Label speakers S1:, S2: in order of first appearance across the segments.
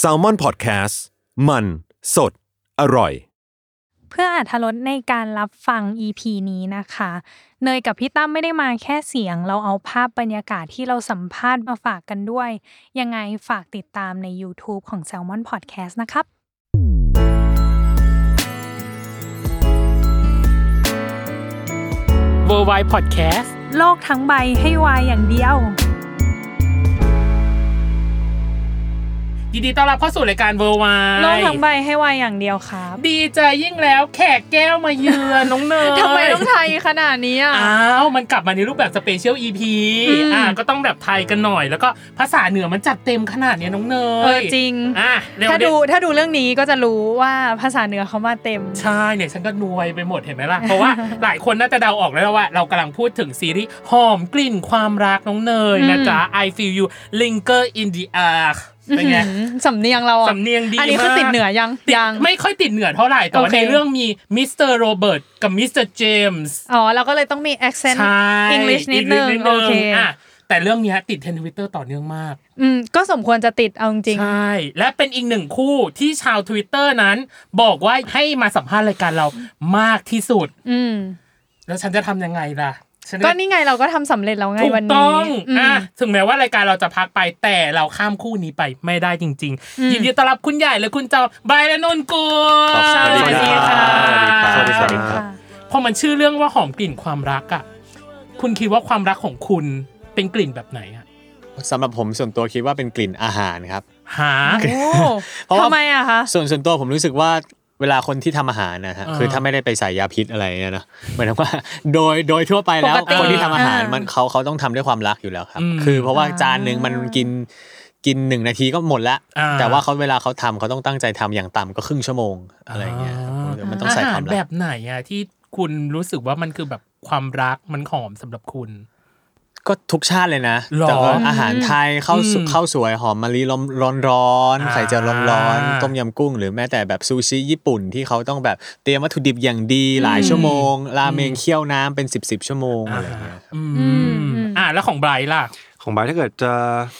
S1: s a l ม o n PODCAST มันสดอร่อย
S2: เพื่ออาธรสในการรับฟัง EP นี้นะคะ เนยกับพี่ตั้มไม่ได้มาแค่เสียง เราเอาภาพบรรยากาศที่เราสัมภาษณ์มาฝากกันด้วย ยังไงฝากติดตามใน YouTube ของ Salmon Podcast นะครับ
S3: w o r l d w i d e Podcast
S2: โลกทั้งใบให้วายอย่างเดียว
S3: ยินดีต้อนรับเข้าสู่รายการ w o r l d w i d e
S2: โลกทั้งใบให้วายอย่างเดียวครับ
S3: ดีใจยิ่งแล้วแขกแก้วมาเยือน น้องเนย
S2: ทำไมต้องไทยขนาดนี้อ่ะ
S3: อ้าวมันกลับมาในรูปแบบสเปเชียล EP
S2: อืม
S3: อ่าก็ต้องแบบไทยกันหน่อย แล้วก็ภาษาเหนือมันจัดเต็มขนาดเนี้ยน้องเนย
S2: เออจริง
S3: อ่ะเร็ว
S2: ถ้า
S3: เด็
S2: ดูถ้าดูเรื่องนี้ก็จะรู้ว่าภาษาเหนือเขามาเต็ม
S3: ใช่เนี่ยฉันก็นวยไปหมดเห็นไหมล่ะ เพราะว่าหลายคนน่าจะเดาออกแล้วว่า เรากำลังพูดถึงซีรีส์หอมกลิ่นความรักน้องเนยนะจ๊ะ I feel you linger in the air เป็นไง
S2: อื้อหือสำเนียงเราอ่ะ
S3: สำเนียงดี
S2: อันนี้คือ
S3: มาก
S2: ติดเหนือยัง
S3: ติด
S2: ยัง
S3: ไม่ค่อยติดเหนือเท่าไหร่ แต่ว่า
S2: โอเค
S3: ในเรื่องมีมิสเตอร์โรเบิร์ตกับมิสเตอร์เจมส์
S2: อ๋อเราก็เลยต้องมี accent
S3: ใช่
S2: English นิดนึง
S3: English
S2: โอเค
S3: อ่ะแต่เรื่องเนี้ยติดเทนทวิตเตอร์ต่อเนื่องมาก
S2: อืมก็สมควรจะติดเอาจริง
S3: ใช่ และเป็นอีกหนึ่งคู่ที่ชาว Twitter นั้น บอกว่าให้มาสัมภาษณ์รายการเรามากที่สุด
S2: อืม
S3: แล้วฉันจะทำยังไงล่ะฉัน
S2: ก็
S3: จะ
S2: นี่ไงเราก็ทำสำเร็จแล้วไง
S3: ถูก
S2: วัน
S3: ต้
S2: นี้
S3: อง
S2: อืม
S3: อ่ะถึงแม้ว่ารายการเราจะพักไปแต่เราข้ามคู่นี้ไปไม่ได้จริง
S2: อืม
S3: ๆ ยินดีต้อนรับคุณใหญ่และคุณจอมไบและนนท์กุล
S4: ขอบคุณ
S2: สวัสดีค่ะ
S4: สวัสดีครับ
S2: ค่ะ
S3: พอมันชื่อเรื่องว่าหอมกลิ่นความรักอ่ะ คุณคิดว่าความรักของคุณเป็นกลิ่นแบบไหนอ่ะ
S4: สำหรับผมส่วนตัวคิดว่าเป็นกลิ่นอาหารครับ
S3: หา
S2: โอ้
S4: เพราะว่า
S2: ทำไมอะคะ
S4: ส่วนส่วนตัวผมรู้สึกว่าเวลาคนที่ทำอาหารนะฮะ
S3: อ่า
S4: คือถ้าไม่ได้ไปใส่ยาพิษอะไรเนี่ยนะ เหมือนกับว่า โดยโดยทั่วไปแล้ว
S2: ปกติ
S4: คนที่ทำอาหาร
S2: อ่ามั
S4: มันเขาเขาต้องทำด้วยความรักอยู่แล้วครับ
S3: อืม
S4: คือเพราะว่า
S2: อ่า
S4: จานหนึ่งมันกินกินหนึ่งนาทีก็หมดละ
S3: อ่า
S4: แต่ว่าเขาเวลาเขาทำเขาต้องตั้งใจทำอย่างต่ำก็ครึ่งชั่วโมงอะไรอย่างเงี้ยครับมันต้องใส่
S3: อาหาว
S4: คาร ม
S3: แบ
S4: รัก
S3: บไหนอ่ะที่คุณรู้สึกว่ามันคือแบบความรักมันหอมสำหรับคุณ
S4: ก็ทุกชาติเลยนะ
S3: หรอ
S4: แต่ว่าอาหารไทยข้าวสุ
S3: อืม
S4: ข้าวสวยหอมมะลิร้อนร้อนๆ
S3: อ่า
S4: ไข่เจียวร้อนร้อนๆต้มยำกุ้ง หรือแม้แต่แบบซูชิญี่ปุ่นที่เขาต้องแบบเตรียมวัตถุดิบอย่างดีหลายชั่วโมง ราเมงเคี่ยวน้ำเป็น 10บสชั่วโมงอะไรอย่างเงี้ย
S3: อื
S2: อืม
S3: มอ่ะแล้วของไบรท์ล่ะ
S5: ของบายถ้าเกิดจะ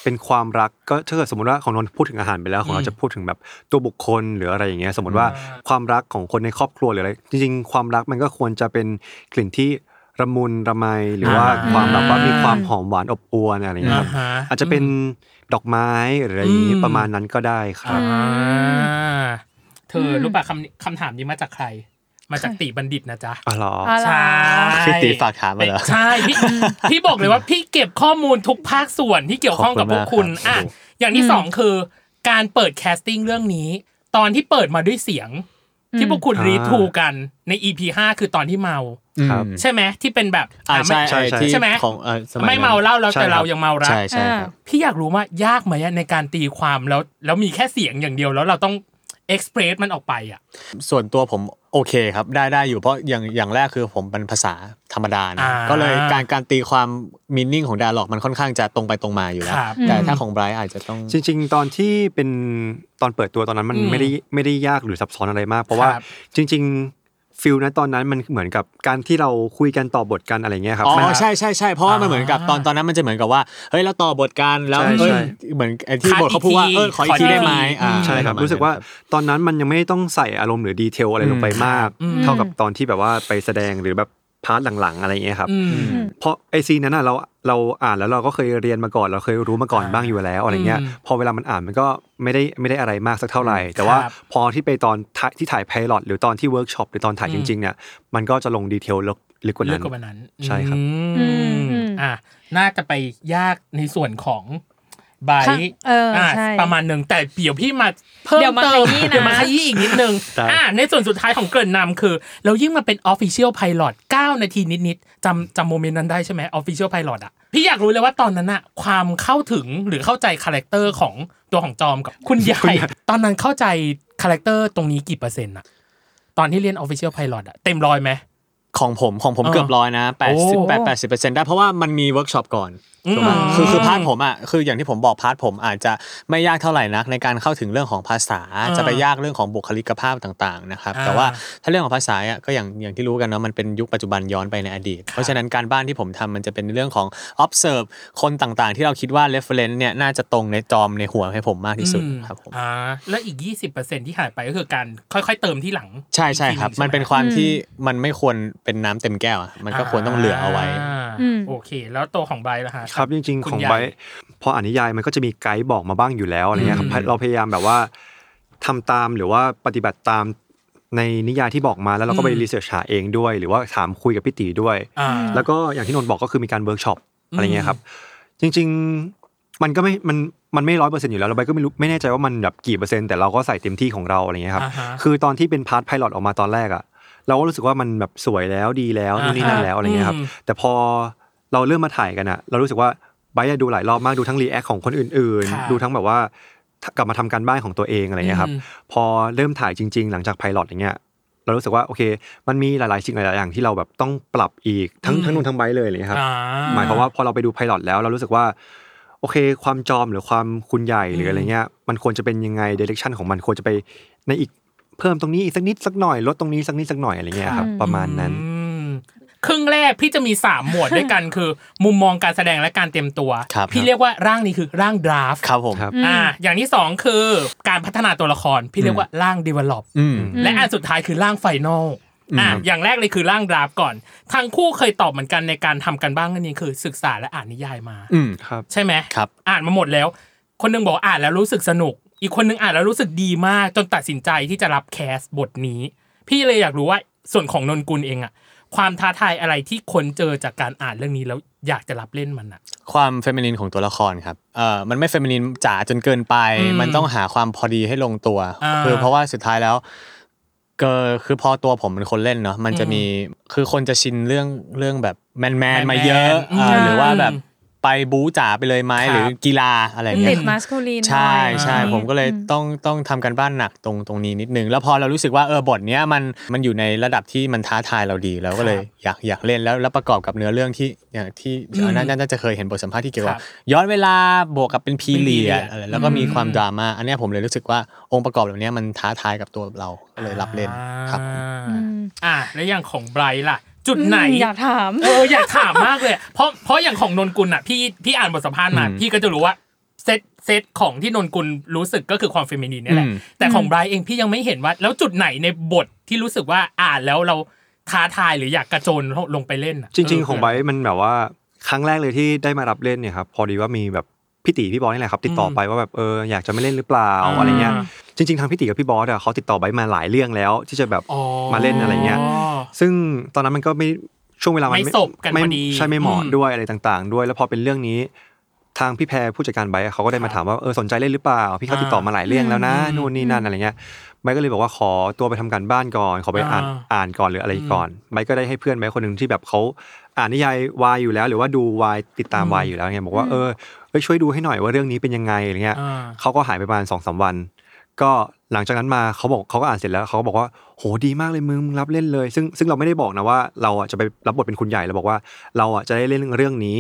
S5: เป็นความรักก็ถ้าเกิดสมมติว่าของนนท์พูดถึงอาหารไปแล้วของ
S3: อื
S5: เรา
S3: ม
S5: จะพูดถึงแบบตัวบุคคลหรืออะไรอย่างเงี้ยสมมติว่า
S3: อ่า
S5: ความรักของคนในครอบครัวหรืออะไรจริงๆ ความรักมันก็ควรจะเป็นกลิ่นที่ระมุนระไมหรือว่า
S3: อ่า
S5: ความแบบว่ามีความหอมหวานอบอวลอะไรอย่างเงี้
S3: อ่า
S5: ยครับ
S3: ฮะ
S5: อาจจะเป็นดอกไม้หรืออะไรอย่างงี้
S3: อืม
S5: ประมาณนั้นก็ได้ครั
S3: อ่า
S5: บ
S3: เธอรู้ป่ะคำคำถามนี้มาจากใคร มาจากติบัณฑิตนะจ๊ะ
S5: อ๋อเหรอ
S2: อ๋อเหรอ
S3: ใช่
S4: พี่ตีฝากถามมาเหรอ
S3: ใช่พี่พี่บอกเลยว่าพี่เก็บข้อมูลทุกภาคส่วนที่เกี่ยวข้องกับพวกคุณ
S4: ขอบคุณมากครับ
S3: อ่ะอย่างที่สองคือ การเปิดแคสติ้งเรื่องนี้ ตอนที่เปิดมาด้วยเสียง ที่พวกคุณ
S5: อ่า
S3: รีทูกันใน EP 5คือตอนที่เมา
S5: ครับ
S4: อืม
S3: ใช่ไหมที่เป็นแบบ
S4: อ่า
S3: อ่ะ
S4: ใช่
S3: ไม่
S5: ใช่ใช่
S4: ไอ้ที่
S3: ใช่ไหม
S4: ของอ่อสย
S3: ไม่
S4: นั้น
S3: เมาเหล้าแล้วแต่เรายังเมารัก
S4: ใช่ใช่ครับ
S3: พี่อยากรู้ว่ายากไหมอะในการตีความแล้วแล้วมีแค่เสียงอย่างเดียวแล้วเราต้องเอ็กซ์เพรสมันออกไปอ่ะ
S4: ส่วนตัวผมโอเคครับได้ได้อยู่เพราะอย่างอย่างแรกคือผมเป็นภาษาธรรมดานะ
S3: อ่า
S4: ก็เลยการการตีความมินนิ่งของดาร์ล็อกมันค่อนข้างจะตรงไปตรงมาอยู่แล้ว
S3: ครับ
S4: แต่
S2: อืม
S4: ถ้าของไบรท์อาจจะต้อง
S5: จริงๆ ตอนที่เป็นตอนเปิดตัวตอนนั้นมัน
S3: อืม
S5: ไม่ได้ไม่ได้ยากหรือซับซ้อนอะไรมาก เพราะว่า
S3: ครับ
S5: จริงๆฟิลนะตอนนั้นมันเหมือนกับการที่เราคุยกันต่อบทกันอะไรเงี้ยครับ
S4: อ๋
S5: มัน
S4: อใช่ใช่ใช่เพราะว่ามันเหมือนกับตอนตอนนั้นมันจะเหมือนกับว่าเฮ้ยเราต่อบทกันแล้ว
S5: ใช่
S4: เอ้ย
S5: ใช่
S4: เหมือนไอ้ที่บทเขาพูดว่าเออขออี
S3: ขอก อีก
S4: ที
S3: ที
S4: ได้ไหมอ่า
S5: ใช่ครับ
S4: ปะมณ
S5: รู้สึกว่าตอนนั้นมันยังไม่ต้องใส่อารมณ์หรือดีเทลอะไรลงไปมาก
S3: อืม
S5: เท่ากับตอนที่แบบว่าไปแสดงหรือแบบพาร์ทหลังๆ อะไรเงี้ยครับ
S3: อืม
S5: เพราะไอซีนนั้นอ่ะเราเราอ่านแล้วเราก็เคยเรียนมาก่อน เราเคยรู้มาก่อนบ้างอยู่แล้วอะไรเงี้ย
S3: อืม
S5: พอเวลามันอ่านมันก็ไม่ได้ไม่ได้อะไรมากสักเท่าไหร่ แต่ว่า
S3: ครับ
S5: พอที่ไปตอนถ่ายที่ถ่ายไพลอตหรือตอนที่เวิร์กช็อปหรือตอนถ่าย
S3: อืม
S5: จริงๆเนี่ยมันก็จะลงดีเทลลึกลึกกว่า
S3: เลื
S5: นั้
S3: อก
S5: น
S3: กว่านั้น
S5: ใช่ครับ
S3: อืม
S2: อืมอืม
S3: อ่ะน่าจะไปยากในส่วนของไบรท์
S2: เอออ่
S3: ะ
S2: ใช่
S3: ประมาณหนึ่งแต่เดี๋ยวพี่มาเพิ่ม
S2: เดี๋ยวมา
S3: เติ
S2: ข
S3: ม
S2: ยี้นะ
S3: เดี๋ยวมาขยี้อีกนิดนึง
S4: ได้
S3: อ่ะในส่วนสุดท้ายของเกริ่นนำคือ เรายิ่งมาเป็น Official Pilot 9 นาทีนิดๆจำจำโมเมนต์นั้นได้ใช่ไหม Official Pilot อ่ะพี่อยากรู้เลยว่าตอนนั้นอะความเข้าถึงหรือเข้าใจคาแรคเตอร์ของตัวของจอมกับคุณใหญ่ตอนนั้นเข้าใจคาแรคเตอร์ตรงนี้กี่เปอร์เซ็นต์อะตอนที่เรียน Official Pilot อะเต็มร้อยไหม
S4: ของผมของผม
S3: อ่า
S4: เกือบร้อยนะแปดสิบ
S3: โอ้
S4: แปดแปดสิบเปอร์เซ็นต์ได้เพราะว่ามันมีเวิร์กช็อปก่อน ถูกไหม
S3: อืม
S4: คือคือพาร์ทผมอ่ะคืออย่างที่ผมบอกพาร์ทผมอาจจะไม่ยากเท่าไหร่นักในการเข้าถึงเรื่องของภาษา
S3: อ่า
S4: จะไปยากเรื่องของบุคลิกภาพต่างๆนะครับ
S3: อ่า
S4: แต่ว่าถ้าเรื่องของภาษาอ่ะก็อย่างอย่างที่รู้กันเนาะมันเป็นยุคปัจจุบันย้อนไปในอดีต เพราะฉะนั้นการบ้านที่ผมทำมันจะเป็นเรื่องของ observe คนต่างๆ ที่เราคิดว่า reference เนี่ยน่าจะตรงในจอมในหัวให้ผมมากที่สุด
S3: อืม
S4: ครับผม
S3: อ่าแล้วอีก 20%ที่หายไปก็คือการค่อยๆเติมที่หลัง
S4: ใช่ใช่ครับ
S3: อีกทีหง
S4: มันเป็น
S3: ใช่ไห
S4: ความ
S2: อืม
S4: ที่มันไม่ควรเป็นน้ำเต็มแก้วอะมันก็ควรต้องเหลือเอาไว้
S3: า
S2: อืม
S3: โอเค แล้วตัวของไบร์ทล่ะฮะ
S5: ครับจริง ๆ
S3: คุณ
S5: ของ
S3: ยาย
S5: ไบร์ทพออ่านนิยายมันก็จะมีไกด์บอกมาบ้างอยู่แล้วอะไรเงี้ยครับ
S3: อืม
S5: เราพยายามแบบว่าทำตามหรือว่าปฏิบัติตามในนิยายที่บอกมาแล้วเราก็ไปรีเสิร์ชหาเองด้วย หรือว่าถามคุยกับพี่ตีด้วย
S3: อ่า
S5: แล้วก็อย่างที่นนท์บอกก็คือมีการเวิร์กช็อปอะไรเงี้ยครับ จริง ๆ มันก็ไม่มันมันไม่ร้อยเปอร์เซ็นต์อยู่แล้วเราไปก็ไม่รู้ไม่แน่ใจว่ามันแบบกี่เปอร์เซ็นต์แต่เราก็ใส่เต็มที่ของเราอะไรเงี้ยครับ
S3: อ่าฮะ
S5: คือตอนที่เป็นพาร์ทไพลอตออกมาตอนแรกอะเราก็รู้สึกว่ามันแบบสวยแล้วดีแล้วนู่นนี่นั่นแล้วอะไรเงี้ยครับ
S3: อืม
S5: แต่พอเราเริ่มมาถ่ายกันอะเรารู้สึกว่าไบร์ทอะดูหลายรอบมากดูทั้งรีแอคของคนอื่น
S3: ค่ะ
S5: ๆ ดูทั้งแบบว่ากลับมาทำการบ้านของตัวเองอะไรเงี้ยครับ พอเริ่มถ่ายจริง ๆ หลังจากไพลอตอย่างเงี้ยเรารู้สึกว่าโอเค มันมีหลายๆสิ่งหลายๆอย่างที่เราแบบต้องปรับอีกทั้ง
S3: อืม
S5: ทั้งนุ่นทั้งใบเลยอะไรเลยครับ
S3: อ่
S5: หมายความว่าพอเราไปดูไพลอตแล้วเรารู้สึกว่า โอเค ความจอมหรือความคุณใหญ่หรืออะไรเงี้ยมันควรจะเป็นยังไงเดเรคชันของมันควรจะไปในอีกเพิ่มตรงนี้อีกสักนิดสักหน่อยลดตรงนี้สักนิดสักหน่อยอะไรเงี้ยครับ
S2: อืม
S5: ประมาณนั้น
S3: อืมครึ่งแรกพี่จะมี 3 หมวดด้วยกันคือ มุมมองการแสดงและการเตรียมตัว
S4: ครับ
S3: พี่เรียกว่าร่างนี้คือร่างดราฟ
S4: ครับผม
S5: ครับ
S3: อ่าอย่างที่ 2 คือการพัฒนาตัวละคร พี่เรียกว่าร่าง develop
S4: อืม
S3: และอันสุดท้ายคือร่างไฟนอลอ่ะอย่างแรกเลยคือร่างดราฟก่อนทั้งคู่เคยตอบเหมือนกันในการทำกันบ้างอันนี้คือศึกษาและอ่านนิยายมา
S4: อืม
S5: ครับ
S3: ใช่ไหม
S4: ครับ
S3: อ่านมาหมดแล้ว คนหนึงบอกอ่านแล้วรู้สึกสนุก อีกคนหนึงอ่านแล้วรู้สึกดีมาก จนตัดสินใจที่จะรับแคสบทนี้ พี่เลยอยากรู้ว่าส่วนของนนกุลเองอะความท้าทายอะไรที่คนเจอจากการอ่านเรื่องนี้แล้วอยากจะรับเล่นมันอะ
S4: ความเฟมินินของตัวละครครับ เอ่อ มันไม่เฟมินินจ๋าจนเกินไป
S3: อืม
S4: มันต้องหาความพอดีให้ลงตัว
S3: อ่า
S4: คือเพราะว่าสุดท้ายแล้วเก็คือพอตัวผมเป็นคนเล่นเนาะ มันจะมี คือคนจะชินเรื่องเรื่องแบบแมนแมนมาเยอะ
S3: อืม
S4: เอ่อหรือว่าแบบไปบู๊จ๋าไปเลยไหม
S3: ครับ
S4: หรือกีฬาอะไรอย่าง
S2: ติ
S4: เงี้
S2: ด
S4: ย
S2: มาสคูลีน
S4: ใช่ใช่
S2: หน่อ
S4: ผมก็เลยต้องต้องทำการบ้านหนักตรงตรงนี้นิดนึง แล้วพอเรารู้สึกว่าเออบทเนี้ยมันมันอยู่ในระดับที่มันท้าทายเราดีแล้วก็เลยอยากอยากเล่นแล้วแล้วประกอบกับเนื้อเรื่องที่อย่างที่
S3: อืม
S4: น่าน่าจะเคยเห็นบทสัมภาษณ์ที่เกี่ยวกั
S3: ค
S4: บ
S3: รับ
S4: ย้อนเวลาบวกกับเป็นพีเรีย
S3: period
S4: อะไรแล้วก็มีความ
S3: อืม
S4: ดราม่าอันเนี้ยผมเลยรู้สึกว่าองค์ประกอบเหล่านี้มันท้าทายกับตัวเราก็เลยรับเล่นครับ
S3: อ่าอ่ะแล้วอย่างของไบรท์ล่ะ จุด
S2: อืม
S3: ไหน
S2: อยากถาม
S3: เอออยากถามมากเลยอะเพราะเพราะอย่างของนนกุลอ่ะพี่พี่อ่านบทสัมภาษณ์มา
S4: อืม
S3: พี่ก็จะรู้ว่าเซตเซตของที่นนกุลรู้สึกก็คือความเฟมินีนเนี่ยแหละ
S4: อืม
S3: แต่ของไบรท์เองพี่ยังไม่เห็นว่า แล้วจุดไหนในบทที่รู้สึกว่าอ่านแล้วเราท้าทายหรืออยากกระโจนลงไปเล่นอะ
S5: จริง ๆ ของไบร์ทมันแบบว่าครั้งแรกเลยที่ได้มารับเล่นเนี่ยครับพอดีว่ามีแบบพี่ตีพี่บอสนี่แหละครับติดต่อไปว่าแบบเอออยากจะไม่เล่นหรือเปล่าอะไรเงี้ย จริง ๆ ทางพี่ติกับพี่บอสอะเขาติดต่อไบร์ทมาหลายเรื่องแล้ว ที่จะแบบ
S3: อ๋อ
S5: มาเล่นอะไรเงี้ย ซึ่งตอนนั้นมันก็ไม่ช่วงเวลามัน
S3: ไม่สบกัน
S5: ไม่
S3: พอดี
S5: ใช่ไม่เหมาะ
S3: อืม
S5: ด้วยอะไรต่างๆ ด้วย แล้วพอเป็นเรื่องนี้ ทางพี่แพรผู้จัดการไบร์ทอะเขาก็ได้มาถามว่าเออสนใจเล่นหรือเปล่า พี่เขาติดต่อมาหลายเรื่องแล้วนะ
S3: อืม
S5: นู่นนี่นั่นอะไรเงี้ยไบร์ทก็เลยบอกว่าขอตัวไปทำการบ้านก่อน ขอไปอ่าน
S3: อ่า
S5: อ่านก่อนหรืออะไรก่อนไบร์ทก็ได้ให้เพื่อนไบร์ทคนหนึ่งที่แบบเขาอ่านนิยายวายอยู่แล้ว หรือว่าดูวายติดตามวายอยู่แล้วไงบอกว่าเออเอ้ยช่วยดูให้หน่อยว่าเรื่องนี้เป็นยังไงอะไรเงี้ย
S3: อ่า
S5: เขาก็หายไปประมาณสองสามวัน ก็หลังจากนั้นมาเขาบอกเขาก็อ่านเสร็จแล้วเขาก็บอกว่าโหดีมากเลยมึงมึงรับเล่นเลย ซึ่งซึ่งเราไม่ได้บอกนะว่าเราอ่ะจะไปรับบทเป็นคุณใหญ่เราบอกว่าเราอ่ะจะได้เล่นเรื่องนี้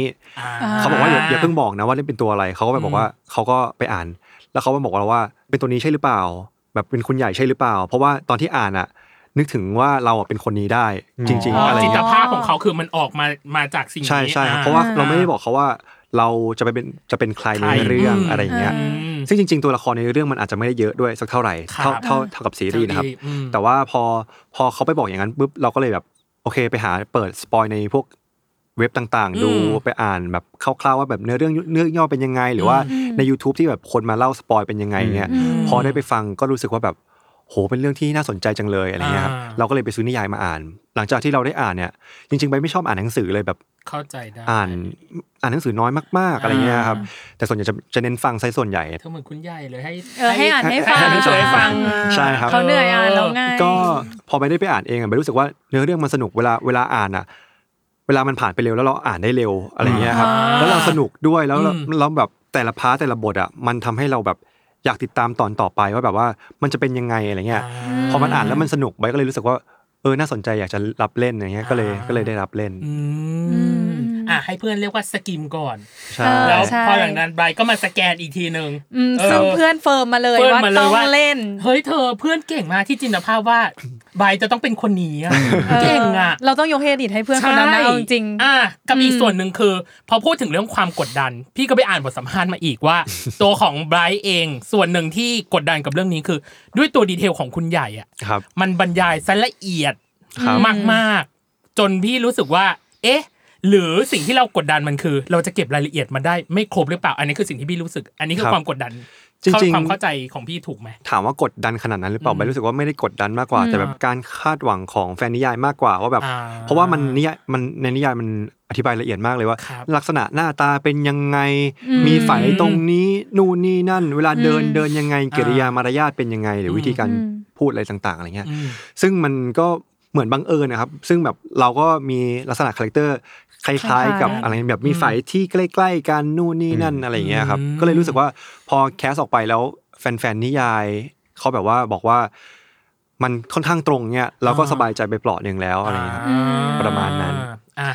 S5: เขาบอกว่าอย่าอย่าเพิ่งบอกนะว่าเล่นเป็นตัวอะไรเขาก็ไปบอ
S3: อื
S5: ก
S3: ม
S5: ว่าเขาก็ไปอ่าน แล้วเขามาบอกเราว่าเป็นตัวนี้ใช่หรือเปล่า แบบเป็นคุณใหญ่ใช่หรือเปล่า เพราะว่าตอนที่อ่านอ่ะ นึกถึงว่าเราอ่ะเป็นคนนี้ได้จริง
S3: ๋
S5: ๆ
S3: อ
S5: อะไร
S3: จิ
S5: เงี้
S3: ต
S5: ย
S3: ภาพของเขาคือมันออกมามาจากสิ่งนี้
S5: ใช่ใช่ครับ
S3: อ่
S5: เพราะว่า
S2: อ่า
S5: เราไม่ได้บอกเขาว่าเราจะไปเป็นจะเป็นใครใน
S3: ใคร
S5: เรื่อง
S3: อืม
S5: อะไรอย่างเงี้ย
S3: อืม
S5: ซึ่งจริงๆ ตัวละครในเรื่องมันอาจจะไม่ได้เยอะด้วยสักเท่าไหร่
S3: ครับ
S5: เท่าเท่าเท่ากับซีรีส์นะครับ
S3: อืม
S5: แต่ว่าพอพอเขาไปบอกอย่างนั้นปุ๊บเราก็เลยแบบโอเคไปหาเปิดสปอยในพวกเว็บต่างๆ ดู
S3: อืม
S5: ไปอ่านแบบคร่าวๆว่าแบบเนื้อเรื่องเนื้อย่อเป็นยังไง หรือว่า
S2: อืม
S5: ใน YouTube ที่แบบคนมาเล่าสปอยเป็นยังไงเงี้ย
S2: อืม
S5: พอได้ไปฟังก็รู้สึกว่าแบบโหเป็นเรื่องที่น่าสนใจจังเลยอะไรเงี้ยครับ
S3: อ่า
S5: เราก็เลยไปซื้อนิยายมาอ่าน หลังจากที่เราได้อ่านเนี่ยจริงๆไปไม่ชอบอ่านหนังสือเลยแบบ
S3: เข้าใจได้
S5: อ่านอ่านหนังสือน้อยมาก ๆ อะไรเงี้ยครับ แต่ส่วนใหญ่จะจะเน้นฟังซะส่วนใหญ่
S3: เธอเหมือนคุณใหญ่เลยให้
S2: เออให้อ่านให้ฟัง
S3: ให้ช่วยฟัง
S5: ใช่ครับ
S2: เขาเหนื่อยอ่านแล้วไง
S5: ก็พอไปได้ไปอ่านเองอ่ะไปรู้สึกว่าเนื้อเรื่องมันสนุกเวลาเวลาอ่านอ่ะ เวลามันผ่านไปเร็วแล้วเราอ่านได้เร็วอะไรเงี้ยครับ
S3: อ่า
S5: แล้วเราสนุกด้วยแล้วเรา
S3: อืม
S5: เราแบบแต่ละพาร์ทแต่ละบทอ่ะมันทำให้เราแบบอยากติดตามตอนต่อไปว่าแบบว่ามันจะเป็นยังไงอะไรเงี้ยพอมันอ่านแล้วมันสนุกไปก็เลยรู้สึกว่าเออน่าสนใจอยากจะรับเล่นอะไรเงี้ยก็เลย
S3: อ่า
S5: ก็เลยได้รับเล่น
S3: อื
S2: อื
S3: ม
S2: ม
S3: อ่ะให้เพื่อนเรียกว่าสกิมก่อน
S5: ใช่
S2: เออ
S3: แล้ว
S2: ใช่
S3: พอหลังนั้นไบรท์ก็มาสแกนอีกทีหนึ่ง
S2: อืม
S3: เออ
S2: ซึ่งเพื่อนเฟิร์มมาเลย
S3: เฟิร์ม
S2: ว่า
S3: มาเลย
S2: ต้อง
S3: ว่า
S2: เล่น
S3: เฮ้ยเธอเพื่อนเก่งมากที่จินตภาพว่า ไบรท์จะต้องเป็นคนนี้อะเก่งอ่ะ
S2: เราต้องยกเครดิตให้เพื่อนคนนั้นนะ
S3: ใช่
S2: เอาจริง
S3: อ่ะกับอีก
S2: อืม
S3: ส่วนหนึ่งคือ พอพูดถึงเรื่องความกดดัน พี่ก็ไปอ่านบทสัมภาษณ์มาอีก ว่า ตัวของไบรท์เอง ส่วนหนึ่งที่กดดันกับเรื่องนี้คือ ด้วยตัวดีเทลของคุณใหญ่อะ
S5: ครับ
S3: มันบรรยายซะละเอียด
S5: ครับ
S3: มากๆ จนพี่รู้สึกว่า เอ๊ะ หรือสิ่งที่เรากดดันมันคือ เราจะเก็บรายละเอียดมาได้ไม่ครบหรือเปล่า อันนี้คือสิ่งที่พี่รู้สึก อันนี้คือ
S5: ครับ
S3: ความกดดัน
S5: จริงๆ
S3: ความเข้าใจของพี่ถูกไหม
S5: ถามว่ากดดันขนาดนั้นหรือเปล่า
S3: อืม
S5: ไปรู้สึกว่าไม่ได้กดดันมากกว่า
S3: อืม
S5: แต่แบบการคาดหวังของแฟนนิยายมากกว่าว่าแบบ
S3: อ่า
S5: เพราะว่ามันนิยายมันในนิยายมันอธิบายละเอียดมากเลยว่า
S3: ครับ
S5: ลักษณะหน้าตาเป็นยังไง
S2: อืม
S5: มีไฝตรงนี้นู่นนี่นั่น เวลาเดิน
S2: อืม
S5: เดินยังไงกิริยามารยาทเป็นยังไง หรืออ
S3: ม
S5: วิธี
S2: ๆ
S5: การ
S2: อืม
S5: พูดอะไรต่างๆอะไรเงี้ย
S3: อืม
S5: ซึ่งมันก็เหมือนบังเอิญนะครับ ซึ่งแบบเราก็มีลักษณะคาแรคเตอร์คล้าย ๆ กับ
S2: คล้ายๆ
S5: อะไรแบบมีไฝที่ใกล้ ๆ กันนู่นนี่นั่นอะไรอย่างเงี้ยครับ
S3: อืม
S5: ก็เลยรู้สึกว่าพอแคสออกไปแล้วแฟนๆนิยายเขาแบบว่าบอกว่ามันค่อนข้างตรงเนี่ยเราก็สบายใจไปเปลอดหนึ่งแล้วอะไรอย่างเงี้ยครับ
S3: อ่
S5: ประมาณนั้น
S3: อ่ะ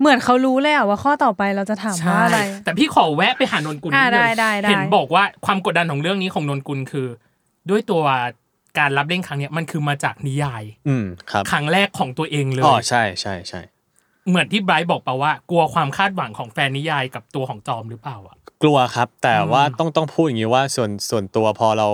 S2: เหมือนเขารู้เลยอะว่าข้อต่อไปเราจะถามว่าอะไร
S3: ใช่แต่พี่ขอแวะไปหานนกุลนิ
S2: อ่า
S3: นึง
S2: ได้ได้ได้
S3: เห็นบอกว่าความกดดันของเรื่องนี้ของนนกุลคือ ด้วยตัวการรับเล่นครั้งเนี้ยมันคือมาจากนิยาย
S4: อืมครับ
S3: ครั้งแรกของตัวเองเล
S4: อ๋อย ใช่ใช่ใช่
S3: เหมือนที่ไบรท์บอกไปว่า กลัวความคาดหวังของแฟนนิยายกับตัวของจอมหรือเปล่าอ่ะ
S4: กลัวครับ แต่ว่าต้องต้องพูดอย่างนี้ว่าส่วนส่วนตัวพอเรา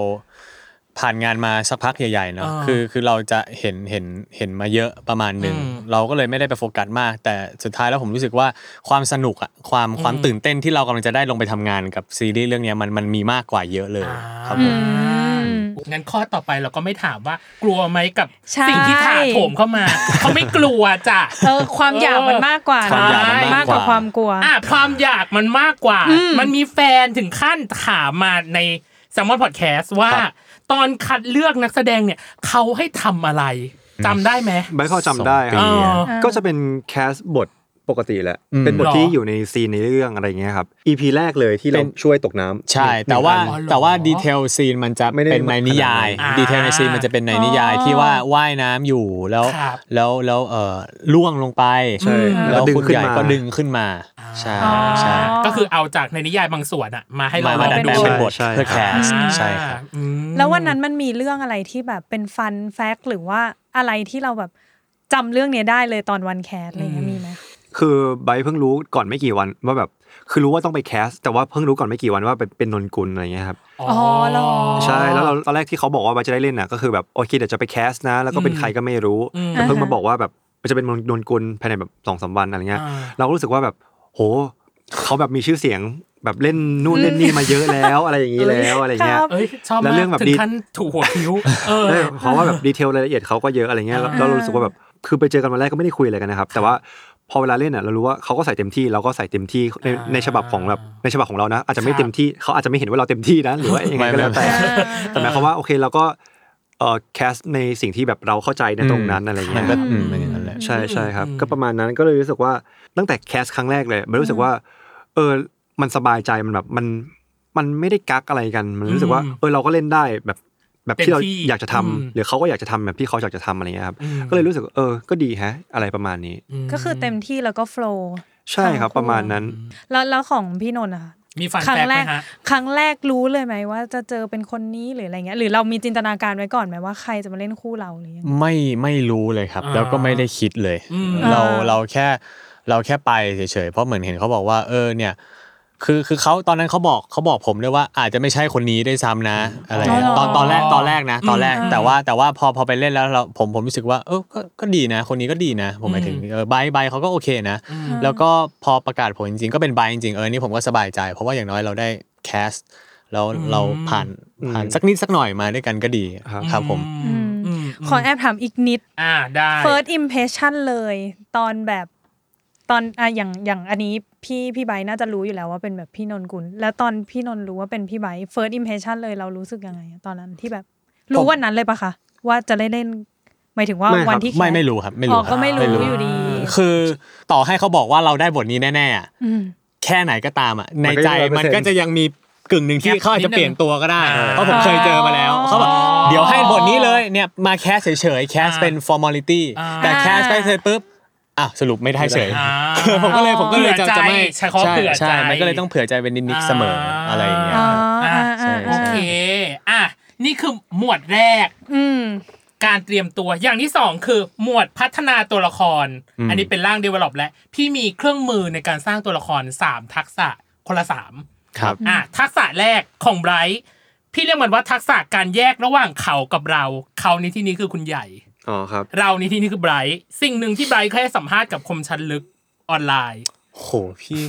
S4: ผ่านงานมาสักพักใหญ่ๆเนาะ
S3: อ่า
S4: คือคือเราจะเห็นเห็นเห็นมาเยอะประมาณหนึ่ง
S3: อืม
S4: เราก็เลยไม่ได้ไปโฟกัสมาก แต่สุดท้ายแล้วผมรู้สึกว่าความสนุกอะความความตื่นเต้นที่เรากำลังจะได้ลงไปทำงานกับซีรีส์เรื่องเนี้ยมันมันมีมากกว่าเยอะเลย
S3: อ่า
S4: ครับผ
S2: อื
S4: ม
S2: ม
S3: งั้นข้อต่อไปเราก็ไม่ถามว่ากลัวไหมกับ
S2: ใช่
S3: สิ่งที่ถาโถมเข้ามา เขาไม่กลัวจ้ะ
S2: เออความอยากมันมากกว่า
S4: ความอยากมั
S2: มาม
S4: นาก ก
S2: ก
S4: ก
S2: ว่า
S4: ว่า
S2: ความกลัว
S3: อ่ะความอยากมันมากกว่า
S2: อืม
S3: มันมีแฟนถึงขั้นถามมาในสมอนพอดแคสต์ว่า
S4: ครับ
S3: ตอนคัดเลือกนักแสดงเนี่ย เขาให้ทำอะไรจำได้ไหม
S5: ใบข้อจำได้
S4: ส
S5: ครั
S4: อบ งปีอะ
S3: เออ
S5: ก็จะเป็นแคสบทปกติแหละ
S4: อืม
S5: เป็นบท
S3: หรอ
S5: ที่อยู่ในซีนในเรื่องอะไรเงี้ยครับ EP แรกเลยที่เรา
S4: เป็น
S5: ช่วยตกน้ำ
S4: ใช่
S5: หนึ่ง
S4: แต่ว่า
S5: อัน
S3: อ๋อเหรอ
S4: แต่ว่าดีเทลซีนมันจะ
S5: ไม่ได้
S4: เป็นในนิยาย
S3: ขนาดนั้น
S4: ดีเทลในซีนมันจะเป็นในนิยาย
S2: อ๋อ
S4: ที่ว่าว่ายน้ำอยู่แล้ว
S3: ครับ
S4: แล้วแล้วเออล่วงลงไป
S5: ใช่แล้
S4: แล้วว
S5: ดึง
S4: คุณ
S5: ขึ้น
S4: ใหญ่
S5: มา
S4: ก็ดึงขึ้นมาใช่
S2: อ๋อ
S4: ใช่
S3: ก็คือเอาจากในนิยายบางส่วนอะมาให้เรา
S4: มา
S3: ล
S4: มา
S3: อง
S4: ดัด
S3: ดู
S4: แปลงเป็นบท
S5: ใช่
S4: เพื่อแคส
S3: อ่า
S4: ใช่ครับ
S3: อืม
S2: แล้ววันนั้นมันมีเรื่องอะไรที่แบบเป็นฟันแฟกหรือว่าอะไรที่เราแบบจำเรื่องเนี้ยได้เลยตอนวันแคสอะไรเงี้ย
S3: อืม
S2: มีไหม
S5: คือใบเพิ่งรู้ก่อนไม่กี่วันว่าแบบคือรู้ว่าต้องไปแคส แต่ว่าเพิ่งรู้ก่อนไม่กี่วันว่าเป็นเป็นนนกุลอะไรเงี้ยครับ
S3: อ๋อ
S2: เหรอ
S5: ใช่แล้วเราตอนแรกที่เขาบอกว่าใบจะได้เล่นน่ะก็คือแบบโอเคเดี๋ยวจะไปแคสนะ แล้วก็เป็นใครก็ไม่รู้
S3: อืม
S5: แต่เพิ่งมา
S2: อ่าฮะ
S5: บอกว่าแบบมันจะเป็นนนกุลภายในแบบสองสามวันอะไรเงี้ย
S3: อ่า
S5: เราก็รู้สึกว่าแบบโหเขาแบบมีชื่อเสียงแบบเล่นนู่นเล่นนี่มาเยอะแล้วอะไรอย่างนี้แล้วอะไรเงี้ย
S3: เอ้ยชอบ
S5: แล้
S3: มาว
S5: เรื่อก งแบบ
S3: ถึ
S5: ดี
S3: งขั้นถูกหัวคิ้ว เออ
S5: เออเพราะว่าแบบดีเทลรายละเอียดเขาก็เยอะอะไรเงี้ยแล้ว
S3: อ่า
S5: แล้วเรารู้สึกว่าแบบคือไปเจอกันวันแรกก็ไม่ได้คุยอะไรกันนะครับ แต่ว่าพอเวลาเล่นอ่ะเรารู้ว่าเขาก็ใส่เต็มที่เราก็ใส่เต็มที่ในในฉบับของแบบในฉบับของเรานะอาจจะไม่เต็มที่เขาอาจจะไม่เห็นว่าเราเต็มที่นะหรือว่ายังไงก็แล้วแต่
S4: ไม่
S5: แต่หมายความว่าโอเคเราก็เอ่อแคสในสิ่งที่แบบเราเข้าใจในตรงนั้นอะไร
S4: มั
S5: เงี้
S4: น
S5: ย
S4: ก็อืมเป็นอย่างนั้นแหละ
S5: ใช่ใช่ครับ
S3: อืม
S5: ก็ประมาณนั้นก็เลยรู้สึกว่าตั้งแต่แคสครั้งแรกเลยมันรู้สึกว่าเออมันสบายใจมันแบบมันมันไม่ได้กักอะไรกัน มันรู้สึกว่าเออเราก็เล่นได้แบบแบบที่เรา
S3: เต็มที่
S5: อยากจะทำ
S3: อืม
S5: หรือเขาก็อยากจะทำแบบที่เขาอยากจะทำอะไรเงี้ยครับ
S3: อืม
S5: ก็เลยรู้สึกว่าเออก็ดีแฮะ อะไรประมาณนี้
S2: ก็คือเต็มที่แล้วก็โฟล์
S5: ใช่ครับประมาณนั้น
S2: แล้วแล้วของพี่นนท์อะคะ
S3: มีฟัน
S2: ครั้
S3: แฟ
S2: ง
S3: ก
S2: แร
S3: ไหม
S2: ก
S3: ฮะ
S2: ครั้งแรกรู้เลยไหมว่าจะเจอเป็นคนนี้หรืออะไรเงี้ยหรือเรามีจินตนาการไว้ก่อนไหมว่าใครจะมาเล่นคู่เราหรือยังไง
S4: ไม่ไม่รู้เลยครับ
S3: อ่า
S4: แล้วก็ไม่ได้คิดเลย
S3: อืม
S4: เรา
S2: อ่า
S4: เราแค่เราแค่ไปเฉยๆเพราะเหมือนเห็นเขาบอกว่า เออเนี่ย คือคือเขาตอนนั้นเขาบอกเขาบอกผมด้วยว่าอาจจะไม่ใช่คนนี้ด้วยซ้ำนะอะไรอย่างเงี้ย
S2: อ๋อเหรอ
S4: ตอนตอนแรกตอนแรกนะ ตอนแรก
S2: อืม
S4: แต่ว่าแต่ว่าพอพอไปเล่นแล้วเราผมผมรู้สึกว่าเออก็ก็ดีนะ คนนี้ก็ดีนะ ผมหมายถึง
S3: อืม
S4: เออใบใบเขาก็โอเคนะ
S3: อืม
S4: แล้วก็พอประกาศผลจริงๆก็เป็นใบจริงๆเออนี่ผมก็สบายใจ เพราะว่าอย่างน้อยเราได้แคสแล้ว
S3: อืม
S4: เราผ่านผ่านสักนิดสักหน่อยมาด้วยกันก็ดี
S5: ครับ
S4: ครับผม
S2: อืม
S3: อืม
S2: ขอแอบถามอีกนิด
S3: อ่าได้
S2: first impression เลย ตอนแบบตอนอะอย่างอย่างอันนี้พี่พี่ไบร์ทน่าจะรู้อยู่แล้วว่าเป็นแบบพี่นนกุลแล้วตอนพี่นนรู้ว่าเป็นพี่ไบร์ท first impression เลยเรารู้สึกยังไงอะตอนนั้นที่แบบ รู้วันนั้นเลยปะคะว่าจะได้เล่นหมายถึงว่า
S5: ไม่ครับ
S2: วันที่แคส
S4: ไม่ไม่รู้ครับไม่
S2: อ๋
S4: รู้
S2: อ
S4: ครับ
S2: ก็ไม่
S4: ไม่รู้
S2: รู้อยู่ดี
S4: คือต่อให้เขาบอกว่าเราได้บทนี้แน่ๆอะ
S2: อืม
S4: แค่ไหนก็ตามอ่ะใน
S5: มัน
S4: ใจมัน
S5: ก็ยัง100%
S4: ก็จะยังมีกึ่งหนึ่งที่เขาอาจจะเปลี่ยนตัวก็ได้
S3: อ่า
S4: เพราะผมเคยเจอมาแล้ว
S2: อ๋อ
S4: เขาแบบเดี๋ยวให้บทนี้เลยเนี่ยมาแคสเฉยๆแคสเป็น formality
S3: อ่า
S4: แต่แคสไปเสร็จปุ๊บ อ่ะสรุปไม่ได้เฉย
S3: อ่า
S4: ผมก็เลยผมก็เลยจะ
S3: เผื่อใจ
S4: จะไม่
S3: ใช้คำว่าเผื่อใจ
S4: ใช่มันก็เลยต้องเผื่อใจเป็นนิดๆเสมออะไรอย่างเงี้ย
S2: อ๋อ
S4: ครับ
S2: อ่าอ่า
S4: ใช่
S3: โอ
S2: อ่า
S4: ใช่
S3: เค อ่ะ นี่คือหมวดแรก
S2: อืม
S3: การเตรียมตัวอย่างที่สองคือหมวดพัฒนาตัวละคร
S4: อืม
S3: อันนี้เป็นร่าง develop และพี่มีเครื่องมือในการสร้างตัวละครสามทักษะคนละสาม
S4: ครับ
S3: อ่ะทักษะแรกของไบรท์พี่เรียกมันว่าทักษะการแยกระหว่างเขากับเรา เขาในที่นี้คือคุณใหญ่
S5: อ๋อครับ
S3: เราในที่นี้คือไบรท์สิ่งหนึ่งที่ไบรท์เคยให้สัมภาษณ์กับคมชันลึกออนไลน์
S4: โหพี่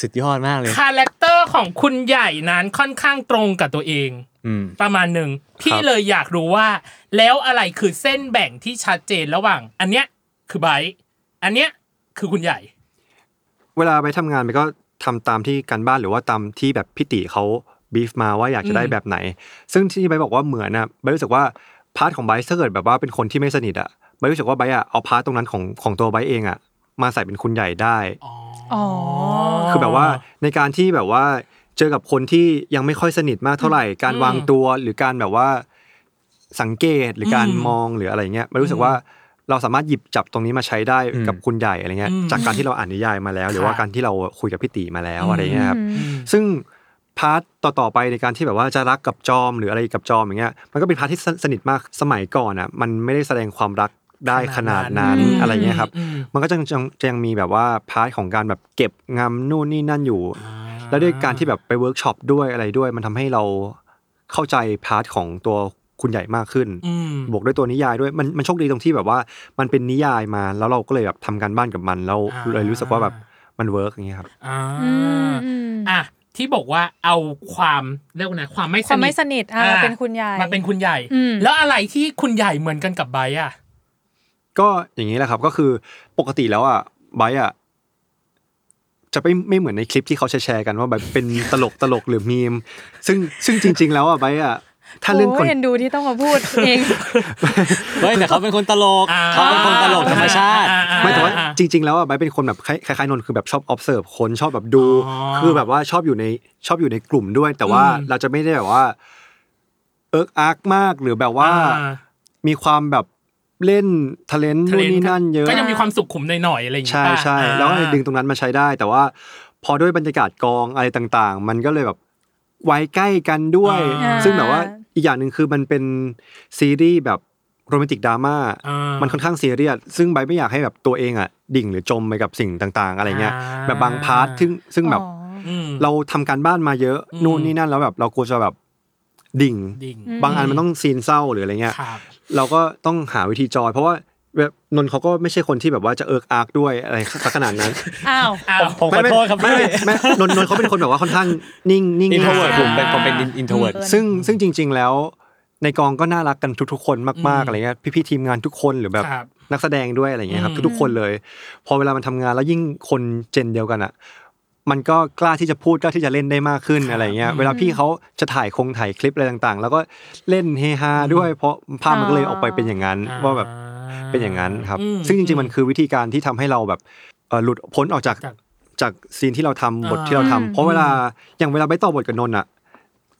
S4: สุดยอดมากเลย
S3: คาแรคเตอร์ของคุณใหญ่นั้นค่อนข้างตรงกับตัวเอง
S4: อืม
S3: ประมาณหนึ่งพี่
S5: ครับ
S3: เลยอยากรู้ว่า แล้วอะไรคือเส้นแบ่งที่ชัดเจนระหว่าง อันเนี้ยคือไบรท์อันเนี้ยคือคุณใหญ่
S5: เวลาไปทำงานมันก็ทำตามที่การบ้านหรือว่าตามที่แบบพี่ติเขาบีฟมาว่าอยากจะได้
S3: อืม
S5: แบบไหน ซึ่งที่ไบร์ทบอกว่าเหมือนนะไบร์ทรู้สึกว่าพาร์ทของไบร์ทถ้าเกิดแบบว่าเป็นคนที่ไม่สนิทอะไบร์ทรู้สึกว่าไบร์ทอะเอาพาร์ทตรงนั้นของของตัวไบร์ทเองอะมาใส่เป็นคุณใหญ่ได้
S2: อ๋อ
S5: คือแบบว่าในการที่แบบว่าเจอกับคนที่ยังไม่ค่อยสนิทมากเท่าไหร่ การวางตัวหรือการแบบว่าสังเกตหรือการ
S3: อืม
S5: มองหรืออะไรเงี้ยมันรู้สึกว่าเราสามารถหยิบจับตรงนี้มาใช้ได้
S4: อืม
S5: กับคุณใหญ่อะไรเงี้ย
S3: อืม
S5: จากการที่เราอ่านนิยายมาแล้ว หรือว่า
S3: ค่ะ
S5: การที่เราคุยกับพี่ตีมาแล้ว
S3: อืม
S5: อะไรเงี้ยครับ
S3: อืม
S5: ซึ่งพาร์ทต่อๆไปในการที่แบบว่าจะรักกับจอมหรืออะไรกับจอมอย่างเงี้ยมันก็เป็นพาร์ทที่สสนิทมากสมัยก่อนอ่ะมันไม่ได้แสดงความรักได้ขนาดนั้น
S2: ขนาดนั้น
S5: อะไรเงี้ยครับ
S3: อืม
S5: มันก็จะยังจะยังมีแบบว่าพาร์ทของการแบบเก็บงำนู่นนี่นั่นอยู่ แล้วด้วยการที่แบบไปเวิร์กช็อปด้วยอะไรด้วย มันทำให้เราเข้าใจพาร์ทของตัวคุณใหญ่มากขึ้น
S3: อืม
S5: บวกด้วยตัวนิยายด้วยมันมันโชคดีตรงที่แบบว่ามันเป็นนิยายมา แล้วเราก็เลยแบบทำการบ้านกับมันแล้ว
S3: อ่า
S5: เลยรู้สึกว่าแบบมันเวิร์กอย่างเงี้ยครับ
S3: อ่า
S2: อืมอืม
S3: อ่ะที่บอกว่าเอาความเรียกว่าไงความไม่
S2: ความไม่สนิทอ่า
S3: อ่ะ
S2: เป็นคุณยาย
S3: มาเป็นคุณใหญ่
S2: อืม
S3: แล้วอะไรที่คุณใหญ่เหมือนกันกับไบรท์อ่ะ
S5: ก็อย่างนี้แหละครับก็คือปกติแล้วอ่ะไบร์ทอ่ะจะไม่ไม่เหมือนในคลิปที่เขาแชร์ๆกันว่าแบบเป็นตลกตลกหรือมีม ซึ่งซึ่งจริง ๆ แล้วอ่ะไบร์ทอ่ะถ้าเรื่องค
S2: โอ้
S5: น
S2: ยเอ็นดูที่ต้องมาพูดเอง
S4: เฮ้ยแต่เขาเป็นคนตลก
S3: อ่า
S4: เขาเป็นคนตลกธรรมชาติ
S3: อ่อ่
S5: ไม่แต่ว่าจริง ๆ แล้วอะไบร์ทเป็นคนแบบคล้ายคล้ายๆนนท์คือแบบชอบ observe คนชอบแบบดู
S3: อ๋อ
S5: คือแบบว่าชอบอยู่ในชอบอยู่ในกลุ่มด้วย แต่ว่า
S3: อืม
S5: เราจะไม่ได้แบบว่า เอิกอักมากหรือแบบว่า
S3: อ่
S5: มีความแบบเล่นทะเลนนู่น
S3: talent
S5: นี่นั่นเยอะ
S3: ก็ยังมีความสุขขุมหน่อยๆอะไรอย่างเงี้
S5: ใช่
S3: ย
S5: ใช่แล้วก็เลยดึงตรงนั้นมาใช้ได้ แต่ว่า พอด้วยบรรยากาศกองอะไรต่างๆ มันก็เลยแบบไว้ใกล้กันด้วย
S2: อ่า
S5: ซึ่งแบบว่าอีกอย่างหนึ่งคือมันเป็นซีรีส์แบบโรแมนติกดราม่า มันค่อนข้างซีเรียส ซึ่งไบร์ทไม่อยากให้แบบตัวเองอ่ะดิ่งหรือจมไปกับสิ่งต่าง ๆ อะไรเงี้ย
S3: อ่า
S5: แบบบางพาร์ทซึ่งซึ่งแบบ
S2: อ๋อ
S5: เราทำการบ้านมาเยอะ
S3: อืม
S5: นู่นนี่นั่นแล้วแบบเรากลัวจะแบบดิ่ง
S3: ดิ่ง
S5: บางอันมันต้องซีนเศร้าหรืออะไรเงี้ย
S3: ครับ
S5: เราก็ต้องหาวิธีจอย เพราะว่าแบบนนท์เขาก็ไม่ใช่คนที่แบบว่าจะเอิกอาร์กด้วยอะไรสักขนาดนั้น
S2: อ้าว
S3: อ้าว
S4: ผมขอโทษครับ
S5: ไม่
S4: พี่
S5: ไม่ไม่ไม่นนท์นนท์เขาเป็นคนแบบว่าค่อนข้างนิ่งนิ่ง
S4: อินโทรเวิร์ด
S5: ง่า
S4: ผ
S5: ย
S4: มเป็นผมเป็นอินโทรเวิร์ด
S2: เออ
S5: ซึ่งซึ่งจริง ๆแล้ว ในกองก็น่ารักกันทุกๆคนมาก
S3: อืม
S5: ๆอะไรเงี้ยพี่ๆทีมงานทุกคนหรือแบบ
S3: ครับ
S5: นักแสดงด้วยอะไรเงี้ยครับ
S3: อืม
S5: ทุกๆคนเลย พอเวลามันทำงานแล้วยิ่งคนเจนเดียวกันอ่ะ มันก็กล้าที่จะพูดกล้าที่จะเล่นได้มากขึ้นอะไรเงี้ย เวลาพี่เขาจะถ่ายคงถ่ายคลิปอะไรต่างๆ แล้วก็เล่นเฮฮาด้วย เพราะภาพมันก็เลยออกไปเป็นอย่างนั้น ว่าแบบเป็นอย่างนั้นครับ
S3: อื
S5: ซึ่งจริงๆมันคือวิธีการที่ทำให้เราแบบเอ่อหลุดพ้นออกจาก
S3: จาก
S5: จากซีนที่เราทำบท
S3: อ่า
S5: ที่เราทำ
S2: อืม
S5: เพราะเวลาอย่างเวลาไปต่อบทกับนนท์อ่ะ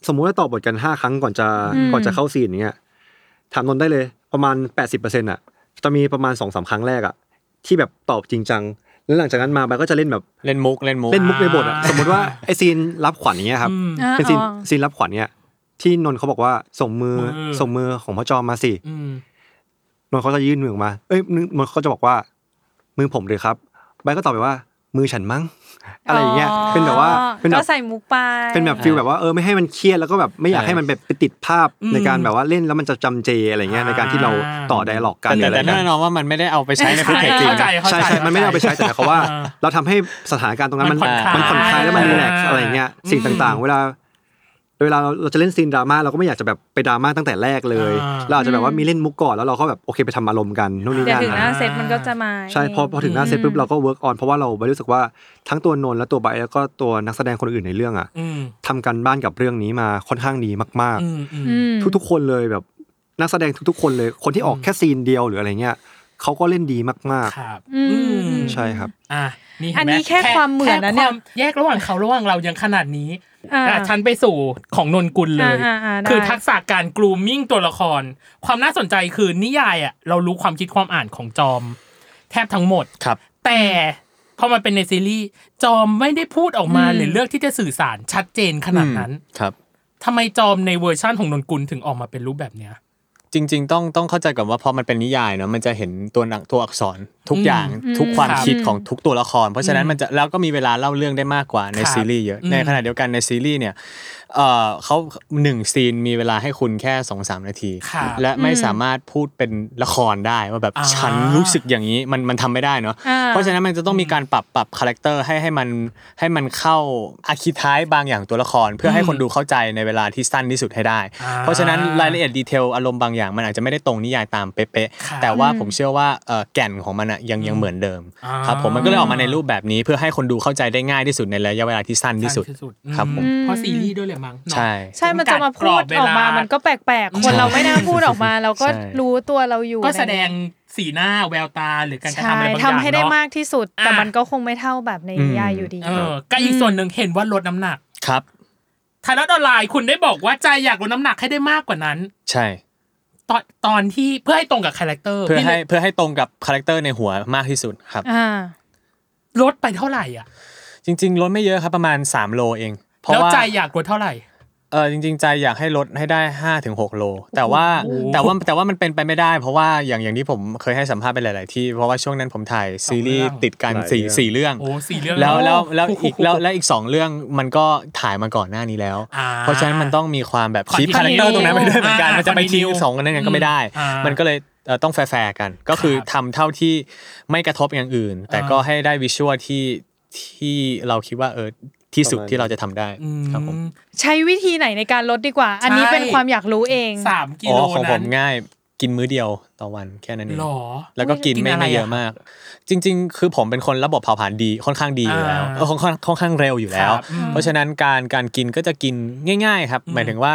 S5: สมมุติว่าต่อบทกันห้าครั้งก่อนจะ
S2: อืม
S5: ก่อนจะเข้าซีนอย่างเงี้ย ถามนนท์ได้เลยประมาณ 80%อ่ะจะมีประมาณ2อสาครั้งแรกอ่ะ ที่แบบตอบจริงจัง แล้วหลังจากนั้นมาไปก็จะเล่นแบบ
S4: เล่นมุกเล่นมุก
S5: เล่นมุกในบทอ่ะ
S3: อ่า
S5: สมมติว่าไอซีนรับขวัญเนี้ยครับ
S3: อืม
S2: อ่า
S5: เป็นซีน
S2: อ๋อ
S5: ซีนรับขวัญเนี้ยที่นนท์เขาบอกว่าส่งมือ
S3: มือ
S5: ส่งมือของพ่อจอมมาสิ
S3: อืม
S5: นนท์เขาจะยื่นมือออกมา เอ้ยนนท์เขาจะบอกว่า มือผมเลยครับใบก็ตอบไปว่า มือฉันมั้งอะไรอย่างเงี้ยเป็นแบบว่าเป็นแบบ
S2: ก็ใส่มุกไป
S5: เป็นแบบฟิลแบบว่าเออไม่ให้มันเครียดแล้วก็แบบไม่อยากให้มันแบบไปติดภาพในการแบบว่าเล่นแล้วมันจะจำเจอะไรเงี้ยในการที่เราต่อไดอะล็อกกันหรือ
S4: แต่
S5: อะไร
S4: แต่
S5: กัน
S4: แน่นอนว่ามันไม่ได้เอาไปใช้ในแพ็กเกจจริง
S3: เข้าใจเข้า
S5: ใช่
S3: ใจ
S5: ใช่มันไม่ได้เอาไปใช้แต่หมายความว่า เราทำให้สถานการณ์ตรงนั้นมัน
S3: มั
S5: มันน
S3: ผ่
S5: ผ่
S3: อ
S5: อน น
S3: ค
S5: ค
S3: ลา
S5: ลายยแล้วมัน
S3: อ่า
S5: รีแลกซ์อะไรเงี้ยสิ่งต่างๆ เวลา เวลาเราเราจะเล่นซีนดราม่าเราก็ไม่อยากจะแบบไปดราม่าตั้งแต่แรกเลย
S3: อ่า
S5: เราอาจจะแบบว่ามีเล่นมุกก่อนแล้วเราก็แบบโอเคไปทำอารมณ์กันนู่นนี่
S2: เดี๋ยว
S5: นั่น
S2: ถึงห
S5: นะ
S2: น้าเซตมันก็จะมา
S5: ใช่พอพอถึงหน้าเซตปุ๊บเราก็เวิร์กออนเพราะว่าเราไม่รู้สึกว่าทั้งตัวนนท์และตัวไบร์ทแล้วก็ตัวนักแสดงคนอื่นในเรื่องอ่ะ
S3: อืม
S5: ทำการบ้านกับเรื่องนี้มาค่อนข้างดีมาก
S3: อืมอืม
S2: อืม
S5: ๆ ทุกๆคนเลยแบบนักแสดงทุกๆคนเลย คนที่ออก
S3: อืม
S5: แค่ซีนเดียวหรืออะไรเงี้ยเขาก็เล่นดีมาก
S3: ครับ
S2: อืม
S5: ๆ ใช่ครับ
S3: อ่ะนี่เห็ไหม
S2: อันนี้แค่ความเหมือนนะเนี่ย
S3: แค่ความแยกระหว่างเขาระหว่างเรายังขนาดนี้
S2: อ่า
S3: อ่ะฉันไปสู่ของนนกุลเล
S2: อ่า
S3: ย
S2: อ่าอ่าได้
S3: คือทักษะการกรูมมิ่งตัวละคร ความน่าสนใจคือนิยายอ่ะเรารู้ความคิดความอ่านของจอม แทบทั้งหมด
S4: ครับ
S3: แต่พอมันเป็นในซีรีส์จอมไม่ได้พูดออกมา
S2: อืม
S3: หรือเลือกที่จะสื่อสารชัดเจนขนาดนั้น
S4: อืมครับ
S3: ทำไมจอมในเวอร์ชั่นของนนกุลถึงออกมาเป็นรูปแบบเนี้ย
S4: จริง ๆ ต้องต้องเข้าใจก่อนว่าพอมันเป็นนิยายเนาะมันจะเห็นตัวหนังตัวอักษรทุก
S3: อืม
S4: อย่าง
S2: อืม
S4: ทุกความ
S2: ครับ
S4: คิดของทุกตัวละคร เพราะฉะนั้น
S3: อืม
S4: มันจะแล้วก็มีเวลาเล่าเรื่องได้มากกว่าใน
S3: ครับ
S4: ซีรีส์เยอะ
S3: อืม
S4: ในขณะเดียวกันในซีรีส์เนี่ยเอ่อเขาหนึ่งซีนมีเวลาให้คุณแค่2อสานาที
S3: ครับ
S4: และไม่
S2: อืม
S4: สามารถพูดเป็นละครได้ว่าแบบ
S3: อ่า
S4: ฉันรู้สึกอย่างนี้มันมันทำไม่ได้เนาะ
S2: อ่
S4: เพราะฉะนั้นมันจะต้องมีการปรับปรับคาแรคเตอร์ให้ให้มันให้มันเข้าอาคิท้ายบางอย่างตัวละคร เพื่อให้
S3: อืม
S4: คนดูเข้าใจในเวลาที่สั้นที่สุดให้ได้
S3: อ่า
S4: เพราะฉะนั้นรายละเอียดดีเทลอารมณ์บางอย่างมันอาจจะไม่ได้ตรงนิยายตามเป๊ะ
S3: ครับ
S4: ๆแต่ว่าผมเชื่อว่าเอ่อแก่นของมันอะยังยังเหมือนเดิม
S3: อ่า
S4: ครับผมมันก็เลยออกมาในรูปแบบนี้เพื่อให้คนดูเข้าใจได้ง่ายที่สุดในระยะเวลาที่สั้นที่สุด
S3: อื
S4: ครับผม
S3: เพราะซีรีส์ด้วยแหละมั้งเนาะ
S4: ใช่
S2: ใช่มันจะมาพูดออกมา มันก็แปลกๆ คนเราไม่น่าพูดออกมา เราก็
S4: ใช่
S2: รู้ตัวเราอยู่
S3: ก็แสดงสีหน้าแววตาหรือการกระ
S2: ใช่
S3: ทำอะไรบางอย่าง
S2: ทำให้ได้
S3: เนอะ
S2: มากที่สุด แต่
S3: อ่ะ
S2: มันก็คงไม่เท่าแบบในนิยายอยู่ดี
S3: เออก็อีกส่วนหนึ่งเห็นว่าลดน้ำหนัก
S4: ครับ
S3: ไทยรัฐออนไลน์คุณได้บอกว่าใจอยากลดน้ำหนักให้ได้มากกว่านั้น
S4: ใช่
S3: ตอนตอนที่เพื่อให้ตรงกับคาแรคเตอร์
S4: เพื่อ
S3: พี่
S4: ให้
S3: ลย
S4: เพื่อให้ตรงกับคาแรคเตอร์ในหัวมากที่สุดครับ
S2: อ่า
S3: ลดไปเท่าไหร่อ่ะ
S4: จริง ๆลดไม่เยอะครับประมาณ 3 โลเอง เพราะ
S3: แล้ว
S4: ว่า
S3: ใจอยากลดเท่าไหร่
S4: เออจริงๆใจอยากให้ลดให้ได้5้าถึงหโล แต่ว่าแต่ว่าแต่ว่ามันเป็นไปไม่ได้ เพราะว่าอย่างอย่างที่ผมเคยให้สัมภาษณ์ไปหลาย ๆ ที่เพราะว่าช่วงนั้นผมถ่ายซีรีส์
S3: สองเรื่อง
S4: ติดกัน
S5: หลาย
S4: สี่สี่เรื่
S5: เรื่อง
S4: อง
S3: โอ้สี่เรื่อง
S4: แล้วแล้วแล้ว
S3: โโห
S4: อีกแล้วแล้วอีกสองเรื่องมันก็ถ่ายมาก่อนหน้านี้แล้ว
S3: อ่า
S4: เพราะฉะนั้นมันต้องมีความแบบคีบ
S3: Continue
S4: คาแรคเตอร์ตรงนั้นไปด้วยเหมือนกัน
S3: อ่ามั
S4: มันจะไปทิ้ง
S3: Continue
S4: สองกันได้ไงก็ไม่ได้
S3: อ่ามั
S4: มันก็เลยเอ่อต้องแฟร์ๆกัน ก็คือทำเท่าที่ไม่กระทบอย่างอื่น แต่
S3: อ่า
S4: ก็ให้ได้วิชวลที่ที่เราคิดว่าเออที่สุดที่เราจะทำได้
S3: อืม
S4: ครับผม
S2: ใช้วิธีไหนในการลดดีกว่า อันนี้
S3: ใช่
S2: เป็นความอยากรู้เอง
S3: สามกิ
S4: อ๋
S3: โล
S4: อของผ
S3: นั้
S4: ม
S3: น
S4: ง่ายกินมื้อเดียวต่อวันแค่นั้นเอง
S3: หรอ
S4: แล้วก็กิน
S3: กิน
S4: ไม่
S3: อะไร
S4: ไม่เย
S3: อะ
S4: อะมาก จริง ๆ คือผมเป็นคนระบบเผาผลาญดีค่อนข้างดีอยู่แล้ว
S3: อ่า
S4: เออค่อนข้างค่อนข้างเร็วอยู่แล้
S3: ค
S4: ว
S3: รับอืม
S4: เพราะฉะนั้นการการกินก็จะกินง่าย ๆ ครับ
S3: อืม
S4: หมายถึงว่า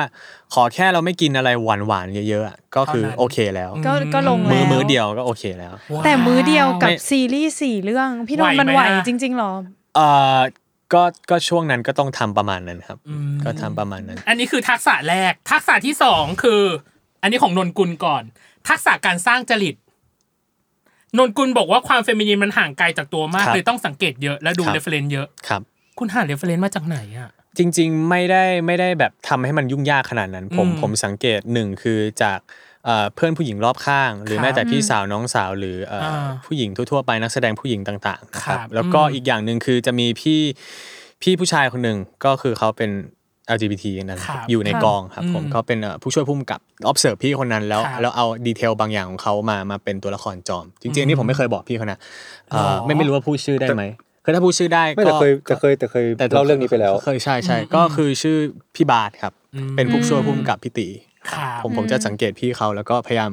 S4: ขอแค่เราไม่กินอะไรหวานๆเยอะๆอะก็คือ
S3: เท่านั้น
S4: โอเคแล้ว
S2: ก็ก็ลง
S4: มื
S2: แล้
S4: อ
S2: ว
S4: มือเดียวก็โอเคแล้ว
S3: ว้าว
S2: แต่มื้อเดียวกับซีรีส์สี่เรื่อง พี่นนท์มัน
S3: ไห
S2: ไห
S3: ว
S2: ว
S3: ไหมอะ
S2: จริงๆหรอ
S4: เอ่อก็ก็ช่วงนั้นก็ต้องทำประมาณนั้นครับ
S3: อืม
S4: ก็ทำประมาณนั้น
S3: อันนี้คือทักษะแรก ทักษะที่สองคือ อันนี้ของนนกุลก่อน ทักษะการสร้างจริต นนกุลบอกว่าความเฟมินีนมันห่างไกลจากตัวมาก
S4: ครับ
S3: เลยต้องสังเกตเยอะและดู
S4: ครับ
S3: เรฟเฟรนเยอะ
S4: ครับ
S3: คุณหาเรฟเฟรนมาจากไหนอ่ะ
S4: จริงๆไม่ได้ไม่ได้แบบทำให้มันยุ่งยากขนาดนั้น ผม
S3: อืม
S4: ผมสังเกตหนึ่งคือจากเอ่อเพื่อนผู้หญิงรอบข้าง หรื
S3: ค
S4: อ
S3: รับ
S4: แม้แต่พี่สาวน้องสาวหรือเอ่ออา ผู้หญิงทั่วๆไปนักแสดงผู้หญิงต่างๆนะครั
S3: ครับ
S4: บแล้วก็
S3: อืม
S4: อีกอย่างหนึ่งคือจะมีพี่พี่ผู้ชายคนหนึ่งก็คือเขาเป็น LGBT นะครับ
S3: ครับ
S4: อยู่ใน
S2: ครับ
S4: กองครับผม
S3: อืม
S4: เขาเป็นเอ่อผู้ช่วยผู้กำกับ observe พี่คนนั้นแล้ว
S3: ครับ
S4: แล้วเอาดีเทลบางอย่างของเขามามาเป็นตัวละครจอม จริงๆ
S3: อื
S4: อันนี่
S3: ม
S4: ผมไม่เคยบอกพี่เขานะเอ่อ
S3: หรอ
S4: ไม่ไม่รู้ว่าพูดชื่อได้ไหมคือถ้าพูดชื่อได้
S5: ไม่แต่
S4: ก็
S5: เคยแต่เคยแต่เคย
S4: แต่
S5: เล่าเรื่องนี้ไปแล้ว
S4: เคยใช่ใช่
S3: อืม
S4: ก็คือชื่อพี่บาทครับ
S3: อืม
S4: เป็นผู้ช่วยผู้กำกับพี่ตี
S3: ครับ
S4: ผมผมจะสังเกตพี่เขาแล้วก็พยายาม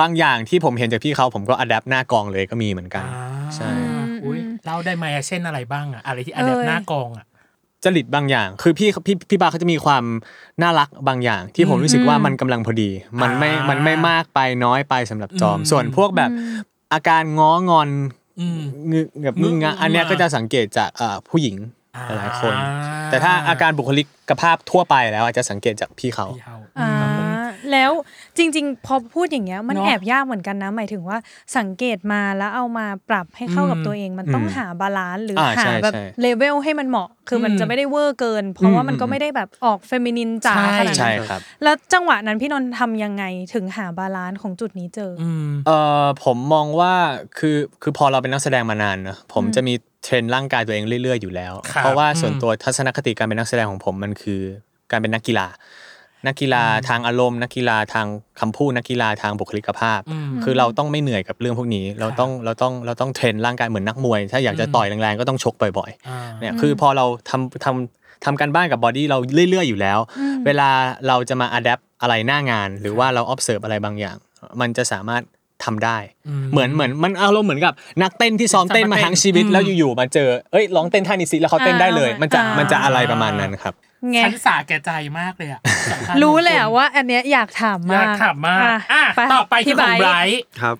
S4: บางอย่างที่ผมเห็นจากพี่เขาผมก็อัดแอปหน้ากองเลยก็มีเหมือนกัน ใช่
S3: อุ้ยเล่าได้ไหมอะเช่นอะไรบ้างอะอะไรที่อันดับ
S2: เอ้ย
S3: หน้ากองอะ
S4: จริตบางอย่าง คือพี่พี่พี่บาทเขาจะมีความน่ารักบางอย่าง ที่ผมรู้สึกว่ามันกำลังพอดี มันไม่
S3: อ่ามั
S4: มันไม่มากไปน้อยไปสำหรับจอม
S3: อืม
S4: ส่วนพวกแบบอาการง้องอน
S3: อืม
S4: งึกแบบงึงงะอันเนี้ยก็จะสังเกตจากเอ่อผู้หญิงหลายๆคน แต่ถ้าอาการบุคลิกภาพทั่วไปแล้วอาจจะสังเกตจากพี่เขา
S3: พี่เฮา
S2: อ่าแล้วจริงๆ พอพูดอย่างเงี้ยมัน
S3: เนอะ
S2: แอบยากเหมือนกันนะ หมายถึงว่าสังเกตมาแล้วเอามาปรับให้เข้ากับ
S3: อืม
S2: ตัวเองมันต้อง
S4: อืม
S2: หาบาลานซ์หรืออา หา
S4: ใช่
S2: แบบ
S4: ใช่
S2: เลเวลให้มันเหมาะ คืออ
S3: ม
S2: มันจะไม่ได้เวอร์เกิน เพราะว่ามันก็
S4: อืม
S2: ไม่ได้แบบออกเฟมินินจ๋า
S3: ใช่
S2: ขนาด
S4: ใช่
S2: นั้น
S4: ครับ
S2: แล้วจังหวะนั้นพี่นนท์ทำยังไงถึงหาบาลานซ์ของจุดนี้เจออ
S3: อืม
S4: เอ่อผมมองว่าคือคือพอเราเป็นนักแสดงมานานเนอะผมจะมีเทรนร่างกายตัวเองเรื่อย ๆ อยู่แล้ว
S3: ครับ
S4: เพราะว่าส่วน
S3: อืม
S4: ตัวทัศนคติการเป็นนักแสดงของผมมันคือการเป็นนักกีฬา นักกีฬาทางอารมณ์ นักกีฬาทางคำพูดนักกีฬาทางบุคลิกภาพ
S3: อืม
S4: คือเราต้องไม่เหนื่อยกับเรื่องพวกนี้ เราต้องเราต้องเราต้องเทรนร่างกายเหมือนนักมวย ถ้าอยากจะ
S3: อืม
S4: ต่อยแรงๆก็ต้องชกบ่อยๆ
S3: อ่า
S4: เนี่ยคือพอเราทำทำทำการบ้านกับบอดี้เราเรื่อย ๆ อยู่แล้ว
S2: อืม
S4: เวลาเราจะมาอัดแอปอะไรหน้างาน หรือว่าเรา observe อะไรบางอย่าง มันจะสามารถทำได้
S3: อืม
S4: เหมือนเหมือนมันอารมณ์เหมือนกับนักเต้นที่ซ้อมเต้นมาทั้งชีวิต
S3: อืม
S4: แล้วอยู่ๆมาเจอเอ้ยร้องเต้นท่านี้สิแล้วเขาเต้นได้เลย มันจะมันจะอะไรประมาณนั้นครับ
S2: ไง
S3: ฉันสาแก่ใจมากเลยอะสัมภาษณ์
S2: รู้แหละ
S3: นนกุ
S2: ว่าอันเนี้ยอยากถาม
S3: อ
S2: มาย
S3: าก กถามมาก
S2: อ่ะ
S3: อ่ะ
S2: ไป
S3: ต่อไปที่ของ
S2: พี่ไบ
S3: ไบร
S2: ร์ท
S3: ท์
S5: ครับ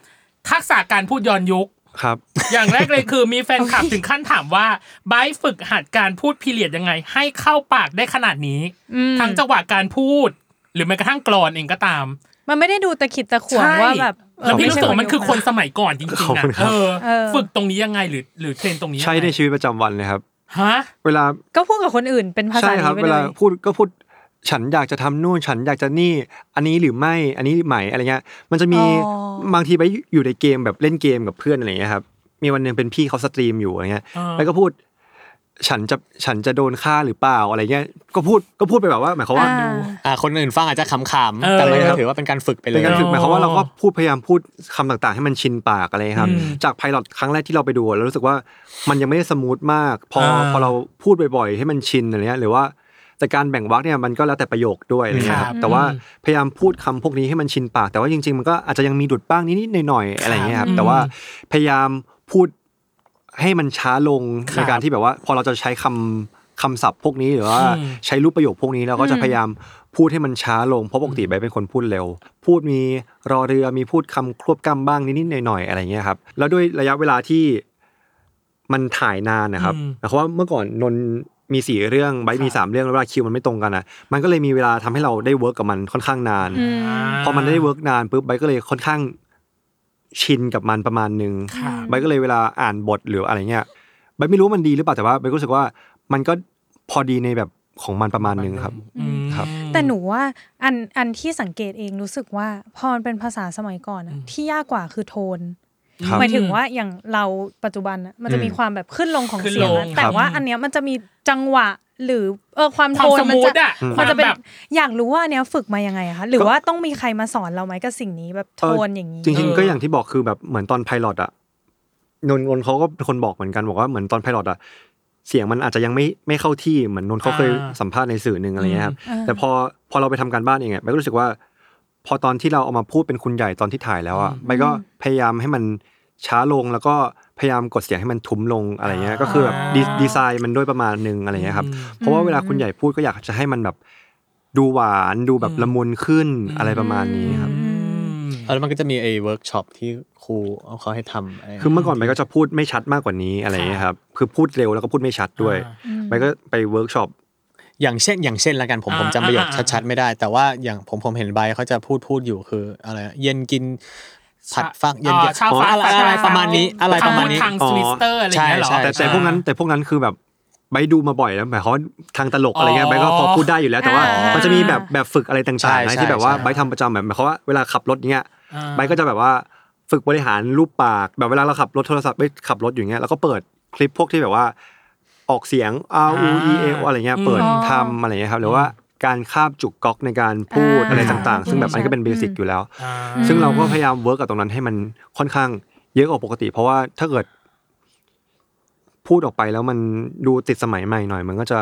S3: ทักษะการพูดย้อนยุค
S5: ครับ
S3: อย่างแรกเลยคือมีแฟนคลับถึงขั้นถามว่าไบร์ทฝึกหัดการพูดพีเรียดยังไง ให้เข้าปากได้ขนาดนี้
S2: อืม
S3: ทั้งจังหวะการพูด หรือแม้กระทั่งกรอนเองก็ตาม
S2: มันไม่ได้ดูตะขิดตะขวง
S3: ใช่
S2: ว่าแบบ
S3: แล้วพี่รู้สึกว่ามันคือคนสมัยก่อนจริง
S5: ขอบ
S3: ๆนะ
S5: คุณครั
S3: เอ
S5: บ
S3: อ
S2: เออ
S3: ฝึกตรงนี้ยังไงหรือหรือเทรนตรงนี้ยังไง
S5: ใช้ในชีวิตประจำวันเลยครับ
S3: ฮะ
S5: เวลา
S2: ก็พูดกับคนอื่นเป็นภาษา
S5: ใช่ครั
S2: นี้
S5: บ
S2: ไป
S5: เว
S2: เล
S5: ลาย พูดก็พูดฉันอยากจะทำนู่นฉันอยากจะนี่ อันนี้หรือไม่อันนี้ไหมอะไรเงี้ย มันจะมี
S2: อ๋อ
S5: บางทีไปอยู่ในเกมแบบเล่นเกมกับเพื่อนอะไรเงี้ยครับมีวันหนึ่งเป็นพี่เขาสตรีมอยู่อะไรเงี้ย
S3: อ่า
S5: แล้วก็พูด ฉันจะฉันจะโดนฆ่าหรือเปล่าอะไรเงี้ย ก็พูดก็พูดไปแบบว่าหมายความว่า
S2: อ่า
S4: อ่าคนอื่นฟังอาจจะขำ
S3: เอ
S4: ๆ
S3: อ
S4: แต่มันก็ถือว่าเป็นการฝึกไปเล
S5: เป็น
S4: ย
S5: การฝึก
S3: อ๋อ
S5: หมายความว่าเราก็พูดพยายามพูดคำต่างๆ ให้มันชินปากอะไรครับ
S3: อืม
S5: จากไพลอตครั้งแรกที่เราไปดูเรารู้สึกว่ามันยังไม่ได้สมูทมาก พอ
S3: อ่า
S5: พอเราพูดบ่อยๆ ให้มันชินอะไรเงี้ยหรือว่าแต่การแบ่งวรรคเนี่ยมันก็แล้วแต่ประโยคด้วยอะไรเงี้ยค
S3: ครั
S5: รั
S3: บบ
S5: แต่ว่า
S3: อืม
S5: พยายามพูดคำพวกนี้ให้มันชินปาก แต่ว่าจริง ๆ มันก็อาจจะยังมีดุดบ้างนิดๆหน่อยๆอะไรเงี้ยค
S3: ค
S5: รั
S3: รับ บ
S5: แต่ว่าพยายามพูดให้มันช้าลง
S3: ครับ
S5: ในการที่แบบว่า พอเราจะใช้คำคำศัพท์พวกนี้หรือว่า
S3: อืม
S5: ใช้รูปประโยคพวกนี้เราก็จะ
S2: อืม
S5: พยายามพูดให้มันช้าลงเพราะปกติใบเป็นคนพูดเร็ว พูดมีรอเรือมีพูดคำควบกล้ำบ้างนิดๆหน่อยๆอะไรเงี้ยครับ แล้วด้วยระยะเวลาที่มันถ่ายนานนะครับ
S3: อืม
S5: เพราะว่าเมื่อก่อนนนท์มีสี่เรื่องไบร์ทมี
S3: ครับ
S5: สามเรื่องแล้วเวลาคิวมันไม่ตรงกันอ่ะ มันก็เลยมีเวลาทำให้เราได้เวิร์กกับมันค่อนข้างนาน
S2: อืม
S5: พอมันได้เวิร์กนานปุ๊บไบร์ทก็เลยค่อนข้างชินกับมันประมาณนึง
S3: ครับ
S5: ไบร์ทก็เลยเวลาอ่านบทหรืออะไรเงี้ยไบร์ทไม่รู้ว่ามันดีหรือเปล่าแต่ว่าไบร์ทก็รู้สึกว่ามันก็พอดีในแบบของมันประมาณนึงครับ
S3: อืม
S5: ครับ
S2: แต่หนูว่าอันอันที่สังเกตเองรู้สึกว่าพอมันเป็นภาษาสมัยก่อนอะ
S3: อืม
S2: ที่ยากกว่าคือโทน
S5: ครับ
S2: หมายถึงว่าอย่างเราปัจจุบันอะมันจะมี
S5: อืม
S2: ความแบบขึ้นลงของ
S3: ขึ้น
S2: เสียง
S3: ล
S2: อะ
S3: ง
S2: แต่
S3: ครับ
S2: ว่าอันเนี้ยมันจะมีจังหวะหรือเออความ
S3: ความ
S2: โทน
S3: ส
S2: มั
S3: มูท
S2: จะ
S3: อะ
S5: อืม
S2: มันจะเป็น
S3: ความแบบ
S2: อยากรู้ว่าอันเนี้ยฝึกมายังไงอะคะหรือ
S5: ก็
S2: ว่าต้องมีใครมาสอนเราไหมกับสิ่งนี้แบบโทนอย่างนี้
S5: จริง
S3: เออ
S5: ๆก็อย่างที่บอกคือแบบเหมือนตอนไพลอตอะนนท์นนท์เขาก็เป็นคนบอกเหมือนกันบอกว่าเหมือนตอนไพลอตอะเสียงมันอาจจะยังไม่ไม่เข้าที่เหมือนนนท์เขาเคย
S3: อ่า
S5: สัมภาษณ์ในสื่อหนึ่งอะไรเงี้ยครับ
S2: อืม
S5: แต่พอพอเราไปทำการบ้านเองอะใบก็รู้สึกว่า พอตอนที่เราเอามาพูดเป็นคุณใหญ่ตอนที่ถ่ายแล้วอะ
S3: อืม
S5: ใบก็พยายามให้มันช้าลงแล้วก็พยายามกดเสียงให้มันทุ้มลงอะไรเงี้ย ก็คือแบบดีดีไซน์มันด้วยประมาณหนึงอะไรเงี้ยครับ
S3: อืม
S5: เพราะว่าเวลาคุณใหญ่พูดก็อยากจะให้มันแบบดูหวานดูแบบละมุนขึ้น
S3: อืม
S5: อะไรประมาณนี้ครับ
S3: อืม
S4: แล้วมันก็จะมีไอ้เวิร์กช็อปที่ครูเอาเขาให้ทำะไรย่างเงี้ย
S5: คือเมื่อก่อนไปก็จะพูดไม่ชัดมากกว่านี้อะไรอย่างเงี้ยครับ คือพูดเร็วแล้วก็พูดไม่ชัดด้วย
S2: อืม
S5: ไปก็ไปเวิร์กช็อป
S4: อย่างเช่นอย่างเช่นละกันผม
S3: อ่า
S4: ผมจำประโยค
S3: อ่าอ่า
S4: ชัดๆไม่ได้ แต่ว่าอย่างผมผมเห็นใบเขาจะพูดพูดอยู่คืออะไรเย็นกินผัดฟักเย็น
S3: อ่า
S4: เย็น
S3: ชาว
S4: อ๋อ
S3: ฟ้า
S4: อะไร
S3: ผัดฟัก
S4: อะไรประมาณนี้อะไรประมาณนี้
S3: ทางสวิสเตอร์อะไรอย่างเงี้ยเหรอ
S4: ใช่ใช่
S5: แต่แต่พวกนั้นแต่พวกนั้นคือแบบไปดูมาบ่อยแล้วหมายความว่าทางตลกอะไรเงี้ยไปก็พอพูดได้อยู่แล้วแต่ว่า
S2: อ่ามั
S5: มันจะมีแบบแบบฝึกอะไรต่าง
S4: ใช่
S5: ๆนะ
S4: ใช่
S5: ที่แบบว่า
S4: ใช่
S5: ไปทำประจำแบบหมายความว่าเวลาขับรถเงี้ย
S3: อ่า
S5: ไปก็จะแบบว่าฝึกบริหารรูปปากแบบเวลาเราขับรถโทรศัพท์ไปขับรถอยู่เงี้ยแล้วก็เปิดคลิปพวกที่แบบว่า ออกเสียง R U E L อะไรเงี้ยเปิด
S2: อ๋อ
S5: ทำอะไรเงี้ยครับหรือว่าการคาบจุกก๊อกในการพูด
S2: อ่า
S5: อะไรต่างๆ ซึ่งแบบอันนก็เป็นเบสิก
S2: อืม
S5: อยู่แล้ว
S3: อ่า
S2: อืม
S5: ซึ่งเราก็พยายามเวิร์กกับตรงนั้นให้มันค่อนข้างเยอะกว่าปกติ เพราะว่าถ้าเกิด พูดออกไปแล้วมันดูติดสมัยใหม่หน่อย มันก็จะ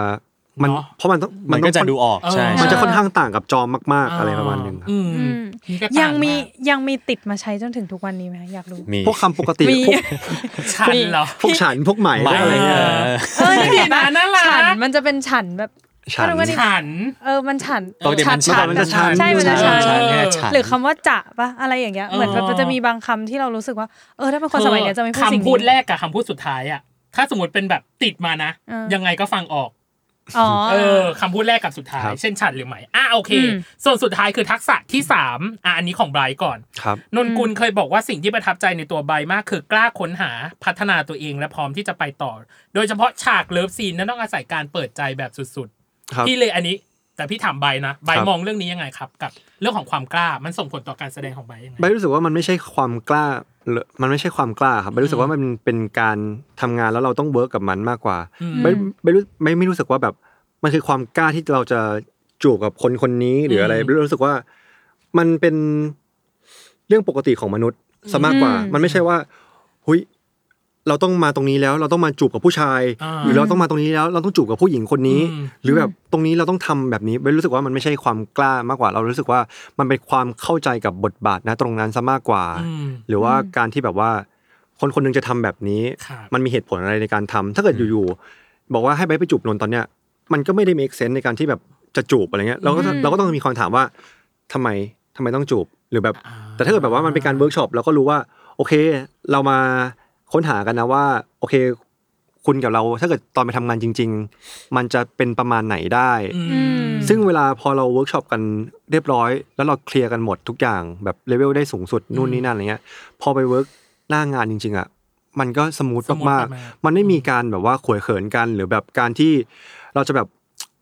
S5: มัน
S3: เนอะ
S5: เพราะมันต้อง
S4: มันก็
S5: ต้
S4: จะ
S5: อง
S4: ดูออก
S3: เออ
S4: ใช่
S5: มันจะ
S4: ใช่
S5: ค่อนข้างต่างกับจอมาก ๆ อะไรประมาณหนึงครับ
S3: อืม
S2: อืม
S3: นี่ก็
S2: ยัง
S3: ต่าา
S2: มียังมีติดมาใช้จนถึงทุกวันนี้ไหมคะอยากรู้
S4: มี
S5: พวกคำปกติ
S2: มี
S5: พวก
S3: ชันเหรอ
S5: พวกฉันพวกใหม่
S4: หมาย
S5: อะไรเงี้ย
S3: เออ
S2: เออนี่เห็นปะ
S3: น่ารัก
S2: ฉันมันจะเป็นฉันแบบ
S5: ฉัน
S2: เออ
S3: ฉัน
S2: เออมันฉัน
S4: ปกติมัน
S5: ชัดๆมันจะชัด
S2: ใช่มันจะชัน
S4: ชัดๆเนี่ยชัด
S2: หรือคำว่าจะปะอะไรอย่างเงี้ยเหมือนแบบ
S3: อ๋อ
S2: มันจะมีบางคำที่เรารู้สึกว่าเออถ้าเป็นคนสมัยเนี้ยจะไม่พูดสิ่ง
S3: คำพูด
S2: นี้
S3: แรกกับคำพูดสุดท้ายอะถ้าสมมติเป็นแบบติดมานะ
S2: เออ
S3: ยังไงก็ฟังออก
S2: อ๋อ
S3: เออคำพูดแรกกับสุดท้าย
S5: ครับ
S3: เช่นฉันหรือไหมอ่ะโอเค
S2: อืม
S3: ส่วนสุดท้ายคือทักษะที่สามอ่ะอันนี้ของไบรท์ก่อน
S5: ครับ
S3: นนกุลเคยบอกว่าสิ่งที่ประทับใจในตัวไบรท์มากคือกล้าค้นหาพัฒนาตัวเองและพร้อมที่จะไปต่อ โดยเฉพาะฉากเลิฟซีนนั้นต้องอาศัยการเปิดใจแบบสุด
S5: ครับ
S3: ๆพี่เลยอันนี้ แต่พี่ถามไบรท์นะไบร
S5: ครั
S3: ท์
S5: บ
S3: มองเรื่องนี้ยังไงครับ กับเรื่องของความกล้ามันส่งผลต่อการแสดงของไบรท์ยังไง
S5: ใบรู้สึกว่ามันไม่ใช่ความกล้าหรือมันไม่ใช่ความกล้าครับใบรู้สึกว่ามันเป็นการทำงานแล้วเราต้องเวิร์กกับมันมากกว่า
S3: อืม
S5: ใบใบรู้ไม่ไม่รู้สึกว่าแบบมันคือความกล้าที่เราจะจูบกับคนคนนี้หรืออะไร
S3: อืม
S5: ใบรู้สึกว่ามันเป็นเรื่องปกติของมนุษย์ซะมากกว่า
S2: อืม
S5: มันไม่ใช่ว่าหุยเราต้องมาตรงนี้แล้ว เราต้องมาจูบกับผู้ชาย
S3: อ่า
S5: หรือเราต้องมาตรงนี้แล้ว เราต้องจูบกับผู้หญิงคนนี้
S3: อืม
S5: หรือแบบตรงนี้เราต้องทำแบบนี้ไม่รู้สึกว่ามันไม่ใช่ความกล้ามากกว่า เรารู้สึกว่ามันเป็นความเข้าใจกับบทบาทนะตรงนั้นซะมากกว่า
S3: อืม
S5: หรือว่าการที่แบบว่าคนคนหนึงจะทำแบบนี้
S3: ครับ
S5: มันมีเหตุผลอะไรในการทำถ้าเกิดอยู่ๆบอกว่าให้ไปไปจูบนนท์ตอนเนี้ยมันก็ไม่ได้ make sense ในการที่แบบจะจูบอะไรเงี้ยเราก็
S2: อืม
S5: เราก็ต้องมีคำถามว่าทำไมทำไมต้องจูบหรือแบบ แต่ถ้าเกิดแบบว่ามันเป็นการเวิร์กช็อปเราก็รู้ว่า โอเค เรามาค้นหากันนะว่า โอเค คุณกับเราถ้าเกิดตอนไปทำงานจริง ๆ มันจะเป็นประมาณไหนได้
S3: อืม
S2: อืม
S5: ซึ่งเวลาพอเราเวิร์กช็อปกันเรียบร้อย แล้วเราเคลียร์กันหมดทุกอย่างแบบเลเวลได้สูงสุดนู่นนี่นั่นอะไรเงี้ยพอไปเวิร์กหน้างานจริงๆอ่ะมันก็สมูท
S3: สมูท
S5: มาก
S3: มาก
S5: ๆมันไม่มีการแบบว่าขวยเขินกันหรือแบบการที่เราจะแบบ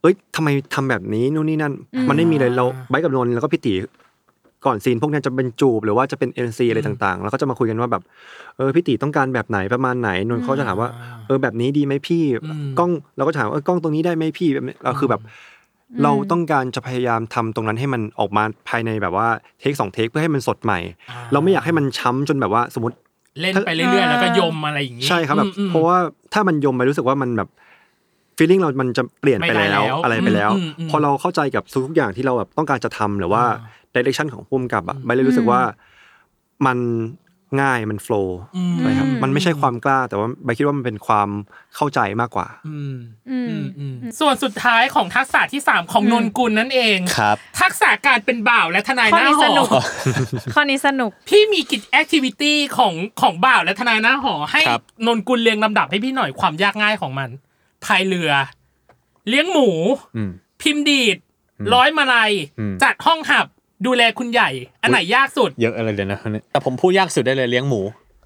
S5: เอ้ยทำไมทำแบบนี้นู่นนี่นั่น
S2: อืม
S5: มันไม่มีเลยเรา
S3: อ่า
S5: ไบร์ทกับนนท์แล้วก็พี่ตีก่อนซีนพวกเนี้ยจะเป็นจูบหรือว่าจะเป็นเอ็นซีอะไรต่างๆ แล้วก็จะมาคุยกันว่าแบบเออพี่ตีต้องการแบบไหนประมาณไหนนนท์เขาจะถามว่า เออแบบนี้ดีไหมพี่
S3: อืม
S5: กล้องเราก็ถามว่าเออกล้องตรงนี้ได้ไหมพี่แบบนี้เราคือแบบ
S2: ม
S5: เราต้องการจะพยายามทำตรงนั้นให้มันออกมาภายในแบบว่าเทคสองเทคเพื่อให้มันสดใหม่
S3: อ่า
S5: เราไม่อยากให้มันช้ำจนแบบว่าสมมติ
S3: เล่นไปเรื่อยๆ แล้วก็ยมอะไรอย่างนี้
S5: ใช่ครับแบบ
S3: อืม
S5: เพราะว่าถ้ามันยมไปรู้สึกว่ามันแบบฟีลลิ่งเรามันจะเปลี่ยนไป
S3: ไม่ได้
S5: แล้ว
S3: แล้ว
S5: อะไรไปแล้ว
S3: อืมอืม
S5: พอเราเข้าใจกับทุกๆอย่างที่เราแบบต้องการจะทำหรือว่า
S3: อ่
S5: ดิเรกชันของพุ่มกับอะใบเลยรู้สึกว่ามันง่ายมันโฟล์
S3: อืม
S5: ไปครับ
S2: อืม
S5: มันไม่ใช่ความกล้า แต่ว่าใบคิดว่ามันเป็นความเข้าใจมากกว่า
S3: อืม
S2: อื
S3: อื
S2: ม
S3: มอืมส่วนสุดท้ายของทักษะที่ 3 ของ
S2: อืม
S3: นนกุลนั่นเอง
S4: ครับ
S3: ทักษะการเป็นบ่าวและทนายห
S2: ข้อ
S3: น้า
S2: นี้
S3: ห
S2: สนุก
S3: อ
S2: ข้อนี้สนุก
S3: พี่มีกิจแอคทิวิตี้ของของบ่าวและทนายหน้าหอ ให้
S4: ครับ
S3: นนกุลเรียงลำดับให้พี่หน่อยความยากง่ายของมันพายเรือ เลี้ยงหมู
S4: อืม
S3: พิมพ์ดีด ร้อยมาลัย
S4: อืม
S3: จัดห้องหับ ดูแลคุณใหญ่ อันไหนยากสุด
S4: เยอะอะไรเดี๋ยวนะเนี่ยแต่ผมพูดยากสุดได้เลยเลี้ยงหมู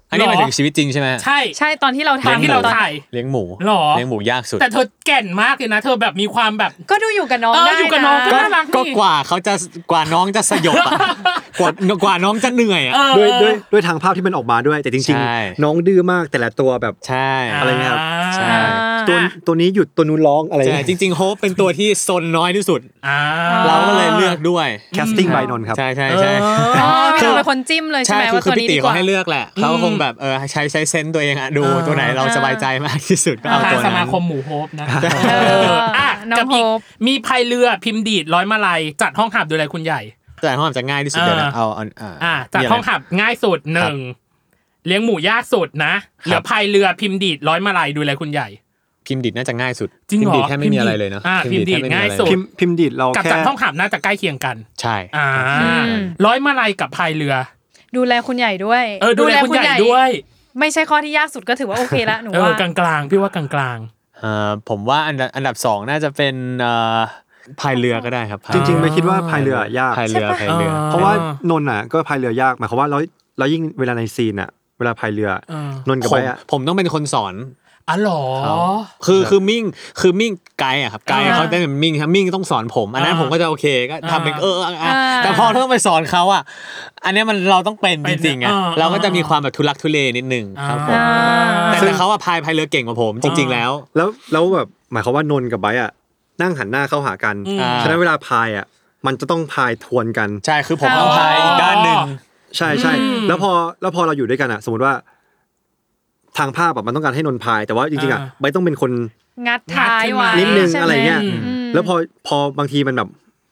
S4: อันนี้
S3: หรอ
S4: หมายถึงชีวิตจริงใช่ไหม
S3: ใช่
S2: ใช่ตอนที่เรา
S3: ตอน
S2: ทำ
S3: ที่เรา
S2: ตอน
S3: ถ่าย
S4: เลี้ยงหมู
S3: หรอ
S4: เลี้ยงหมูยากสุด
S3: แต่เธอแก่นมากเลยนะ เธอแบบมีความแบบ
S2: ก็ดูอยู่กับน้อง
S3: เออ
S2: ได้
S3: อยู่กับน้องก็
S4: ก็
S3: น่ารักนี่
S4: ก็กว่าเขาจะกว่าน้องจะสยบอะ กว่ากว่าน้องจะเหนื่อยอะ
S3: เออ
S5: ด้วยด้วยด้วยทางภาพที่มันออกมาด้วย แต่จริง
S4: ใช่
S5: ๆ น้องดื้อมากแต่ละตัวแบบ
S4: ใช่
S5: อะไรเงี้ยครับ
S3: า
S4: ใช่
S2: อ่า
S5: ตัวตัวนี้หยุดตัวนู้นร้องอะไร
S4: ใช่จริงๆโฮปเป็นตัวที่ซนน้อยที่สุด
S3: อ่า
S4: เราก็เลยเลือกด้วย
S5: แคสติ้งใบนนท์ครับ
S4: ใช่ใช่ใช่
S2: อ๋อพี่
S4: คือ
S2: ตาเป็นคนจิ้มเลยใช่
S4: ใช่
S2: ไหม
S4: คือ
S2: ว่า
S4: คื
S2: ตั
S4: อ
S2: ว
S4: พี่
S2: นี้
S4: ติ
S2: ดีก
S4: เขา
S2: ว่า
S4: ให้เลือกแหละเขาคงแบบเออใช้ใช้เซนส์ตัวเองอะดู
S3: เออ
S4: ตัวไหนเราสบายใจมากที่สุดก็เอาตัว
S3: ส
S4: นั้
S3: มาน คมหมูโฮปนะ
S2: เออ
S3: อ่ะ
S2: น้อง
S3: กับอีก
S2: โฮป
S3: มีพายเรือพิมพ์ดีดร้อยมาลัยจัดห้องหับดูแลคุณใหญ่
S4: แต่ห้องอาจจะง่ายที่สุด
S3: อ่า
S4: เดี๋ยวนะเอาเอาอ่า
S3: อ่ะจัด
S4: มีะไร
S3: ห้องหับง่ายสุดหนึ่งเลี้ยงหมูยากสุดนะเหลือพายเรือพิมพ์ดีดร้อยมาลัยดูแลคุณใหญ่
S4: พิมพ์ดิดน่าจะง่ายสุด
S3: จริงเหรอ
S4: พิมพ์ดิดแค่ไม่มีอะไรเลยเนาะ
S3: อ่า
S4: แค่
S3: พิมพ์ดิด
S4: ไอะ
S3: ง่าย
S4: ไร
S3: สุ
S5: พิมพ์พิมพ์ดีดเรา
S3: กับ
S5: แค่
S3: จัดห้องหับน่าจะใกล้เคียงกัน
S4: ใช่
S3: อ่า
S2: อืม
S3: ร้อยมาลัยกับพายเรือ
S2: ดูแลคุณใหญ่ด้วย
S3: เออดูแลคุณใหญ่ด้วย
S2: ไม่ใช่ข้อที่ยากสุดก็ถือว่าโอเคละหนู
S3: เออ
S2: ว่าก
S3: ลางๆพี่ว่ากลาง
S4: เอ่อผมว่าอันดับอันดับสองน่าจะเป็นเอ่อพายเรือก็ได้ครับ
S5: จริงๆไม่คิดว่าพายเรือยาก
S4: พายเรือพายเรือ
S5: เพราะว่านนท์อ่ะก็พายเรือยากหมายความว่าแล้วแล้วยิ่งเวลาในซีนอ่ะ เวลาพายเรืออ
S3: าน
S5: นท์กับ
S4: ผ
S5: ไป
S4: ม
S5: อ่ะ
S4: ผมต้องเป็นคนสอน
S3: อ๋อเหรอ
S4: ครับ คือคือมิ่งคือมิ่งไกด์อะครับไกด์
S3: อ่า
S4: เขาได้เป็นมิ่งครับมิ่งต้องสอนผม อันนั้น
S3: อ่า
S4: ผมก็จะโอเคก็ทำเป็น
S3: อ่า
S4: เอออ่ะอ่ะแต่พอเริ่มไปสอนเขาอ่ะอันเนี้ยมันเราต้องเป็น
S3: เป็
S4: จ
S3: น
S4: ริงๆอะ
S3: อ่า
S4: เราก็จะมี
S3: อ่า
S4: ความแบบทุลักทุเลนิดนึงครับผม
S2: อ่า
S4: แต่แต่เขาอะพายพายเรือเก่งกว่าผม จริง ๆ แล้ว
S5: แล้วแล้วแบบหมายความว่านนท์กับไบร์ทอ่ะนั่งหันหน้าเข้าหากัน
S3: อืม
S5: ฉะนั้นเวลาพายอ่ะมันจะต้องพายทวนกัน
S4: ใช่คือผมต้องพายอีกด้านหนึ่ง
S5: ใช่ใช่แล้วพอแล้วพอเราอยู่ด้วยกันอ่ะ สมมติว่า ทางภาพแบบมันต้องการให้นนท์พาย แต่ว่าจริงๆอ่ะ
S3: อ่า
S5: ไบร์ทต้องเป็นคน
S2: งัดท้ายไว้
S5: นิดนึง
S2: ใช่หม
S5: อะไรเงี้ย
S2: อืม
S5: แล้วพอพอบางทีมันแบบ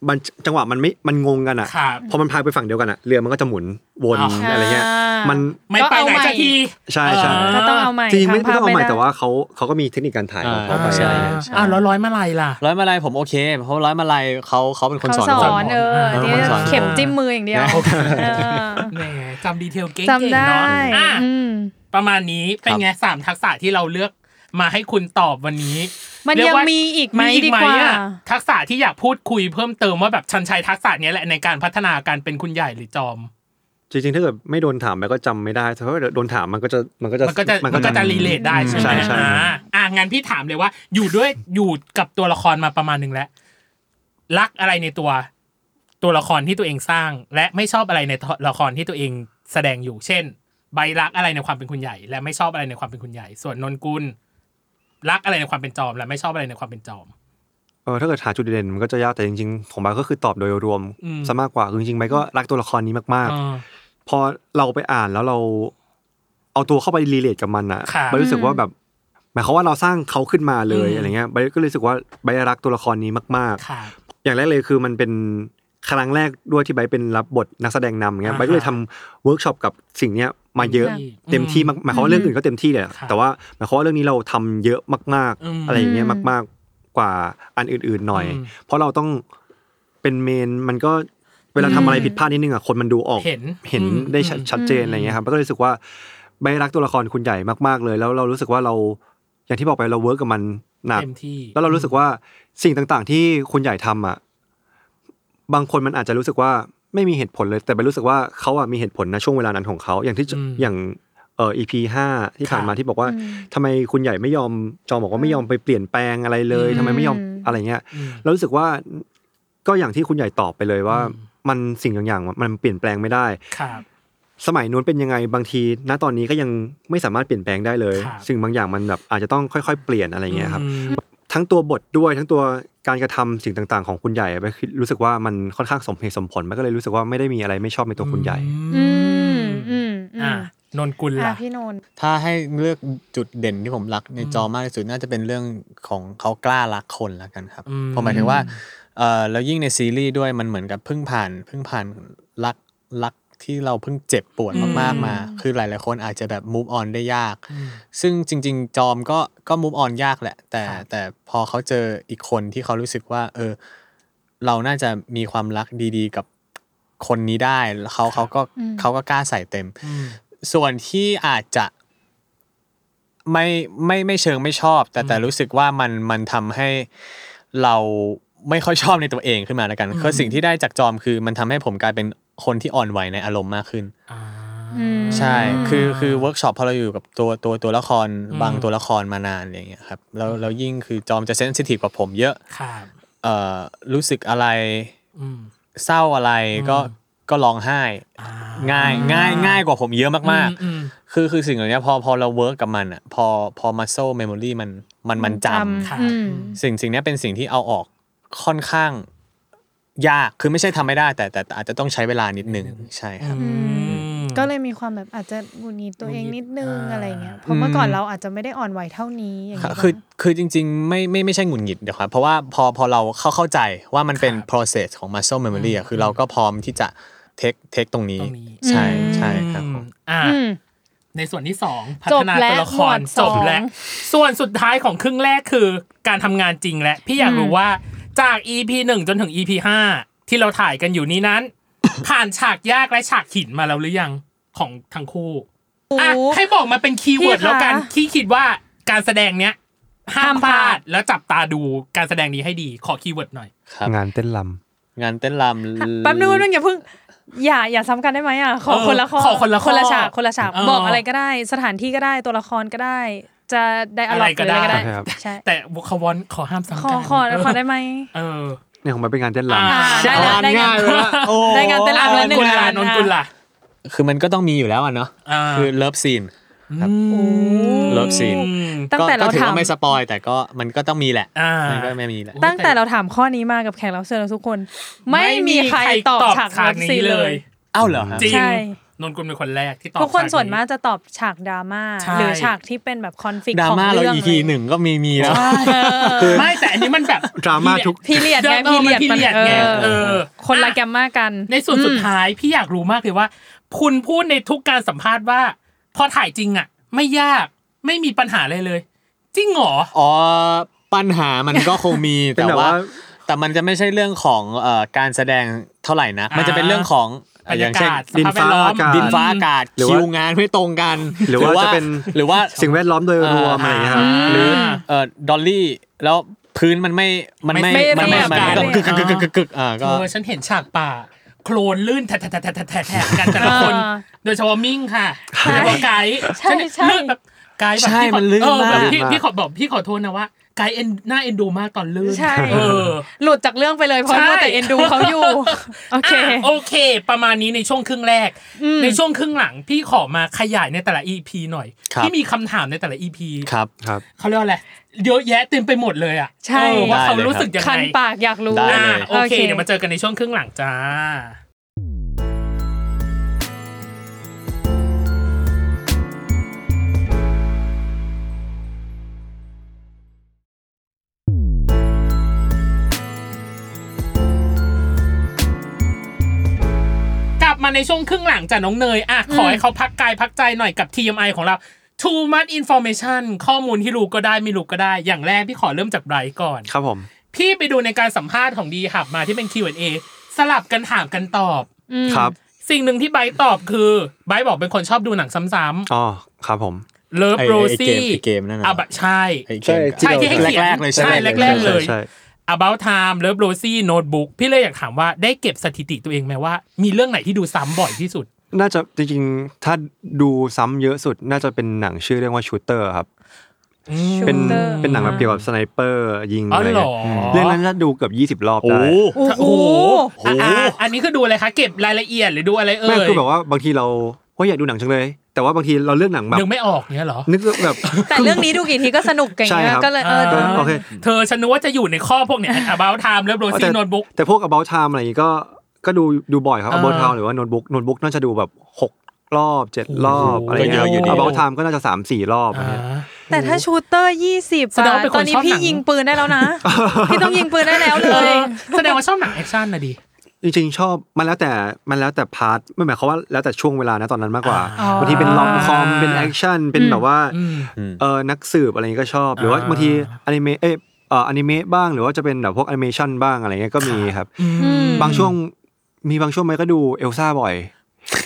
S5: มันจังหวะมันไม่มันงงกันอ่ะ
S3: ครับ
S5: พอมันพายไปฝั่งเดียวกันอ่ะเรือมันก็จะหมุนวน
S3: อ๋ออ
S5: อะไรเงี้ย มัน
S3: ไม่ไปไหนสักที
S5: ใช่ใช่
S3: อ่า
S2: ก็ต้องเอาใหม่
S5: จริงๆไม่ไม่
S2: ทำภ
S5: ต้อ
S2: พ
S5: งเอาใหม่
S2: ด้
S5: แต่ว่าเขาเขาก็มีเทคนิคการถ่ายของเขาไป
S4: อ่า
S5: ใช่
S4: ใช่
S3: อ่าแล้วร้อยมาลัยล่ะ
S4: ร้อยมาลายผมโอเค เพราะร้อยมาลายเขาเขาเป็นคน
S2: เขา
S4: สอน
S2: ส
S4: ผ
S2: อ
S4: ม
S2: นเออ
S3: เออ
S2: เนี่ย
S3: คนสอน
S2: เข็มจิ้มมืออย่างเดียว
S4: นะ
S2: เออ
S3: แหมจำดีเทลเก่ง
S2: จำ
S3: ๆ
S2: ได้
S3: เนาะอ่ะ
S2: อืม
S3: ประมาณนี้เป็นไงสามทักษะที่เราเลือกมาให้คุณตอบวันนี้
S2: มัน
S3: เรี
S2: ยั
S3: ก
S2: ง
S3: ว่า
S2: มีอีกไหมดีกว่า
S3: อ่ะทักษะที่อยากพูดคุยเพิ่มเติมว่าแบบชันชัยทักษะเนี้ยแหละในการพัฒนาการเป็นคุณใหญ่หรือจอม
S5: จริงๆ ถ้าเกิดไม่โดนถามไปก็จำไม่ได้แต่ถ้าเกิดโดนถามมันก็จะมันก็จะ
S3: มันก็จะมันก็จะรีเลทได้ใช่ไหม
S5: ใช่ใช่
S3: อ่าอ่ะงั้นพี่ถามเลยว่า อยู่ด้วยอยู่กับตัวละครมาประมาณหนึ่งแล้ว รักอะไรในตัวตัวละครที่ตัวเองสร้าง และไม่ชอบอะไรในตัวละครที่ตัวเองแสดงอยู่ เช่น ใบรักอะไรในความเป็นคุณใหญ่ และไม่ชอบอะไรในความเป็นคุณใหญ่ ส่วนนนกุลรักอะไรในความเป็นจอม และไม่ชอบอะไรในความเป็นจอม
S5: เออถ้าเกิดหาจุดเด่นมันก็จะยากแต่จริงๆของบาก็คือตอบโดยรวม
S3: อืม
S5: ซะมากกว่าคือจริงๆไปก็รักตัวละครนี้มาก
S3: อ่า
S5: ๆ พอเราไปอ่านแล้วเรา เอาตัวเข้าไปรีเลทกับมันอ่ะ
S3: ค่ะ
S5: มันรู้สึกว่าแบบหมายความว่าเราสร้างเขาขึ้นมาเลย
S3: อืม
S5: อะไรเงี้ยใบก็เลยรู้สึกว่าใบรักตัวละครนี้มากๆ
S3: ค่ะ
S5: อย่างแรกเลยคือมันเป็นครั้งแรกด้วยที่ไบร์ทเป็นรับบทนักแสดงนำอย่างเงี้ย
S3: อ่า
S5: ไบร์ทก็เลยทำเวิร์กช็อปกับสิ่งเนี้ยมาเยอะ
S3: อืม
S5: เต็มที่มากหมายความว่าเรื่องอื่นก็เต็มที่แหละ
S3: ค่ะ
S5: แต่ว่าหมายความว่าเรื่องนี้เราทำเยอะมาก
S3: อืม
S5: ๆ อะไรอย่างเงี้ยมากๆกว่าอันอื่นๆหน่อย
S3: อืม
S5: เพราะเราต้องเป็นเมนมันก็เวลาทำอะไรผิดพลาดนิดนึงอ่ะคนมันดูออก
S3: เห็น
S5: เห็น
S3: อืม
S5: ได้ชัดชัดเจนอะไรเงี้ยครับก็เลยรู้สึกว่าใบรักตัวละครคุณใหญ่มากๆเลย แล้วเรารู้สึกว่าเรา อย่างที่บอกไปเราเวิร์กกับมันหนัก
S3: เต็มที่
S5: แล้วเรารู้สึกว่าสิ่งต่างๆ ที่คุณใหญ่ทำอ่ะบางคนมันอาจจะรู้สึกว่าไม่มีเหตุผลเลย แต่ไปรู้สึกว่าเขาอ่ะมีเหตุผลนะช่วงเวลานั้นของเขาอย่างที่จะ
S3: อืม
S5: อย่างเอ่อ EP ห้าที่ผ่านมาที่บอกว่า
S2: อืม
S5: ทำไมคุณใหญ่ไม่ยอมจอมบอกว่าไม่ยอมไปเปลี่ยนแปลงอะไรเลย
S2: อืม
S5: ทำไมไม่ยอมอะไรเงี้ย
S3: อืม
S5: เรารู้สึกว่าก็อย่างที่คุณใหญ่ตอบไปเลยว่า
S3: อืม
S5: มันสิ่งอย่างๆมันเปลี่ยนแปลงไม่ได้
S3: ครับ
S5: สมัยนู้นเป็นยังไงบางที ณตอนนี้ก็ยังไม่สามารถเปลี่ยนแปลงได้เลย
S3: ครับ
S5: ซึ่งบางอย่างมันแบบอาจจะต้องค่อยๆ เปลี่ยนอะไรเงี้ยครับ
S3: อืม
S5: ทั้งตัวบทด้วยทั้งตัวการกระทำสิ่งต่างๆ ของคุณใหญ่ไปคือรู้สึกว่ามันค่อนข้างสมเหตุสมผลมันก็เลยรู้สึกว่าไม่ได้มีอะไรไม่ชอบในตัวคุณใหญ่
S2: อืมอืมอื
S3: อ่ะ
S2: ม
S3: นนกุล
S2: อ่ะ
S3: ล่ะ
S2: พี่นนท์
S4: ถ้าให้เลือกจุดเด่นที่ผมรักในจอมากที่สุดน่าจะเป็นเรื่องของเขากล้ารักคนละกันครับ
S3: อืม
S4: ผมหมายถึงว่าเออแล้วยิ่งในซีรีส์ด้วยมันเหมือนกับเพิ่งผ่านเพิ่งผ่านรักรักที่เราเพิ่งเจ็บปวดมากๆมา คือหลายๆคนอาจจะแบบ move on ได้ยาก ซึ่งจริง ๆ จอมก็ก็ move on ยากแหละ แต่
S3: ครับ
S4: แต่พอเขาเจออีกคนที่เขารู้สึกว่า เออ เราน่าจะมีความรักดีๆ กับคนนี้ได้แล้วเขาเขาก็
S2: อืม
S4: เขาก็กล้าใส่เต็ม
S3: อืม
S4: ส่วนที่อาจจะไม่ไม่ไม่เชิงไม่ชอบ แต่แต่รู้สึกว่ามันมันทำให้เราไม่ค่อยชอบในตัวเองขึ้นมาแล้วกัน
S3: อืม
S4: คือสิ่งที่ได้จากจอมคือมันทำให้ผมกลายเป็นคนที่อ่อนไหวในอารมณ์มากขึ้น
S3: อ่า
S2: อืม
S4: ใช่ คือคือเวิร์กช็อปพอเราอยู่กับตัวตัวตัวละคร
S3: อืม
S4: บางตัวละครมานานอย่างเงี้ยครับแล้วแล้วยิ่งคือจอมจะเซนซิทีฟกว่าผมเยอะ
S3: ครับ
S4: เอ่อรู้สึกอะไร
S3: อืม
S4: เศร้าอะไรก็
S3: อืม
S4: ก็ร้องไห้
S3: อ่า
S4: ง่ายง่ายง่ายกว่าผมเยอะมากๆ
S3: อืม
S4: คือคือสิ่งเหล่านี้พอพอเราเวิร์กกับมันอ่ะพอพอมัสโซเมมโมรีมันมันมันจำ
S3: ค่ะ
S2: อืม
S4: สิ่งสิ่งนี้เป็นสิ่งที่เอาออกค่อนข้างยากคือไม่ใช่ทำไม่ได้แต่แต่แต่อาจจะต้องใช้เวลานิดนึงใช่ครับ
S3: อืม
S6: ก็เลยมีความแบบอาจจะหงุดหงิดตัวเองนิดนึง
S3: อ่า
S6: อะไรเงี้ยเพราะเมื่อก่อน
S4: อืม
S6: เราอาจจะไม่ได้อ่อนไหวเท่านี้อย่าง
S4: ค่ะ
S6: เงี้ย
S4: คือคือจริง ๆ ไม่ไม่ไม่ใช่หงุดหงิดเดี๋ยวครับเพราะว่าพอพอเราเข้าเข้าใจว่ามันเป็น
S3: ครับ
S4: process ของ muscle memory อ่ะคือเราก็พร้อมที่จะเทคเทคตรงนี้
S3: ตรงนี้
S4: ใช่ใช่ครับผม
S3: อ่า
S2: อืม
S3: ในส่วนที่สองพั
S2: จ
S3: ฒ
S2: บ
S3: นา
S2: แล้
S3: ตัว วละคร
S2: หมวด
S3: จ
S2: สอบ ง
S3: แล้วส่วนสุดท้ายของครึ่งแรกคือการทำงานจริงและ พี่อยากรู้ว่าจาก EP หนึ่งจนถึง EP ห้าที่เราถ่ายกันอยู่นี้นั้น ผ่านฉากยากและฉากหินมาแล้วหรือยังของทั้งคู่อ่ะให้บอกมาเป็นคีย์เวิร์ด
S2: พี่คะ
S3: แล้วกันที่คิดว่าการแสดงเนี้ยห้าม
S2: ห้าม
S3: พ
S2: พ
S3: ลา
S2: ลา
S3: ด
S2: ด
S3: แล้วจับตาดูการแสดงนี้ให้ดีขอคีย์เวิร์ดหน่อย
S4: ครับ
S5: งานเต้นลำ
S4: งานเต้นรำ
S2: แป๊บนึงแป๊บนึงอย่าเพิ่ง อย่าอย่าซ้ำกันได้ไหมอ่ะขอ
S3: เออ
S2: คนละข้อ
S3: ขอคนละข้อ
S2: คนละฉากคนละฉาก
S3: เออ
S2: บอกอะไรก็ได้ สถานที่ก็ได้ตัวละครก็ได้ จะได้อะ
S3: อะไร ไรก็
S2: ก็ได้
S3: ได้
S5: ครับ
S2: ใช่
S3: แต่บุคาวอนขอห้ามซ้ำ
S2: ขอ
S3: กัน
S2: ขอขอได้ไหม
S3: เออ
S5: เนี่ยของมันเป็นงานเต้น
S3: อ่า
S5: ลำ
S2: ได้แล้วได้งานได้งานเต้นรำแล้วหนึ่ง
S3: กุลล่ะ
S2: งาน
S3: นนกุลล่ะ
S4: คือมันก็ต้องมีอยู่แล้วอ่ะเนาะ
S3: อ่า
S4: คือเลิฟซีน
S3: ม
S4: เลิฟซีน
S2: ตั้งแต่เรา
S4: ก็ก็ถือ
S2: ถาม
S4: ว่าไม่สปอยแต่ก็มันก็ต้องมีแหละ
S3: อ่ามั
S4: นก็ไม่มีแหละ
S2: ตั้งแต่เราถามข้อนี้มากับแขกรับเชิญเราทุกคน ไม่มีใครตอบฉากเลิฟซีนเลย
S4: อ้าวเหรอฮะ
S3: จริง
S2: ใช่
S3: นนกุลเป็นคนแรกที่ตอบ
S2: ทุกคน
S3: ฉ
S2: ส่วนมากจะตอบฉากดราม่า
S3: ใช่
S2: หรือฉากที่เป็นแบบคอนฟ lict
S4: ดรา
S2: ของ
S4: ม่าเรา
S2: เรื่อง
S4: อีพีหนึ่งก็มีมีแล้ว
S3: ไม่แต่อันนี้มันแบบ
S5: ดราม่าทุก
S2: พีเรียดไงพี
S3: พี
S2: เรียด
S3: เลียดพีเลียดไงเออ
S2: คนละ
S3: อ่
S2: แกมมากัน
S3: ในส่วนสุดท้ายพี่อยากรู้มากเลยว่า คุณพูดในทุกการสัมภาษณ์ว่า พอถ่ายจริงอ่ะ ไม่ยากไม่มีปัญหาอะไรเลย จริงเหรอ
S4: อ๋อปัญหามันก็คงมี
S5: เป็น
S4: แต่
S5: แบบ
S4: ว่า
S5: ว่า
S4: แต่มันจะไม่ใช่เรื่องของเอ่อการแสดงเท่าไหร่นะ
S3: อ่ามั
S4: มันจะเป็นเรื่องของ
S3: บร
S4: เอ่ออย
S3: รา
S4: ย่างเช่น
S3: กาศส
S5: ดิน
S3: ภาพแวด
S5: ฟ้า
S3: ล้อม
S5: อากาศ
S4: ดินฟ้าอากาศ
S5: หรือว่า
S4: คิวงานไม่ตรงกัน
S5: หรือว่าจะเป็น
S4: หรือว่า
S5: สิ่งแวดล้อมโดยรวมอะไรเงี้ยครับ
S2: อ่า
S5: หรือ
S4: เอ่อดอลลี่แล้วพื้นมันไม่มันไม่
S3: ไม่
S4: มันไม่
S3: ไม่
S4: มัน
S3: เรียบกัน
S4: กึกกึกกึกกึกกึกกึกอ่า
S3: เอ
S4: ก็
S3: อฉันเห็นฉากป่า โคลนลื่นแทะแทะแทะแทะแทะแทะกันแต่ละคน
S2: เออ
S3: โดยเฉพาะมิ่งค่ะโดยเฉพาะไกด์
S2: ใช่
S3: ฉัน
S2: ใช่
S3: ลื่นแบบไกด์แบบ
S4: ใช่
S3: พี่ขอ
S4: มันลื่น
S3: เออแบบ
S4: มาก
S3: พี่
S5: มาก
S3: พี่ขอบอกพี่ขอโทษนะว่าไกด์เอ็นหน้าเอ็นดูมากตอนลื่น
S2: ใช่
S3: เออ
S2: หลุดจากเรื่องไปเลยเพราะ
S3: ใช่
S2: ว่าแต่เอ็นดูเขาอยู่ โอเค
S3: อ่ะโอเค ประมาณนี้ในช่วงครึ่งแรก ในช่วงครึ่งหลังพี่ขอมาขยายในแต่ละ EP หน่อย
S4: ครับ
S3: พี่มีคำถามในแต่ละ EP
S4: ครับ
S5: ครับ
S3: เขาเรียกว่าอะไรเยอะแยะเต็มไปหมดเลยอ่ะ
S2: ใช่
S3: เออว่าเขา
S4: ได้เลยครับ
S3: รู้สึกยัง
S2: คัน
S3: ไง
S2: ปากอยากรู้
S4: ได้
S3: อ่ะ
S4: เลย
S3: โอ
S2: โอ
S3: เค
S2: เค
S3: เดี๋ยวมาเจอกันในช่วงครึ่งหลังจ้า กลับมาในช่วงครึ่งหลังจากน้องเนยอ่ะขอให้เขาพักกายพักใจหน่อยกับ TMI ของเรา Too much information ข้อมูลที่รู้ก็ได้ไม่รู้ก็ได้ อย่างแรกพี่ขอเริ่มจากไบรท์ก่อน
S5: ครับผม
S3: พี่ไปดูในการสัมภาษณ์ของดีหับมาที่เป็น Q&A สลับกันถามกันตอบ
S5: ครับ
S3: สิ่งหนึ่งที่ไบร์ทตอบคือไบร์ทบอกเป็นคนชอบดูหนังซ้ำ
S5: อ๋อครับผม
S3: ๆ เลิฟ
S4: ไอ้
S3: โร
S4: ไอ้เกม
S3: ซี่
S4: ไอ้เกมนั่นน่ะ
S3: อ่ะใช่
S4: ไอ้เกม
S7: ใช่ที่
S3: ใช่
S4: กับ
S7: เรา
S3: ที่ให้เขียน
S4: แรกๆเลย
S3: ใช่
S4: ไหม
S3: แรกๆเลย
S5: ใช่
S3: About Time Love Rosie Notebook พี่เลยอยากถามว่าได้เก็บสถิติตัวเองไหมว่า มีเรื่องไหนที่ดูซ้ำบ่อยที่สุด
S5: น่าจะจริงๆ ถ้าดูซ้ำเยอะสุดน่าจะเป็นหนังชื่อเรื่องว่าชูเตอร์ครับ เป็น
S2: Shooter
S5: เป็นหนังแบบเกี่ยวกับสไนเปอร์ยิง
S3: อ๋อ
S5: อะไร
S3: เหร
S5: เงี้
S3: อย
S5: เรื่องนั้นน่าดูเกือบ20 รอบ
S4: โอ้
S5: ได้
S4: โห
S2: โอ้โห
S3: โอ้โหอ่ะอ่ะอันนี้คือดูอะไรคะ เก็บรายละเอียดหรือดูอะไรเอ่
S5: ไม่
S3: ย
S5: คือแบบว่าบางทีเราว่าอยากดูหนังจังเลย แต่ว่าบางทีเราเลือกหนังแบบ
S3: นึกไม่ออกเนี้ยเหรอ
S5: นึกแบบ
S2: แต่เรื่องนี้ดูกี่ทีก็สนุกอย่างเงี้
S5: ใช่
S2: ย
S5: ครับ
S2: ก็เลยเออ
S5: ก็
S3: า
S5: โอเค
S3: เธอฉันนึกว่าจะอยู่ในข้อพวกเนี้ย About Time Love
S5: แต่
S3: Rosie Notebook
S5: แต่ พวก about time อะไรอย่างงี้ก็ก็ดูดูบ่อยครับ
S3: อ่า
S5: about time หรือว่า notebook notebook น่าจะดูแบบ 6 รอบ 7 รอบ
S3: โอ้โห
S5: อะไรเงี้
S3: ก็เยอะอยู่
S5: ย
S3: ดี
S5: about time ก็น่าจะ 3 4 รอบอะไร
S3: อ่า
S5: เงี้ย
S2: แต่ถ้าชูเตอร์ยี่สิบ
S3: แสดงว่าเป็นค
S2: ต
S3: น
S2: อนนี้
S3: ชอบห
S2: พี่
S3: นัง
S2: ยิงปืนได้แล้วนะ พี่ต้องยิงปืนได้แล้วเล
S3: เอย อแสดงว่าชอบหนังแอคชั่นนะดิ
S5: จริงๆ ชอบมันแล้วแต่มันแล้วแต่พาร์ทไม่หมายความว่าแล้วแต่ช่วงเวลานะตอนนั้นมากกว่า
S3: อ่า
S5: บางทีเป็นลอมคอมเป็นแอคชั่นเป็นแบบว่า
S3: อืม
S5: เออนักสืบอะไรเงี้ยก็ชอบหรือว่า
S3: อ่า
S5: บางทีอนิเมะเอยเอ่ออนิเมะบ้างหรือว่าจะเป็นแบบพวกแอนิเมชันบ้างอะไรเงี้ยก็มีครับ
S3: อืม
S5: บางช่วงมีบางช่วงไหมก็ดูเอลซ่าบ่อย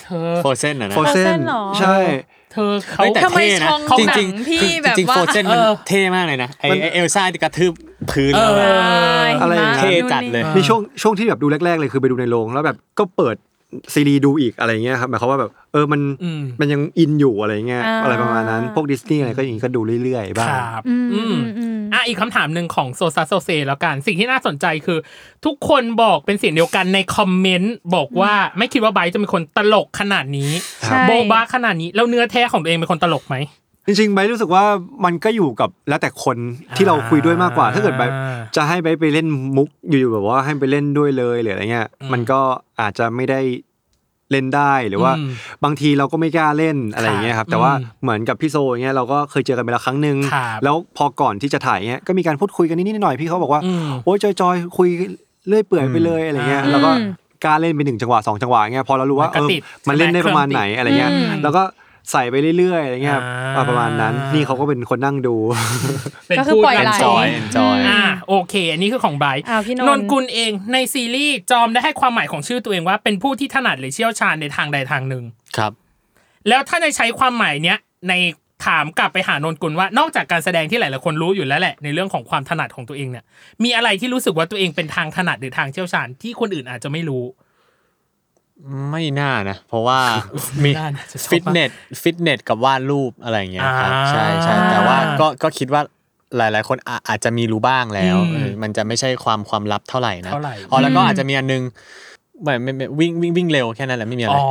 S3: เธอ
S4: โฟเซนอ่ะนะ
S5: ฟอเซ
S2: Frozen
S5: น
S2: เหรอ
S5: ใช่
S3: เธอเขา
S4: เฮ้ยแต่
S2: ทำไม
S4: เท่นะ
S2: ชงเขา
S4: จริง
S2: หนัง
S4: ๆ
S2: พี่
S4: คือ
S2: แบบ
S4: จริง
S2: ว่า
S4: โฟเซน
S3: เอ
S4: มัน
S3: อ
S4: เท่มากเลยนะไอ้
S5: มัน
S4: ไอ้เอลซ่าที่กระทืบพื้น
S3: เอ
S4: แล้ว
S3: อ
S4: อะ
S5: อะไรอย่างนั้น
S4: เท่จัดเลย
S3: อ่ามี
S5: มีช่วงช่วงที่แบบดูแรกๆเลยคือไปดูในโรงแล้วแบบก็เปิดซีดีดูอีกอะไรเงี้ยครับหมายความว่าแบบเออมัน
S3: อืม
S5: มันยังอินอยู่อะไรเงี้ย
S2: อ่า
S5: อะไรประมาณนั้นพวกดิสนีย์อะไรก็อย่างงี้ก็ดูเรื่อยๆบ้าง
S3: ครับ
S2: อืม
S3: อืม
S2: อืม
S3: อ่ะอีกคำถามหนึ่งของโซซาโซเซแล้วกัน สิ่งที่น่าสนใจคือ ทุกคนบอกเป็นเสียงเดียวกันในคอมเมนต์บอกว่าไม่คิดว่าไบร์ทจะเป็นคนตลกขนาดนี้
S2: ใช่
S3: โบบาขนาดนี้ แล้วเนื้อแท้ของตัวเองเป็นคนตลกไหม
S5: จริงๆไบร์ทรู้สึกว่ามันก็อยู่กับแล้วแต่คนที่เราคุยด้วยมากกว่า
S3: อ่า
S5: ถ้าเกิดไบร์ทจะให้ไบร์ทไปเล่นมุกอยู่ๆแบบว่าให้ไปเล่นด้วยเลยหรืออะไรเงี้ย
S3: อืม
S5: มันก็อาจจะไม่ได้เล่นได้หรือว่า
S3: อืม
S5: บางทีเราก็ไม่กล้าเล่นอะไรอย่างเงี้ยครับ
S3: ค่ะ
S5: แต่ว่า
S3: อืม
S5: เหมือนกับพี่โซอย่างเงี้ยเราก็เคยเจอกันไปแล้วครั้งหนึ่ง
S3: ครับ
S5: แล้วพอก่อนที่จะถ่ายเงี้ยก็มีการพูดคุยกันนิดๆหน่อยๆพี่เขาบอกว่า
S3: อืม
S5: โอ้ยจอยๆคุยเรื่อยเปื่อยไปเลยอะไรเงี้ย
S3: อืม
S5: แล้วก็กล้ารเล่นไปหนึ่งจังหวะสองจังหวะเงี้ยพอเรารู้ว่า
S3: มันก็
S5: เออ
S3: ติด
S5: มันเล่นได้ประมาณไหนอะไรเงี้ย
S2: อืม
S5: แล้วก็ใส่ไปเรื่อยๆอะไรเงี้ย
S3: อ่า
S5: อ่ะประมาณนั้นนี่เขาก็เป็นคนนั่งดู
S3: เป็น
S2: ก็คือ
S3: ผู้
S2: ปล่อยไหล
S4: enjoy enjoy
S3: อ่าโอเค อันนี้คือของไบร์ท
S2: อ้าวพี่นนท์
S3: นนกุลเองในซีรีส์จอมได้ให้ความหมายของชื่อตัวเองว่าเป็นผู้ที่ถนัดหรือเชี่ยวชาญในทางใดทางหนึ่ง
S4: ครับ
S3: แล้วถ้าในใช้ความหมายเนี้ยในถามกลับไปหานนกุลว่านอกจากการแสดงที่หลายๆคนรู้อยู่แล้วแหละ ในเรื่องของความถนัดของตัวเองเนี่ย มีอะไรที่รู้สึกว่าตัวเองเป็นทางถนัดหรือทางเชี่ยวชาญที่คนอื่นอาจจะไม่รู้
S4: ไม่น่านะ เพราะ ว่ามี
S3: น่าจะชอบมาก
S4: ฟิตเนสฟิตเนสกับวาดรูปอะไรอย่างเงี้ยครับ
S3: อ่า
S4: ใช่ใช่แต่ว่าก็ก็คิดว่าหลาย ๆ คนอาอาจจะมีรู้บ้างแล้ว
S3: อืม
S4: เออมันจะไม่ใช่ความความลับเท่าไหร่นะ
S3: เท่าไหร่
S4: อ๋อแล้วก็อาจจะมีอันนึงไม่ไม่ไม่วิ่งวิ่งวิ่งเร็วแค่นั้นแหละไม่มีอะไร
S3: อ๋อ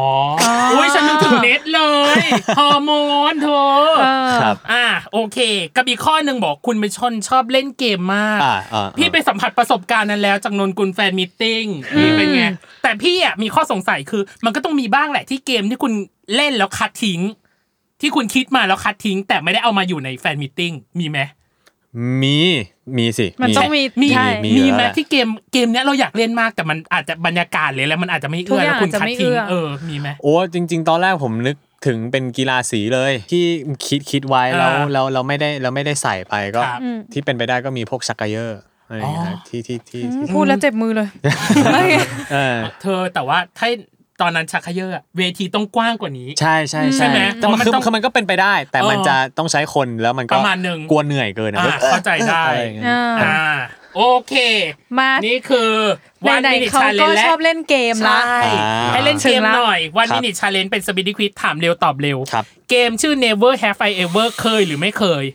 S3: อุ้ยฉันนึกถึงเน็ตเลยฮอร์โมนเธอ
S4: ครับ
S3: อ่าโอเค กับอีกข้อหนึ่งบอกคุณเป็นชนชอบเล่นเกมมาก
S4: อ่าอ่า
S3: พี่ไปสัมผัสประสบการณ์นั้นแล้วจากนนกุลแฟนมิทติ้งพี่เป็นไง แต่พี่อ่ะมีข้อสงสัยคือ มันก็ต้องมีบ้างแหละที่เกมที่คุณเล่นแล้วคัดทิ้ง ที่คุณคิดมาแล้วคัดทิ้ง แต่ไม่ได้เอามาอยู่ในแฟนมิทติ้งมีไหม
S4: มีมีสิ
S6: มันต้องมี
S3: มี
S6: ใช่
S3: มี
S4: อยู่
S3: ไหม
S4: แล้ว
S3: ที่เกมเกมเนี้ยเราอยากเล่นมากแต่มันอาจจะบรรยากาศเลยแล้วมันอาจจะไม่เอื้
S2: ทุก
S3: อ
S2: อ
S3: แล้
S2: ย่าว ง
S3: คุณคั
S2: อาจจะ
S3: ดทิ้ง
S2: ไม่เอื้อ
S3: เออมีไหม
S4: โอ้จริง ๆ ตอนแรกผมนึกถึงเป็นกีฬาสีเลย ที่คิดคิดไว้แล้ว
S3: อ่า
S4: แล้วเราไม่ได้เราไม่ได้ใส่ไปก็
S3: ครับ
S4: ที่เป็นไปได้ก็มีพวกชักเกยอร์อะไรอย่างเงี้ย
S3: อ๋อ
S4: นะที่ที่ที่
S6: อืม
S4: ที่
S6: พูดแล้วเจ็บมือเลย
S4: เออ
S3: เธอแต่ว่าถ้าตอนนั้นชักเขยออะเวทีต้องกว้างกว่านี้
S4: ใช่ใช่
S3: ใช่ไหม
S4: แต่มัน
S3: มัน
S4: คือ
S3: ต้อง
S4: คือมันก็เป็นไปได้ แต่มัน
S3: เออ
S4: จะต้องใช้คนแล้วมันก็
S3: ประมาณหนึ่ง
S4: กลัวเหนื่อยเกินอะ
S3: อ่าเข้าใจได้
S4: อะไรอย่างเงี้ย
S6: อ่า
S3: อ่าโอเค
S2: มา
S3: นี่คือวัน
S2: ไหน
S3: มินิ
S2: ๆเขา
S3: ชาเล
S2: ก็
S3: นและ
S2: ชอบเล่นเกมละ
S3: ใช่
S4: อ่า
S3: ให้เล่นเกม
S2: เชิงละ
S3: หน่อย วัน
S4: ครั
S3: มิ
S4: บ
S3: นิชาเลนเป็นสปิดควิ z ถามเร็วตอบเร็ว
S4: ครับ
S3: เกมชื่อ Never Have I Ever เคยหรือไม่เคย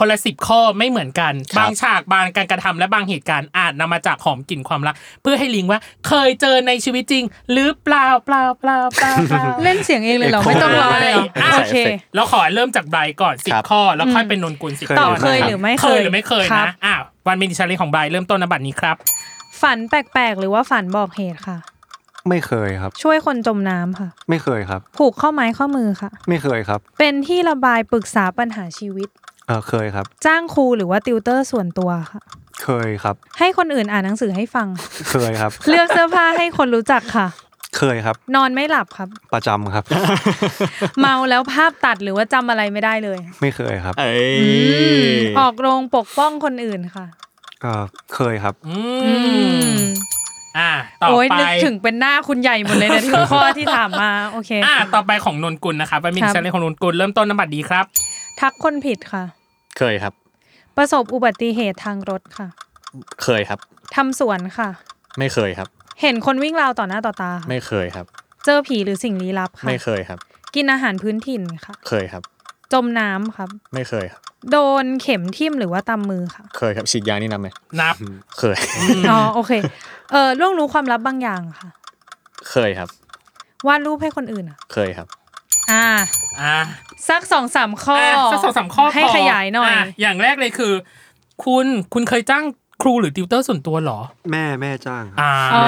S3: คนละสิบข้อไม่เหมือนกัน
S4: ค
S3: บา
S4: รับ
S3: งฉากบางการกระทำและบางเหตุการณ์อาจนำมาจากหอมกลิ่นความรัก เพื่อให้ลิงก์ว่าเคยเจอในชีวิตจริง หรือเปล่าเปล่าเปล่าเปล่าเปล่า
S6: เล่นเสียงเองเลยเหรอ
S4: Echo
S6: ไม่ต้องรอ
S3: ได้
S6: เลย
S4: อ่ะ
S6: โอเค
S4: ใส่ effect
S3: เราขอเริ่มจากไบรท์ก่อนสิ
S4: ครับ บ
S3: ข้อ แล้วค่อยเป็นนนกุลสิบ
S5: ต
S3: ข้
S5: อ
S3: อบ นะ
S6: เคยหรือไม่
S3: เค
S6: เค
S3: ย
S6: ย
S3: หรือไม่เคย
S6: ครั
S3: นะ
S6: บ
S3: อ่ะวันมินิชาเลนของไบรท์เริ่มต้นนบัตรนี้ครับ
S2: ฝันแปลกๆ หรือว่าฝันบอกเหตุค่ะ
S5: ไม่เคยครับ
S2: ช่วยคนจมน้ำค่ะ
S5: ไม่เคยครับ
S2: ผูกข้อไม้ข้อมือค่ะ
S5: ไม่เคยครับ
S2: เป็นที่ระบายปรึกษาปัญหาชีวิต
S5: เออเคยครับ
S2: จ้างครูหรือว่าติวเตอร์ส่วนตัวค่ะ
S5: เคยครับ
S2: ให้คนอื่นอ่านหนังสือให้ฟัง
S5: เคยครับ
S2: เลือกเสื้อผ้าให้คนรู้จักค่ะ
S5: เคยครับ
S2: นอนไม่หลับ ครับ
S5: ประจำครับ
S2: เมาแล้วภาพตัดหรือว่าจำอะไรไม่ได้เลย
S5: ไม่เคยครับ
S4: เอ้ย
S2: ออกโรงปกป้องคนอื่นค่ะ
S5: เออเคยครับ
S3: อืม
S2: อืม
S3: อ่ะต่อ
S2: โอ้ย
S3: ไป
S2: นึกถึงเป็นหน้าคุณใหญ่หมดเลยนะที่ข้อที่ถามมาโอเค
S3: อ่าต่อไปของนนกุลนะครับว่ามิน
S2: ครับ
S3: ชาเลนของนนกุลเริ่มต้นนบัตรดีครับ
S2: ทักคนผิดค่ะ
S4: เคยครับ
S2: ประสบอุบัติเหตุทางรถค่ะ
S4: เคยครับ
S2: ทำสวนค่ะ
S4: ไม่เคยครับ
S2: เห็นคนวิ่งราวต่อหน้าต่อตาค่ะ
S4: ไม่เคยครับ
S2: เจอผีหรือสิ่งลี้ลับค่ะ
S4: ไม่เคยครับ
S2: กินอาหารพื้นถิ่นค่ะ
S4: เคยครับ
S2: จมน้ำครับ
S4: ไม่เคยครับ
S2: โดนเข็มทิ่มหรือว่าตำมือค่ะ
S4: เคยครับฉีดยานี่นับไหม
S3: นับ
S4: เคย
S2: อ๋อโอเค เออล่วงรู้ความลับบางอย่างค่ะ
S4: เคยครับ
S2: วาดรูปให้คนอื่นอ่ะ
S4: เคยครับ
S2: อ่า
S3: อ่ะ
S2: สักสองสามข้อ
S3: อ่ะสักสองสามข้อ
S2: ให้
S3: พ
S2: ขยายหน่อย
S3: ะอย่างแรกเลยคือ คุณคุณเคยจ้างครูหรือติวเตอร์ส่วนตัวเหรอ
S5: แม่แม่จ้างครับ
S3: อ่า
S2: อ๋อ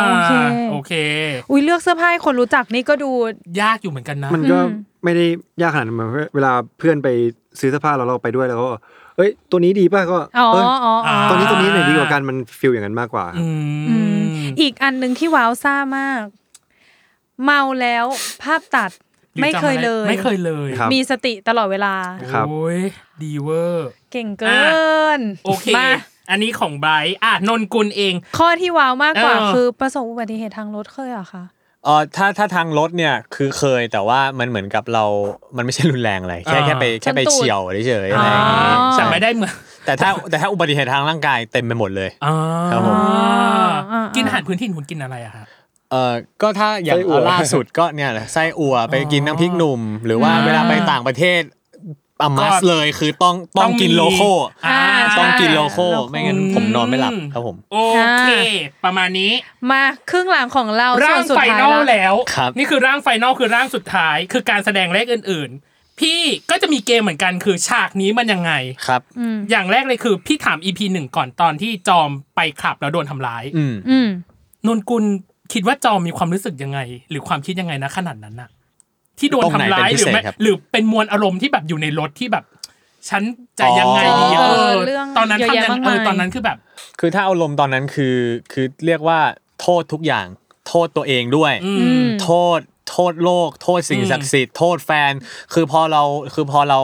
S2: โอเค
S3: โอเค
S2: อุ้ยเลือกเสื้อผ้าให้คนรู้จักนี่ก็ดู
S3: ยากอยู่เหมือนกันนะ
S5: มันก็
S2: อืม
S5: ไม่ได้ยากขนาดนั้นมันเวลาเพื่อนไปซื้อเสื้อผ้าเราเราไปด้วยแล้วก็ เอ้ย ตัวนี้ดีป่ะก็
S2: อ๋อ
S5: เอ้ย
S2: อ๋ออ๋อ
S5: ตอนนี้ตัวนี้ไหนดีกว่ากันมันฟิลอย่างนั้นมากกว่าครับ
S3: อื
S2: อืม
S3: ม
S2: อีกอันหนึ่งที่ว้าวซ่ามาก เมาแล้วภาพตัดไม่เคยเลย
S3: ไม่เคยเลย
S5: ครับ
S2: มีสติตลอดเวลา
S5: ครับ
S3: โอ้ยดีเวอร์
S2: เก่งเกิน
S3: โอเค
S2: มา
S3: อันนี้ของไบรท์อ่ะนนกุลเอง
S2: ข้อที่ว้าวมากกว่า
S3: เออ
S2: คือประสบอุบัติเหตุทางรถเคยเหรอคะ
S4: เออถ้าถ้าทางรถเนี่ยคือเคยแต่ว่ามันเหมือนกับเรา มันไม่ใช่รุนแรงอะไร แค่
S3: อ่า
S4: แค่ไปแค่ไปเฉียวเฉยๆอะไรอย่างงี้
S2: า
S3: แต่
S4: ใช่
S3: ไม่ได้เหมือน
S4: แต่ถ้าแต่ถ้าอุบัติเหตุทางร่างกายเต็มไปหมดเลย
S3: อ๋อ
S4: ครับผม
S2: อ่า
S3: กินอาหารพื้นถิ่นคุณกินอะไรอะครับ
S4: เออก็ถ้าอย่าง
S5: ไส้อั่ว
S4: ล่าสุดก็เนี่ยแหละไส้อั่วไปกินน้ำพริกหนุ่ม หรือว่า
S3: อ่า
S4: เวลาไปต่างประเทศอามัสเลยคือต้องต้องกิน
S3: มี
S4: โลโก้
S3: อ่า
S2: ใช่
S4: ต้องกินโล
S6: โล
S4: โก้
S6: โก้
S4: ไม่งั้นผมนอนไม่หลับครับผม
S3: โอเค ประมาณนี้
S2: มาครึ่งหลังของเรา
S3: ร่าง
S2: ส่วนสุด
S3: ไฟ
S2: ท้าย
S3: นอล
S2: แล้ว
S3: แล้ว
S4: ครับ
S3: นี่คือร่างไฟนอลคือร่างสุดท้าย คือการแสดงเลขอื่น ๆ พี่ก็จะมีเกมเหมือนกันคือฉากนี้มันยังไง
S4: ครับ
S2: อืม
S3: อย่างแรกเลยคือพี่ถาม EP หนึ่งก่อนตอนที่จอมไปขับแล้วโดนทำร้าย
S4: อืม
S2: อืม
S3: นนกุลคิดว่าจอมมีความรู้สึกยังไง หรือความคิดยังไงนะขนาดนั้นน่ะ ที่โดน
S4: ตรง
S3: ทำ
S4: ไหน
S3: ร้ายหรือ
S4: เป็นพิเศษ
S3: ไม่
S4: ครับ
S3: หรือเป็นมวลอารมณ์ที่แบบอยู่ในรถที่แบบ ฉันจะยังไงดี
S4: อ๋อ
S3: เออ
S2: เรื่อง
S3: ตอนนั้น
S2: เยะ
S3: ทำ
S2: แยะ
S3: ยัง
S2: มาก
S3: เอ
S2: มาย
S3: อตอนนั้นคือแบบ
S4: คือถ้าเอาลมณ์ตอนนั้นคือคือเรียกว่าโทษทุกอย่างโทษตัวเองด้วย
S3: อื
S2: อื
S3: ม
S2: ม
S4: โทษโทษโลก โทษสิ่ง
S3: อืม
S4: ศักดิ์สิทธิ์โทษแฟน คือพอเราคือพอเรา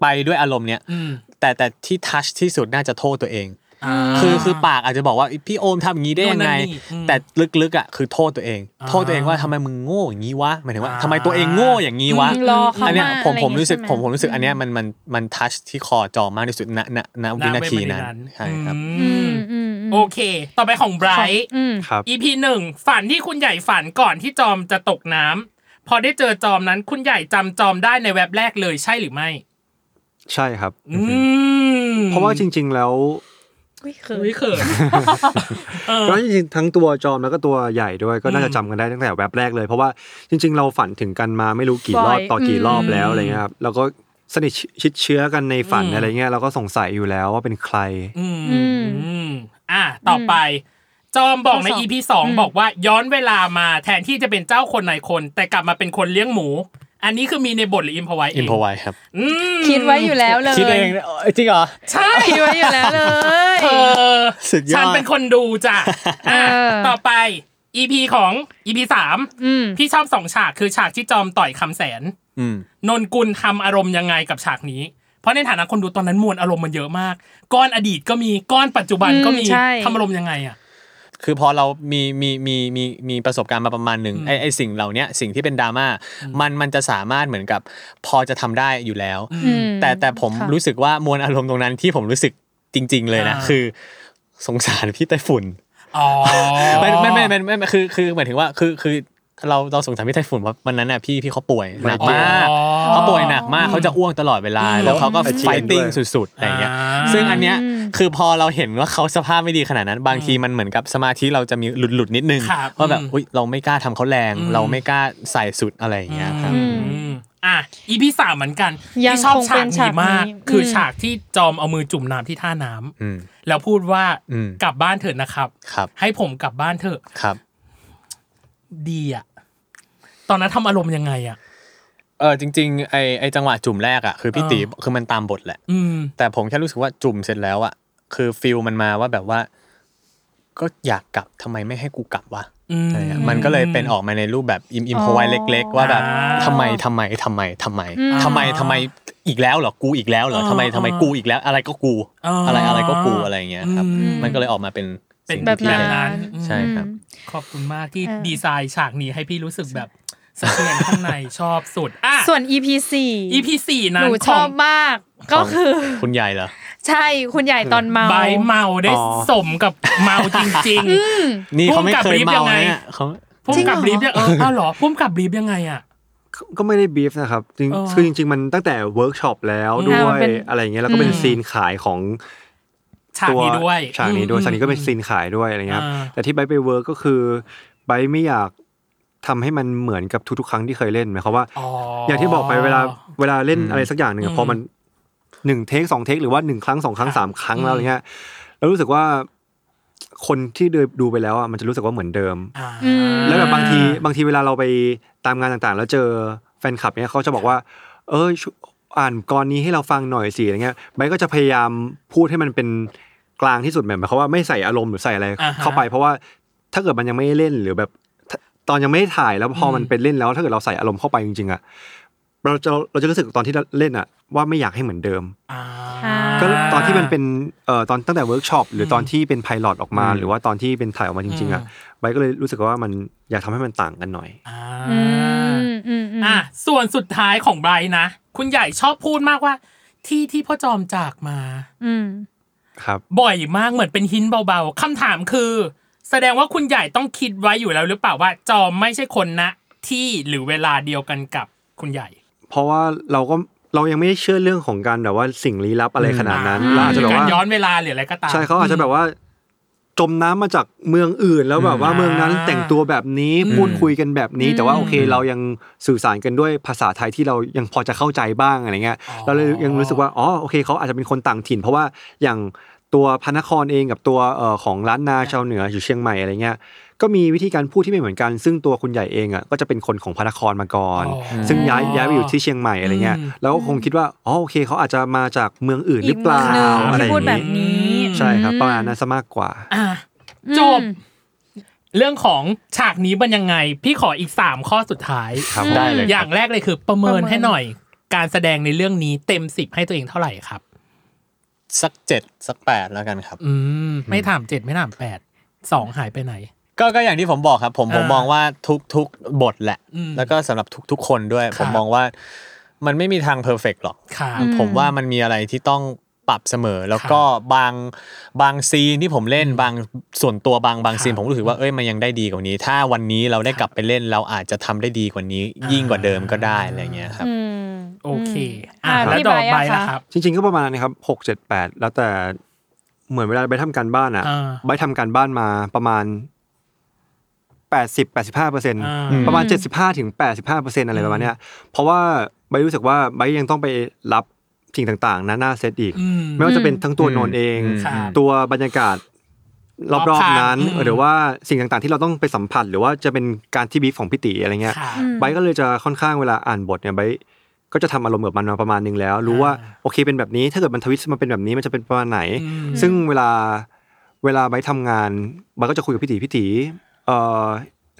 S4: ไปด้วยอารมณ์เนี้ย
S3: อืม
S4: แต่แต่ที่ทัชที่สุดน่าจะโทษตัวเอง
S3: า
S4: คือคือปากอาจจะบอกว่าพี่โอมทำอย่างนี้ได้ยังไง
S3: โน่นนั่นนี่อืม
S4: แต่ลึกๆอ่ะคือโทษตัวเอง
S3: อ่า
S4: โทษตัวเองว่าทำไมมึงโง่อย่างนี้วะหมายถึงว่า
S3: อ่า
S4: ทำไมตัวเองโง่อย่างนี้วะ
S2: มึงรอเขา
S4: อันเนี้ย
S2: มา
S4: ผม
S2: อะไร
S4: ผ
S2: อ
S4: ม
S2: ย่างงี้
S4: รู้สึก
S2: ใช่ไหม
S4: ผมผมรู้สึกอันเนี้ยมันมันมันทัชที่คอจอมากที่สุดณณณ
S3: ณ
S4: วินาที
S3: เวล
S4: นั้นใช่ครับ
S2: อื
S3: อืม
S2: มอืมม
S3: โอเค ต่อไปของไบรท์
S2: อืม
S5: ครับ
S3: EP หนึ่งฝันที่คุณใหญ่ฝันก่อนที่จอมจะตกน้ำพอได้เจอจอมนั้นคุณใหญ่จำจอมได้ในแว็บแรกเลยใช่หรือไม่
S5: ใช่ครับ
S3: อืม
S5: เพราะว่าจริง ๆ แล้ว
S2: อุ้ยเขิน
S3: อุ๊ยเขิน
S5: เพราะจริงๆทั้งตัวจอมแล้วก็ตัวใหญ่ด้วยก็น่าจะจำกันได้ตั้งแต่แวบแรกเลย เพราะว่าจริง ๆ เราฝันถึงกันมาไม่รู้กี่รอบต่อกี่รอบแล้วอะไรเงี้ยครับแล้วก็สนิทชิดเชื้อกันในฝัน
S3: อืม
S5: อะไรเงี้ยเราก็สงสัยอยู่แล้วว่าเป็นใคร
S3: อืมอืมอ่ะต่อไป จอมบอกใน EP สองบอกว่าย้อนเวลามาแทนที่จะเป็นเจ้าคนนายคน แต่กลับมาเป็นคนเลี้ยงหมู อันนี้คือมีในบทหรืออิมพอไว
S4: อินพอไวครับ
S2: คิดไว้อยู่แล้วเลย
S4: คิดเองเอ้ยจริงเหรอ
S3: ใช่
S2: คิดไว้อยู่แล้วเลย
S3: เธอ
S4: สุดยอด
S3: ฉันเป็นคนดูจ้ะอ่ะ
S2: เออ
S3: ต่อไป EP ของ EP สาม
S2: อืม
S3: พี่ชอบสองฉากคือฉากที่จอมต่อยคำแสน
S4: อืม
S3: นนกุลทำอารมณ์ยังไงกับฉากนี้ เพราะในฐานะคนดูตอนนั้นมวลอารมณ์มันเยอะมาก ก้อนอดีตก็มีก้อนปัจจุบันก็มีทำอารมณ์ยังไงอ่ะ
S4: คือพอเรามีมีมีมีมีประสบการณ์มาประมาณหนึ่งไอไอสิ่งเหล่าเนี้ยสิ่งที่เป็นดราม่ามันมันจะสามารถเหมือนกับพอจะทำได้อยู่แล้ว
S2: อืม
S4: แต่แต่ผม
S2: ค่ะ
S4: รู้สึกว่ามวลอารมณ์ตรงนั้นที่ผมรู้สึกจริง ๆ เลยนะ
S3: อ่า
S4: คือสงสารพี่ไต้ฝุ่น
S3: อ๋อ
S4: ไม่ไม่ไม่ไม่ไม่ไม่คือคือหมายถึงว่าคือคือเราเราสงสารพี่ไต้ฝุ่นว่าวันนั้นน่ะพี่พี่เขาป่วยหนักมาก
S3: อ๋อ
S4: เขาป่วยหนักมากเขาจะอ้วกตลอดเวลา
S3: อืม
S4: แล้วเขาก็
S5: อาเจียน
S4: ไฟติ้ง
S5: ด้วย
S4: สุดๆอะไรอย่างเงี้ย ซึ่งอันเนี้ย
S2: อืม
S4: คือพอเราเห็นว่าเขาสภาพไม่ดีขนาดนั้น บางทีมันเหมือนกับสมาธิเราจะมีหลุดหลุดๆนิดนึง
S3: ครับ
S4: ว่าแบบ
S3: อืม
S4: อุ้ยเราไม่กล้าทำเขาแรง
S3: อืม
S4: เราไม่กล้าใส่สุดอะไรอย่างเงี้ยครับ
S3: อืมอ่ะอีพีสามเหมือนกัน
S2: ยัง
S3: ที่ชอบ
S2: คง
S3: ฉา
S2: เป็
S3: ก
S2: น
S3: นี้มาก
S2: ฉากนี้
S3: คืออ
S2: ม
S3: ฉากที่จอมเอามือจุ่มน้ำที่ท่าน้ำ
S4: อืม
S3: แล้วพูดว่า
S4: อืม
S3: กลับบ้านเถอะนะครับ
S4: ครับ
S3: ให้ผมกลับบ้านเถอะ
S4: ครับ
S3: ดีอ่ะตอนนั้นทำอารมณ์ยังไงอ่ะ
S4: เออจริงๆไอไอจังหวะจุ่มแรกอ่ะคือพี่
S3: อ่า
S4: ตีคือมันตามบทแหละ
S3: อืม
S4: แต่ผมแค่รู้สึกว่าจุ่มเสร็จแล้วอ่ะคือฟิลมันมาว่าแบบว่า ก็อยากกลับทำไมไม่ให้กูกลับวะ
S3: อืม
S4: อะไรเงี้ยมันก็เลยเป็นออกมาในรูปแบบอิมอิมพอไวเล็ก ๆ ว่าแบบ
S3: อ่า
S4: ทำไมทำไมทำไมทำไม
S2: อืม
S4: ทำไมทำไมอีกแล้วเหรอกูอีกแล้วเหรอทำไมทำไมกูอีกแล้วอะไรก็กู อะไรอะไรก็กูอะไรอย่างเงี้ยครับ
S3: อืม
S4: มันก็เลยออกมาเป็น
S3: เป็น
S4: สิ่ง
S3: แบบ
S4: ที่
S3: นั้น
S4: ได้
S3: นั้น
S4: ใช่ครับ
S3: ขอบคุณมากที่
S6: เออ
S3: ดีไซน์ฉากนี้ให้พี่รู้สึกแบบ สะเทือนข้างในชอบสุดอ่ะ
S2: ส่วน EP สี่
S3: EP สี่
S2: ห
S3: นั้น
S2: นู
S3: ข
S2: ช
S3: อ
S2: อง บมาก ก็คือ
S4: คุณใหญ่เหรอ
S2: ใช่คุณใหญ่ตอนเมา
S3: ใบเมาได้
S5: อ๋อ
S3: สมกับเมาจริง
S4: นี่เขาไม่เค
S3: ภูมิกั
S4: ย
S3: บรีบ
S4: เมา
S3: ยังไง
S4: นะเนี่ยเขา
S3: ๆพุ่มกับรีบยังเอออ้าวเหรอพุ่มกับรีบยังไงอ่ะ
S5: ก็ไม่ได้บีฟนะครับจริง
S3: เออ
S5: คือจริง ๆ มันตั้งแต่เวิร์กช็อปแล้ว
S3: อืม
S5: ด้วย
S2: เป็น
S5: อะไรอย่างเงี้ยแล้วก็เป็น
S3: อืม
S5: ซีนขายของ
S3: ฉากนี้ด้วย
S5: ฉากนี้ด้วย
S3: อืม
S5: ฉากนี้ก็เป็นซีนขายด้วยอะไรเงี้ยครับ
S3: อ่า
S5: แต่ที่ไบร์ทไปเวิร์กก็คือไบร์ทไม่อยากทำให้มันเหมือนกับทุกๆ ครั้งที่เคยเล่นหมายความว่า
S3: อ๋อ
S5: อ
S3: อ
S5: ย่างที่บอกไปเวลาเวลาเล่น
S4: อืม
S5: อะไรสักอย่างหนึ่ง
S3: อื
S5: อะ
S3: ม
S5: พอมันหนึ่งเทคสองเทคหรือว่าหนึ่งครั้งสองครั้ง
S3: ค่ะ
S5: สามครั้งแล้ว
S3: อืม
S5: อะไรเงี้ยแล้วรู้สึกว่าคนที่ดูไปแล้วอ่ะมันจะรู้สึกว่าเหมือนเดิม
S3: อ่า
S2: อืม
S5: แล้วแบบบางทีบางทีเวลาเราไปตามงานต่างๆ แล้วเจอแฟนคลับเนี่ยเขาจะบอกว่า เออช่วยอ่านกรนี้ให้เราฟังหน่อยสิอะไรเงี้ยไบร์ทก็จะพยายามพูดให้มันเป็นกลางที่สุดแบบหมายความว่าไม่ใส่อารมณ์หรือใส่อะไร
S3: อ่าฮะ
S5: เข้าไป เพราะว่าถ้าเกิดมันยังไม่ได้เล่นหรือแบบถ้าตอนยังไม่ได้ถ่ายแล้วพออ
S3: ม
S5: มันเป็นเล่นแล้ว ถ้าเกิดเราใส่อารมณ์เข้าไปจริงๆอะเราจะเราจะรู้สึกตอนที่เล่นอะว่าไม่อยากให้เหมือนเดิม
S3: อ่า
S5: ก็ตอนที่มันเป็นเอ่อตอนตั้งแต่เวิร์กช็อปหรืออ
S3: ม
S5: ตอนที่เป็นไพลอตออกมา
S4: อืม
S5: หรือว่าตอนที่เป็นถ่ายออกมาจริง ๆอ่ะ
S3: อื
S5: ไบร์ทก็เลยรู้สึกว่ามันอยากทำให้มันต่างกันหน่อย
S3: อ่า
S2: อืมอืมอืม
S3: อ่ะส่วนสุดท้ายของไบรท์นะ คุณใหญ่ชอบพูดมากว่า ที่ที่พ่อจอมจากมา
S2: อืม
S5: ครับ
S3: บ่อยมากเหมือนเป็นหินเบาๆคำถามคือ แสดงว่าคุณใหญ่ต้องคิดไว้อยู่แล้วหรือเปล่าว่าจอมไม่ใช่คนนะ ที่หรือเวลาเดียวกันกับคุณใหญ่
S5: เพราะว่าเราก็เรายังไม่ได้เชื่อเรื่องของการแบบว่าสิ่งลี้ลับอะไรขนาดนั้น
S3: อืม
S5: เราอาจจะแบบ
S3: กา
S5: ว่าร
S3: ย้อนเวลาหรืออะไรก็ตาม
S5: ใช่เขาอาจจะแบบว่า จมน้ำมาจากเมืองอื่น แล้วแบบว่า
S3: อืม
S5: เมืองนั้นแต่งตัวแบบนี้
S3: อืม
S5: พูดคุยกันแบบนี้ แต่ว่าโอเค
S4: อืม
S5: เรายังสื่อสารกันด้วยภาษาไทยที่เรายังพอจะเข้าใจบ้างอะไรเงี้ย เราเลยยังรู้สึกว่าอ๋อโอเคเขาอาจจะเป็นคนต่างถิ่น เพราะว่าอย่างตัวพระนครเองกับตัวเอ่อของล้านนาชาวเหนืออยู่เชียงใหม่อะไรเงี้ยก็มีวิธีการพูดที่ไม่เหมือนกัน ซึ่งตัวคุณใหญ่เองอ่ะก็จะเป็นคนของพระนครมาก่อน
S3: อ๋อ
S5: ซึ่งย้ายย้ายไปอยู่ที่เชียงใหม่อะไรเงี้ย
S3: อืม
S5: แล้วก็คงคิดว่าอ๋อโอเคเขาอาจจะมาจากเมืองอื่นหรือเปล่า
S2: อีกเมืองหนึ่ง
S5: อะไรอ
S2: ที่พูดแบ
S5: ย่าง
S2: บ
S5: นี้
S2: นี้
S5: ใช่ครับประมาณนั้นซะมากกว่า
S3: อ่ะ
S2: อืม
S3: จบ เรื่องของฉากนี้มันยังไง พี่ขออีก 3 ข้อสุดท้าย
S5: ครับ
S4: ได้เลยครับ
S3: อย่างแรกเลยคือประเมินให้หน่อย การแสดงในเรื่องนี้เต็มสิบให้ตัวเองเท่าไหร่ครับ
S4: สักเจ็ดสักแปดแล้วกันครับ
S3: อืม ไม่ถามเจ็ดไม่ถามแปดสองหายไปไหน
S4: ก็ก็อย่างที่ผมบอกครับ ผมผม
S3: อ่าม
S4: มองว่าทุกทุกบทแหละ
S3: อืม
S4: แล้วก็สำหรับทุก ๆ คนด้วย
S3: ค
S4: ผ
S3: รับ
S4: มมองว่ามันไม่มีทางเพอร์เฟกหรอก
S3: ครับ
S4: ผมว่ามันมีอะไรที่ต้องปรับเสมอ แล้วก็บางบางซีนที่ผมเล่นบางส่วนตัวบางบาง
S3: ครับ
S4: ซีนผมรู้สึกว่าเอ้ยมันยังได้ดีกว่านี้ ถ้าวันนี้เราได้กลับไปเล่นเราอาจจะทำได้ดีกว่านี้
S3: อ่ายิ่
S4: ยิ่งกว่าเดิมก็ได้อะไรเงี้ยครับ
S2: อืม
S3: โอเค
S2: อ่ะ
S3: อ่ะแล้ว
S2: พี่
S3: ต่อ
S2: ไบ
S3: ไป
S2: ร์ทอะคะ
S3: นะครับ
S5: จริงๆก็ประมาณนี้ครับหกเจ็ดแปดแล้วแต่เหมือนเวลาไปทำการบ้านอ่ะ
S3: อ่า
S5: ไปทำการบ้านมาประมาณแปดสิบแปดสิบห้าเปอร์เซ็นต์
S3: อ่า
S4: ม
S5: ประมาณ 75ถึง85เปอร์เซ็นต์อะไรประมาณเนี้ยเพราะว่าใบรู้สึกว่าใบยังต้องไปรับสิ่งต่างๆนะหน้าเซตอีก
S3: อืม
S5: ไม่ว่าจะเป็นทั้งตัวนนท์เอง
S4: อืม
S3: ครับ
S5: ตัวบรรยากาศ
S3: ร
S5: ร
S3: อ
S5: อ
S3: บบ ข้าง
S5: ๆนั้น
S3: อืม
S5: หรือว่าสิ่งต่างๆ ที่เราต้องไปสัมผัส หรือว่าจะเป็นการที่บีฟของพี่ตีอะไรเงี้ย
S3: ครับ
S5: ไบร์ทก็เลยจะค่อนข้างเวลาอ่านบทเนี่ยไบร์ทก็จะทำอารมณ์กับมันมาประมาณนึงแล้ว รู้ว่า
S3: อ่า
S5: โอเคเป็นแบบนี้ ถ้าเกิดมันทวิสต์มาเป็นแบบนี้มันจะเป็นประมาณไหน
S3: อืม
S5: ซึ่งเวลาเวลาไบร์ททำงานไบร์ทก็จะคุยกับพี่ตีพี่ตีเอ่อ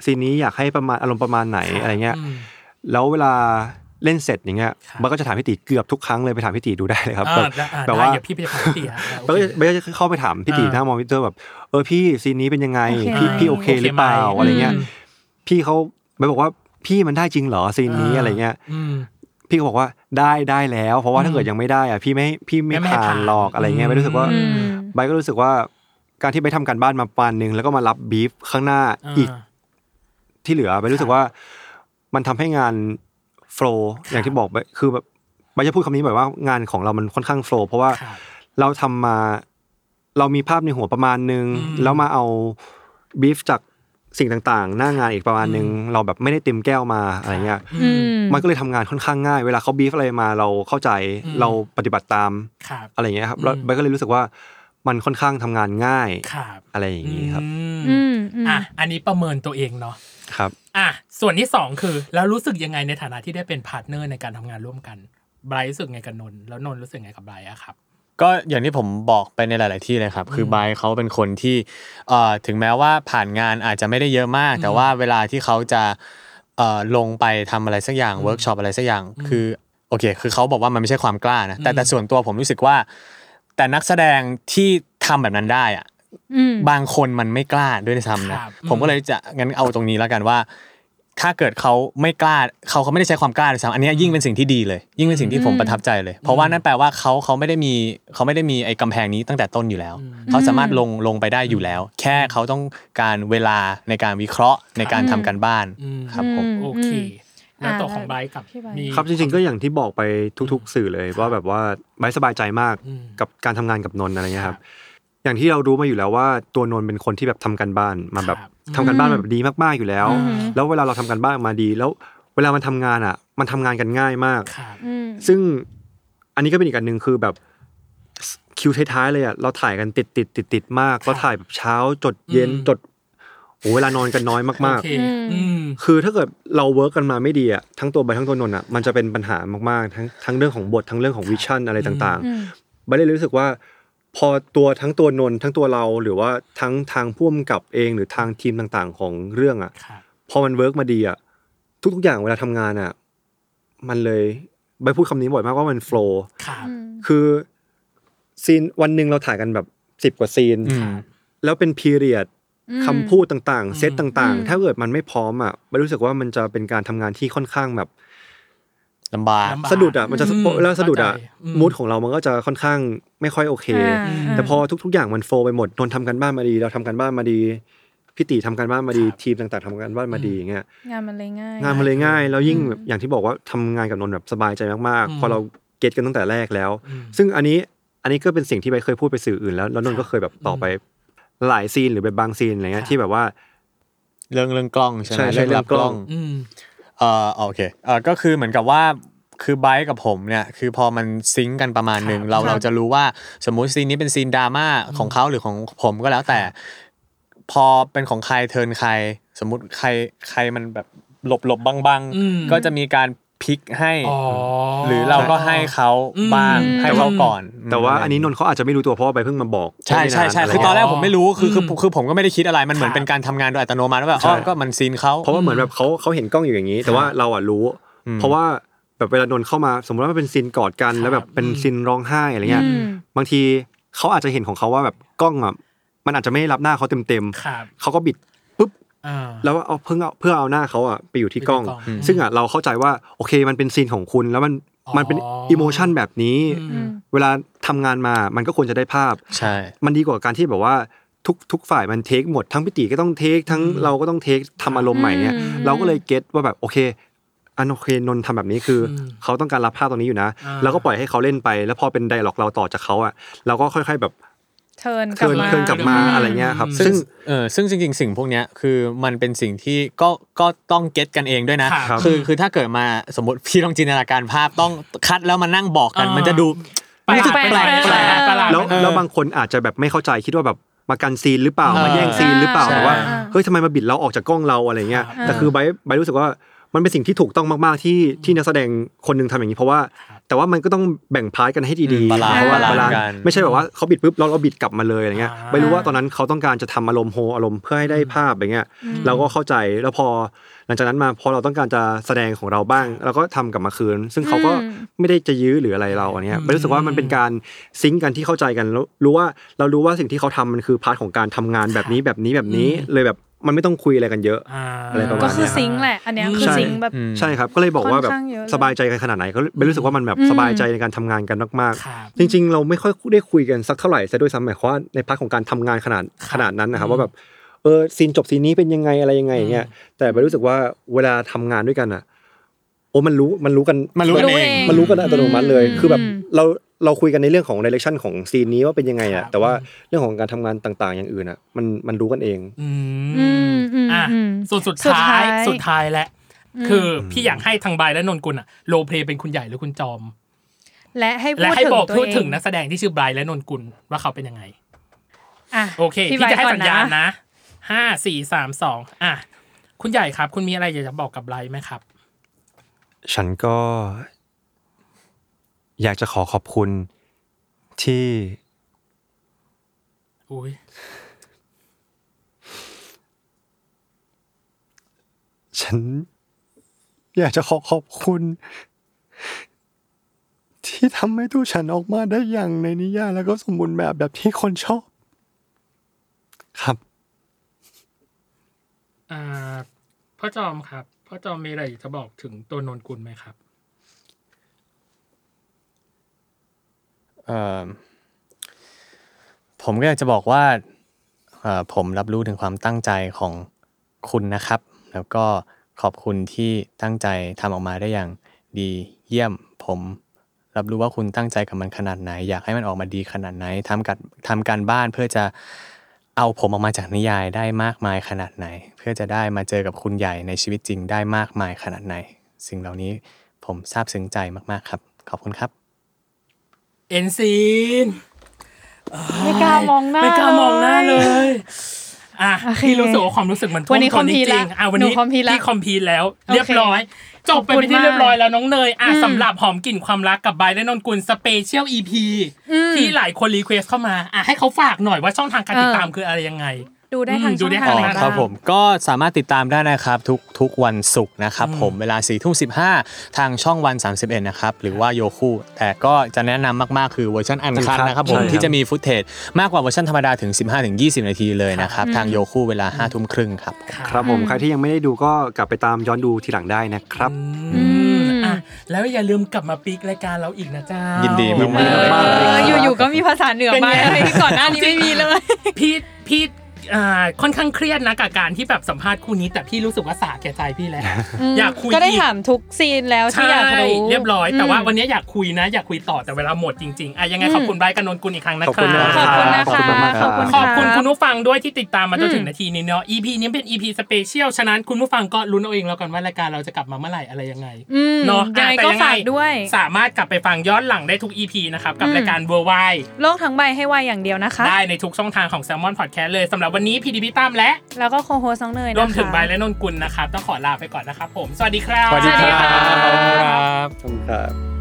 S5: ซีนนี้อยากให้ประมาณอารมณ์ประมาณไหนอะไรเงี้ย
S3: อืม
S5: แล้วเวลาเล่นเสร็จอย่างเงี้ย
S3: ครับ
S5: ไบร์ทก็จะถามพี่ตีเกือบทุกครั้งเลยไปถามพี่ตีดูได้เลยครับ
S3: อ่า
S5: แบบ
S3: ได้อ่า
S5: แบบ
S3: ได้
S5: ว่า
S3: อย่าพี่ไปถามเตีย
S5: เบร์ก็จะเข้าไปถามพี่ตี
S3: อ่า
S5: หน้ามอนิเตอร์แบบเออพี่ซีนนี้เป็นยังไง
S2: โอเค
S5: พี่
S2: ไหม
S5: พี่โอเคหรือเปล่า
S3: โอเคไหม
S5: อะไรเงี้ย
S3: อืม
S5: พี่เขาไปบอกว่าพี่มันได้จริงเหรอซีนนี้อะไรเงี้ย
S3: อืม
S5: พี่ก็บอกว่าได้ได้แล้ว เพราะว่า
S3: อื
S5: ถ้ามเกิดยังไม่ได้อะพี่ไม่พี่ไม่
S3: ไม่ให้
S5: ผ่า
S3: ผ่าน
S5: นหรอกอะไรเงี้ย
S3: อืม
S5: ไปรู้สึกว่า
S2: อืม
S5: ใบก็รู้สึกว่าการที่ไปทำการบ้านมาปานนึงแล้วก็มารับบีฟข้างหน้าอีก
S3: อ่า
S5: ที่เหลือไปรู้สึกว่ามันทำให้งานโฟล์อย่างที่บอกไปคือแบบไปจะพูดคำนี้บ่อยว่างานของเรามันค่อนข้างโฟล์เพราะว่า
S3: ครับ
S5: เราทำมาเรามีภาพในหัวประมาณนึง
S3: อืม
S5: แล้วมาเอาบีฟจากสิ่งต่างๆ หน้างานอีกประมาณนึงเราแบบไม่ได้เต็มแก้วมาอะไรเงี้ย
S2: อืม
S5: มันก็เลยทำงานค่อนข้างง่าย เวลาเขาบีฟอะไรมาเราเข้าใจ
S3: อืม
S5: เราปฏิบัติตาม
S3: ครับ
S5: อะไรเงี้ยครับแล้ว
S3: อืม
S5: ไปก็เลยรู้สึกว่ามันค่อนข้างทำงานง่าย
S3: ครับ
S5: อะไรอย่างนี้ครับ
S3: ม
S2: อืมอืม
S3: อ่ะอันนี้ประเมินตัวเองเนาะ
S5: ครับ
S3: อ่ะส่วนที่สองคือ แล้วรู้สึกยังไงในฐานะที่ได้เป็นพาร์ทเนอร์ในการทำงานร่วมกันไบรท์รู้สึกไงกับนนท์แล้วนนท์รู้สึกไงกับไบรท์อะครับ
S4: ก็อย่างที่ผมบอกไปในหลาย ๆ ที่เลยครับ คือไบร์ทเขาเป็นคนที่เอ่อถึงแม้ว่าผ่านงานอาจจะไม่ได้เยอะมาก แต่ว่าเวลาที่เขาจะเอ่อลงไปทำอะไรสักอย่างเวิร์กช็อปอะไรสักอย่าง คือโอเค คือเขาบอกว่ามันไม่ใช่ความกล้านะแต่แต่ส่วนตัวผมรู้สึกว่า แต่นักแสดงที่ทำแบบนั้นได้อะ
S2: อืม
S4: บางคนมันไม่กล้าด้วยซ้ำนะครับ ผมก็เลยจะงั้นเอาตรงนี้แล้วกันว่า ถ้าเกิดเขาไม่กล้าเขาเขาไม่ได้ใช้ความกล้าด้วยซ้ำอันเนี้ยยิ่งเป็นสิ่งที่ดีเลย ยิ่งเป็นสิ่งที่ผมประทับใจเลย เพราะว่านั่นแปลว่าเขาเขาไม่ได้มีเขาไม่ได้มีไอ้กำแพงนี้ตั้งแต่ต้นอยู่แล้ว เขาสามารถลงลงไปได้อยู่แล้ว แค่เขาต้องการเวลาในการวิเคราะห์ในการทำการบ้าน
S3: อืม
S4: ครับผม
S3: โอเค
S2: อืม
S3: แล้วตัว
S6: อ่า
S3: ของไบร์ทกับ
S6: พี่ไบร์ท
S3: มี
S5: ครับจริงๆก็อย่างที่บอกไปทุกๆ สื่อเลยว่าแบบว่าไบร์ทสบายใจมาก
S3: อืม
S5: กับการทำงานกับนนท์อะไรเงี้ยครับอย่างที่เรารู้มาอยู่แล้วว่าตัวนนท์เป็นคนที่แบบทำการบ้านมาแบบ
S3: ครับ
S5: ทำการบ้านมาแบบดีมากๆอยู่แล้ว
S3: อืม
S5: แล้วเวลาเราทำการบ้านมาดี แล้วเวลามันทำงานอ่ะ มันทำงานกันง่ายมาก
S3: ครับ
S6: อืม
S5: ซึ่งอันนี้ก็เป็นอีกอันหนึ่งคือแบบคิวท้ายๆเลยอ่ะเราถ่ายกันติดติดติดติดๆมากเราถ่ายแบบเช้าจดเย็น
S3: อืม
S5: จดโอ้เวลานอนกันน้อย
S3: โอ
S5: มาก
S3: เค
S5: ๆ
S6: ม
S3: อืม
S5: คือถ้าเกิดเราเวิร์กกันมาไม่ดีอ่ะทั้งตัวใบทั้งตัวนนท์อ่ะมันจะเป็นปัญหามากๆ ทั้งทั้งเรื่องของบททั้งเรื่องของวิชั่นอะไรต่าง
S6: อืม
S5: ๆใบเลยรู้สึกว่า พอตัวทั้งตัวนนท์ทั้งตัวเราหรือว่าทั้งทางพ่วมกับเองหรือทางทีมต่างๆ ของเรื่องอ่ะ
S3: ครับ
S5: พอมันเวิร์กมาดีอ่ะทุกๆอย่างเวลาทำงานอ่ะมันเลยใบพูดคำนี้บ่อยมากว่ามันโฟล
S3: ครับ
S5: คือซีนวันหนึ่งเราถ่ายกันแบบสิบ10 กว่าซีน
S4: อืม
S5: แล้วเป็นพีเรียดคำพูดต่าง
S3: อืม
S5: ๆ เซตต่าง
S6: อืม
S5: ๆ ถ้าเกิดมันไม่พร้อมอ่ะมันรู้สึกว่ามันจะเป็นการทำงานที่ค่อนข้างแบบ
S4: ลำบาก
S3: ลำบาก
S5: สะดุดอ่ะมันจะ
S3: อืม
S5: แล้วสะดุดอ่ะ
S3: เข้าใจอืม
S5: มูดของเรามันก็จะค่อนข้างไม่ค่อยโอเค
S2: อ่า
S5: แต่พอทุกๆอย่างมันโฟลว์ไปหมดนนท์ทำกันบ้านมาดี เราทำกันบ้านมาดีพี่ตีทำกันบ้านมาดีทีมต่างๆทำกันบ้านมาดีอย่างเงี้ย
S2: งานมันเลยง่าย
S5: งานมันเลยง่าย แล้วยิ่งแบบอย่างที่บอกว่าทำงานกับนนท์แบบสบายใจมาก
S3: อืม
S5: ๆ พอเราเก็ตกันตั้งแต่แรกแล้ว
S3: อืม
S5: ซึ่งอันนี้อันนี้ก็เป็นสิ่งที่ใบเคยพูดไปสื่ออื่นแล้วแล้วนนท์ก็เคยแบบต่อไปหลายซีนหรือแบบบางซีนอะไรเงี้
S3: ครับ
S5: ยที่แบบว่า
S4: เรื่องเรื่องกล้องใช่ไห
S5: ใช่
S4: ม
S5: ใช่
S4: เรื่องรัก
S5: เรื่อบ งกล้
S4: ล้อ
S5: อง ง
S3: อืม
S4: เอ่อโอเคเอ่อก็คือเหมือนกับว่าคือไบค์กับผมเนี่ยคือพอมันซิงก์กันประมาณหนึ่ง
S3: ครับ
S4: เรา
S6: ครับ
S4: เราจะรู้ว่าสมมุติซีนนี้เป็นซีนดราม่าของเขาหรือของผมก็แล้วแต่ พอเป็นของใครเทิร์นใคร สมมุติใครใครมันแบบหลบหลบบังบังๆ
S3: อืม
S4: ก็จะมีการพลิกให้
S3: อ๋อ
S4: หรือเราก็ให้เขาบ้าง
S3: อืม
S4: ให้เขาก่อน
S5: แต่ว่าอันนี้น
S4: ม
S5: นท์เขาอาจจะไม่รู้ตัวเพราะว่าใบเพิ่งมาบอก
S4: ใช่ใช่ใช่
S5: ไม่
S4: คือตอน
S5: นานะไรเงี้ย
S4: แรกผมไม่รู้คือคือ
S3: อืม
S4: คือผมก็ไม่ได้คิดอะไรมันเหมือน
S3: ครับ
S4: เป็นการทำงานโดยอัตโนมัติว่าแบบอ๋อก็มันซีนเขา
S5: เพราะว่าเหมือนแบบเขาเขาเห็นกล้องอยู่อย่างนี้ แต่ว่าเราอ่ะรู้
S4: อืม
S5: เพราะว่าแบบเวลานนท์เข้ามา สมมติว่ามันเป็นซีนกอดกันแล้วแบบเป็นซีนร้องไห้อะไรเงี้ย
S2: อืม
S5: บางทีเขาอาจจะเห็นของเขาว่าแบบกล้องอ่ะมันอาจจะไม่ได้รับหน้าเขาเต็ม
S3: ครับ
S5: ๆเขาก็บิดปุ๊บ
S3: อ่า
S5: แล้วเอาเพิ่งเอาเพื่อเอาหน้าเขาอะไปอยู่ที่กล้อง
S3: ไปอยู่ที่กล้อง
S5: ซึ่งอะเราเข้าใจว่าโอเคมันเป็นซีนของคุณแล้วมัน
S3: อ๋อ
S5: มันเป็นอิโมชันแบบนี้
S3: อืม
S5: เวลาทำงานมามันก็ควรจะได้ภาพ
S4: ใช่
S5: มันดีกว่าการที่แบบว่าทุกทุกฝ่ายมันเทคหมดทั้งพิติก็ต้องเทคทั้งเราก็ต้องเทคทำอารมณ์ใหม่เนี่ย
S2: อืม
S5: เราก็เลยเก็ตว่าแบบโอเคอันโอเคนนท์ทำแบบนี้คืออ
S3: ม
S5: เขาต้องการรับภาพตรงนี้อยู่นะ
S3: อ่า
S5: เราก็ปล่อยให้เขาเล่นไป แล้วพอเป็นไดร็อกเราต่อจากเขาอะเราก็ค่อย ๆแบบ
S2: เทิร์นก
S5: เค
S2: ลับ
S5: ลื่
S2: มา
S5: อนเคลื่อนกลับมาอะไรเงี้ยครับ
S4: ซึ่
S5: ซึ่
S4: ง
S5: ง
S4: เออซึ่งจริงๆ สิ่งพวกเนี้ยคือมันเป็นสิ่งที่ก็ก็ต้องเก็ตกันเองด้วยนะครับ อคือถ้าเกิดมาสมมติพี่ต้องจินตนาการภาพต้องคัดแล้วมานั่งบอกกัน
S3: อ่ามั
S4: มันจะดู
S3: แปลก
S4: แปลก
S3: แปลก
S4: แปลก
S3: แปก
S5: แล้วแล้วบางคนอาจจะแบบไม่เข้าใจคิดว่าแบบมากันซีนหรือเปล่า
S4: เออ
S5: มาแย่งซีนหรือเปล่า
S4: ใช่
S5: แต่ว่าเฮ้ยทำไมมาบิดเราออกจากกล้องเราอะไรเงี้ย
S3: ครับ
S5: แต่คือไบร์ทไบร์ทรู้สึกว่ามันเป็นสิ่งที่ถูกต้องมากๆที่ที่นักแสดงคนหนึงทำอย่างนี้เพราะว่า แต่ว่ามันก็ต้องแบ่งพาร์ทกันให้ดี
S4: อืม
S5: ๆ
S4: บาลานซ์
S5: เพราะว่า
S4: บา
S5: บา
S4: ลานซ์
S5: ลาน
S4: กัน
S5: ซ์ไม่ใช่แบบว่าเขาบิดปุ๊บเราเราบิดกลับมาเลยอะไรเงี้ย
S3: อ่า
S5: ไม่รู้ว่าตอนนั้นเขาต้องการจะทำอารมณ์โฮอารมณ์เพื่อให้ได้ภาพอะไรเงี้ยเราก็เข้าใจแล้วพอหลังจากนั้นมาพอเราต้องการจะแสดงของเราบ้างเราก็ทำกลับมาคืน ซึ่งเขาก็ไม่ได้จะยื้อหรืออะไรเราอันเนี้ย ไม่รู้สึกว่ามันเป็นการซิงก์กันที่เข้าใจกันแล้วรู้ว่าเรารู้ว่าสิ่งที่เขาทำมันคือพาร์ทของการทำงานแบบนี้แบบนี้แบบนี้เลยแบบมันไม่ต้องคุยอะไรกันเยอะ
S3: อ่า
S5: อะไรประมาณเนี้ย
S2: ก็คือซิงค์แหละ อันเนี้ยคือ
S5: ใช่
S2: ซิงค์แบบ
S5: ใช่ครับก็เลยบอกว่าแบบ
S6: ค่อนข้างเยอะเลย
S5: สบายใจกันขนาดไหนก็ไม่รู้สึกว่ามันแบบ
S2: อืม
S5: สบายใจในการทำงานกันมาก
S3: ครับ
S5: ๆ จริง ๆ เราไม่ค่อยได้คุยกันสักเท่าไหร่ซะด้วยซ้ำหมายความว่าในพาร์ทของการทำงานขนาดขนาดนั้นนะครับว่าแบบเออซีนจบซีนนี้เป็นยังไงอะไรยังไงอย่างเงี้ยแต่ไปรู้สึกว่าเวลาทำงานด้วยกันอ่ะโอ้มันรู้มันรู้กัน
S4: มันรู้กันเอง
S5: มันรู้กันอัตโนมัติเลย
S2: อืม
S5: คือแบบ
S2: อืม
S5: เราเราคุยกันในเรื่องของ direction ของซีนนี้ว่าเป็นยังไง
S3: ค
S5: อะ
S3: รับ
S5: แต่ว่าเรื่องของการทำงานต่างๆ อย่างอื่นอะมันมันรู้กันเอง
S3: อื
S2: อื
S3: ม
S2: มอืม
S3: อ่ะ
S2: อืม
S3: ส่วนสุด
S6: สุด
S3: ท้า
S6: ท้าย ย
S3: สุดท้ายแหละ คือพี่อยากให้ทางบายและนนกุลอะโลเพลเป็นคุณใหญ่หรือคุณจอม
S6: และให้
S3: และ
S6: พูด
S3: ให้
S6: ถึง
S3: บอก
S6: ตัว
S3: พูด
S6: เอ
S3: ถึ
S6: ง
S3: งนักแสดงที่ชื่อบายและนนกุลว่าเขาเป็นยังไง
S2: อ่ะ
S3: โอเค พี่
S2: ไว้
S3: จะให้
S2: ก่อ
S3: สัญญาณนะห้าสี่สามสองอ่ะ คุณใหญ่ครับ คุณมีอะไรอยากจะบอกกับไบรท์ไหมครับ
S5: ฉันก็อยากจะขอขอบคุณที่
S3: อุ้ย
S5: ฉัน อยากจะขอขอบคุณ ที่ทำให้ตัวฉันออกมาได้อย่างในนิยายแล้วก็สมบูรณ์แบบแบบที่คนชอบ ครับ
S3: อ่า พ่อจอมครับพ่อจอมมีอะไรจะบอกถึงตัวนนกุลไหมครับ
S4: เอ่อผมก็อยากจะบอกว่าเอ่อผมรับรู้ถึงความตั้งใจของคุณนะครับ แล้วก็ขอบคุณที่ตั้งใจทำออกมาได้อย่างดีเยี่ยม ผมรับรู้ว่าคุณตั้งใจกับมันขนาดไหน อยากให้มันออกมาดีขนาดไหนทำกัดทำการบ้านเพื่อจะเอาผมออกมาจากนิยายได้มากมายขนาดไหน เพื่อจะได้มาเจอกับคุณใหญ่ในชีวิตจริงได้มากมายขนาดไหน สิ่งเหล่านี้ผมซาบซึ้งใจมากๆครับ ขอบคุณครับ
S3: เอ็นซีน
S2: ไม่กล้ามองหน้า
S3: ไม่กล้ามองหน้าเลย อ่ะ
S2: โอเค
S3: พี่รู้สึกว่าความรู้สึกมันท่ว
S2: วันนี้
S3: ท้นจ
S2: complete
S3: ริง
S2: ละ
S3: ๆอ่ะวันนี้
S2: หนู complete ละ
S3: พี่คอมพีทแล้ว
S2: โอเค
S3: เรียบร้อย จบไป
S2: ขอบคุณ
S3: เป็นที่เรียบร้อยแล้วน้องเนยอ่ะ
S2: อืม
S3: สำหรับหอมกลิ่นความรักกับใบและนนกุลสเปเชียลอีพี
S2: อืม
S3: ที่หลายคนรีเควสเข้ามาอ่ะให้เขาฝากหน่อยว่าช่องทางการติดตามคืออะไรยังไง
S2: ดูได้ทาง
S3: อืมดู
S2: ช่อง
S3: ได้
S2: ทาง
S3: ทาง
S2: ไหน
S3: ห
S2: บ้าง
S4: ครับผมก็สามารถติดตามได้นะครับทุกทุกวันศุกร์นะครับ
S3: อืม
S4: ผมเวลา4ี่ทุ่มสิทางช่องวัน 31 นะครับ หรือว่าโยคู่แต่ก็จะแนะนำมากๆ คือเวอร์ชันอันคัดนะครับผม
S5: ใช่ครับ
S4: ที่จะมีฟุตเทจมากกว่าเวอร์ชันธรรมดาถึง 15-20 นาทีเลยนะครับ ทางโยคู่เวลา 5 ทุ่มครึ่งครับ
S5: ครับผมใครที่ยังไม่ได้ดูก็กลับไปตามย้อนดูทีหลังได้นะครับ
S3: อืม
S2: อืม
S3: อ่ะแล้วอย่าลืมกลับมาปิกรายการเราอีกนะเจ้า
S4: ยิ
S5: ยิ
S4: นดีมากๆ
S5: ยินดีมากๆ
S2: เอ
S5: เล
S2: อ
S5: ยครับ
S2: อยู่ๆก็มีภาษาเหนือ
S3: เป็น
S2: มา
S3: ไง
S2: อะไรที่ก่อนหน้านี้ไม่มีเลย
S3: พี่พี่อ่าค่อนข้างเครียดนะกับการที่แบบสัมภาษณ์คู่นี้ แต่พี่รู้สึกว่าสาแก่ใจพี่แล้ว อยากคุย
S2: ก็ได้ถามทุกซีนแล้วที่อยากรู้
S3: เรียบร้อยแต่ว่าวันนี้อยากคุยนะ อยากคุยต่อแต่เวลาหมดจริงๆอ่ะยังไง
S2: อืม
S3: ขอบคุณไบรท์กบนนกุลอีกครั้งนะ
S5: ขอบ
S3: ครั
S5: คุณนะ
S2: ขอบคุณ
S5: รั
S2: นะ
S5: ขอบ
S2: คะ
S5: คุณมากๆครับ
S3: ขอบคุณ
S2: รั
S3: คุณผู้ฟังด้วยที่ติดตามมาจนถึ
S2: อื
S3: ง
S2: ม
S3: นาทีนี้เนาะ EP นี้เป็น EP สเปเชียลฉะนั้นคุณผู้ฟังก็ลุ้นเอาเองแล้วกันว่ารายการเราจะกลับมาเมื่อไหร่อะไรยังไง
S2: อืม
S3: เนาะ
S2: ยังไง
S3: อ่ะแต่
S2: ก็
S3: ยังไง
S2: ฝากด้วย
S3: สามารถกลับไปฟังย้อนหลังได้ทุก EP นะครับกับ
S2: อืม
S3: รายการเวอร์ไว
S2: โลกทั้งใบให้วายอย่างเดียวนะคะ
S3: ได้ในทุกช่องทางของ Salmon Podcast เลยสำหรับวันนี้พีดีพิตามและ
S2: แล้วก็โคโฮสน้องเนยนะคะ
S3: รวมถึงไบรท์และนนกุลนะครับต้องขอลาไปก่อนนะครับผมสวัสดีครับ
S4: สวัสดีครับ
S5: ขอบคุณครับ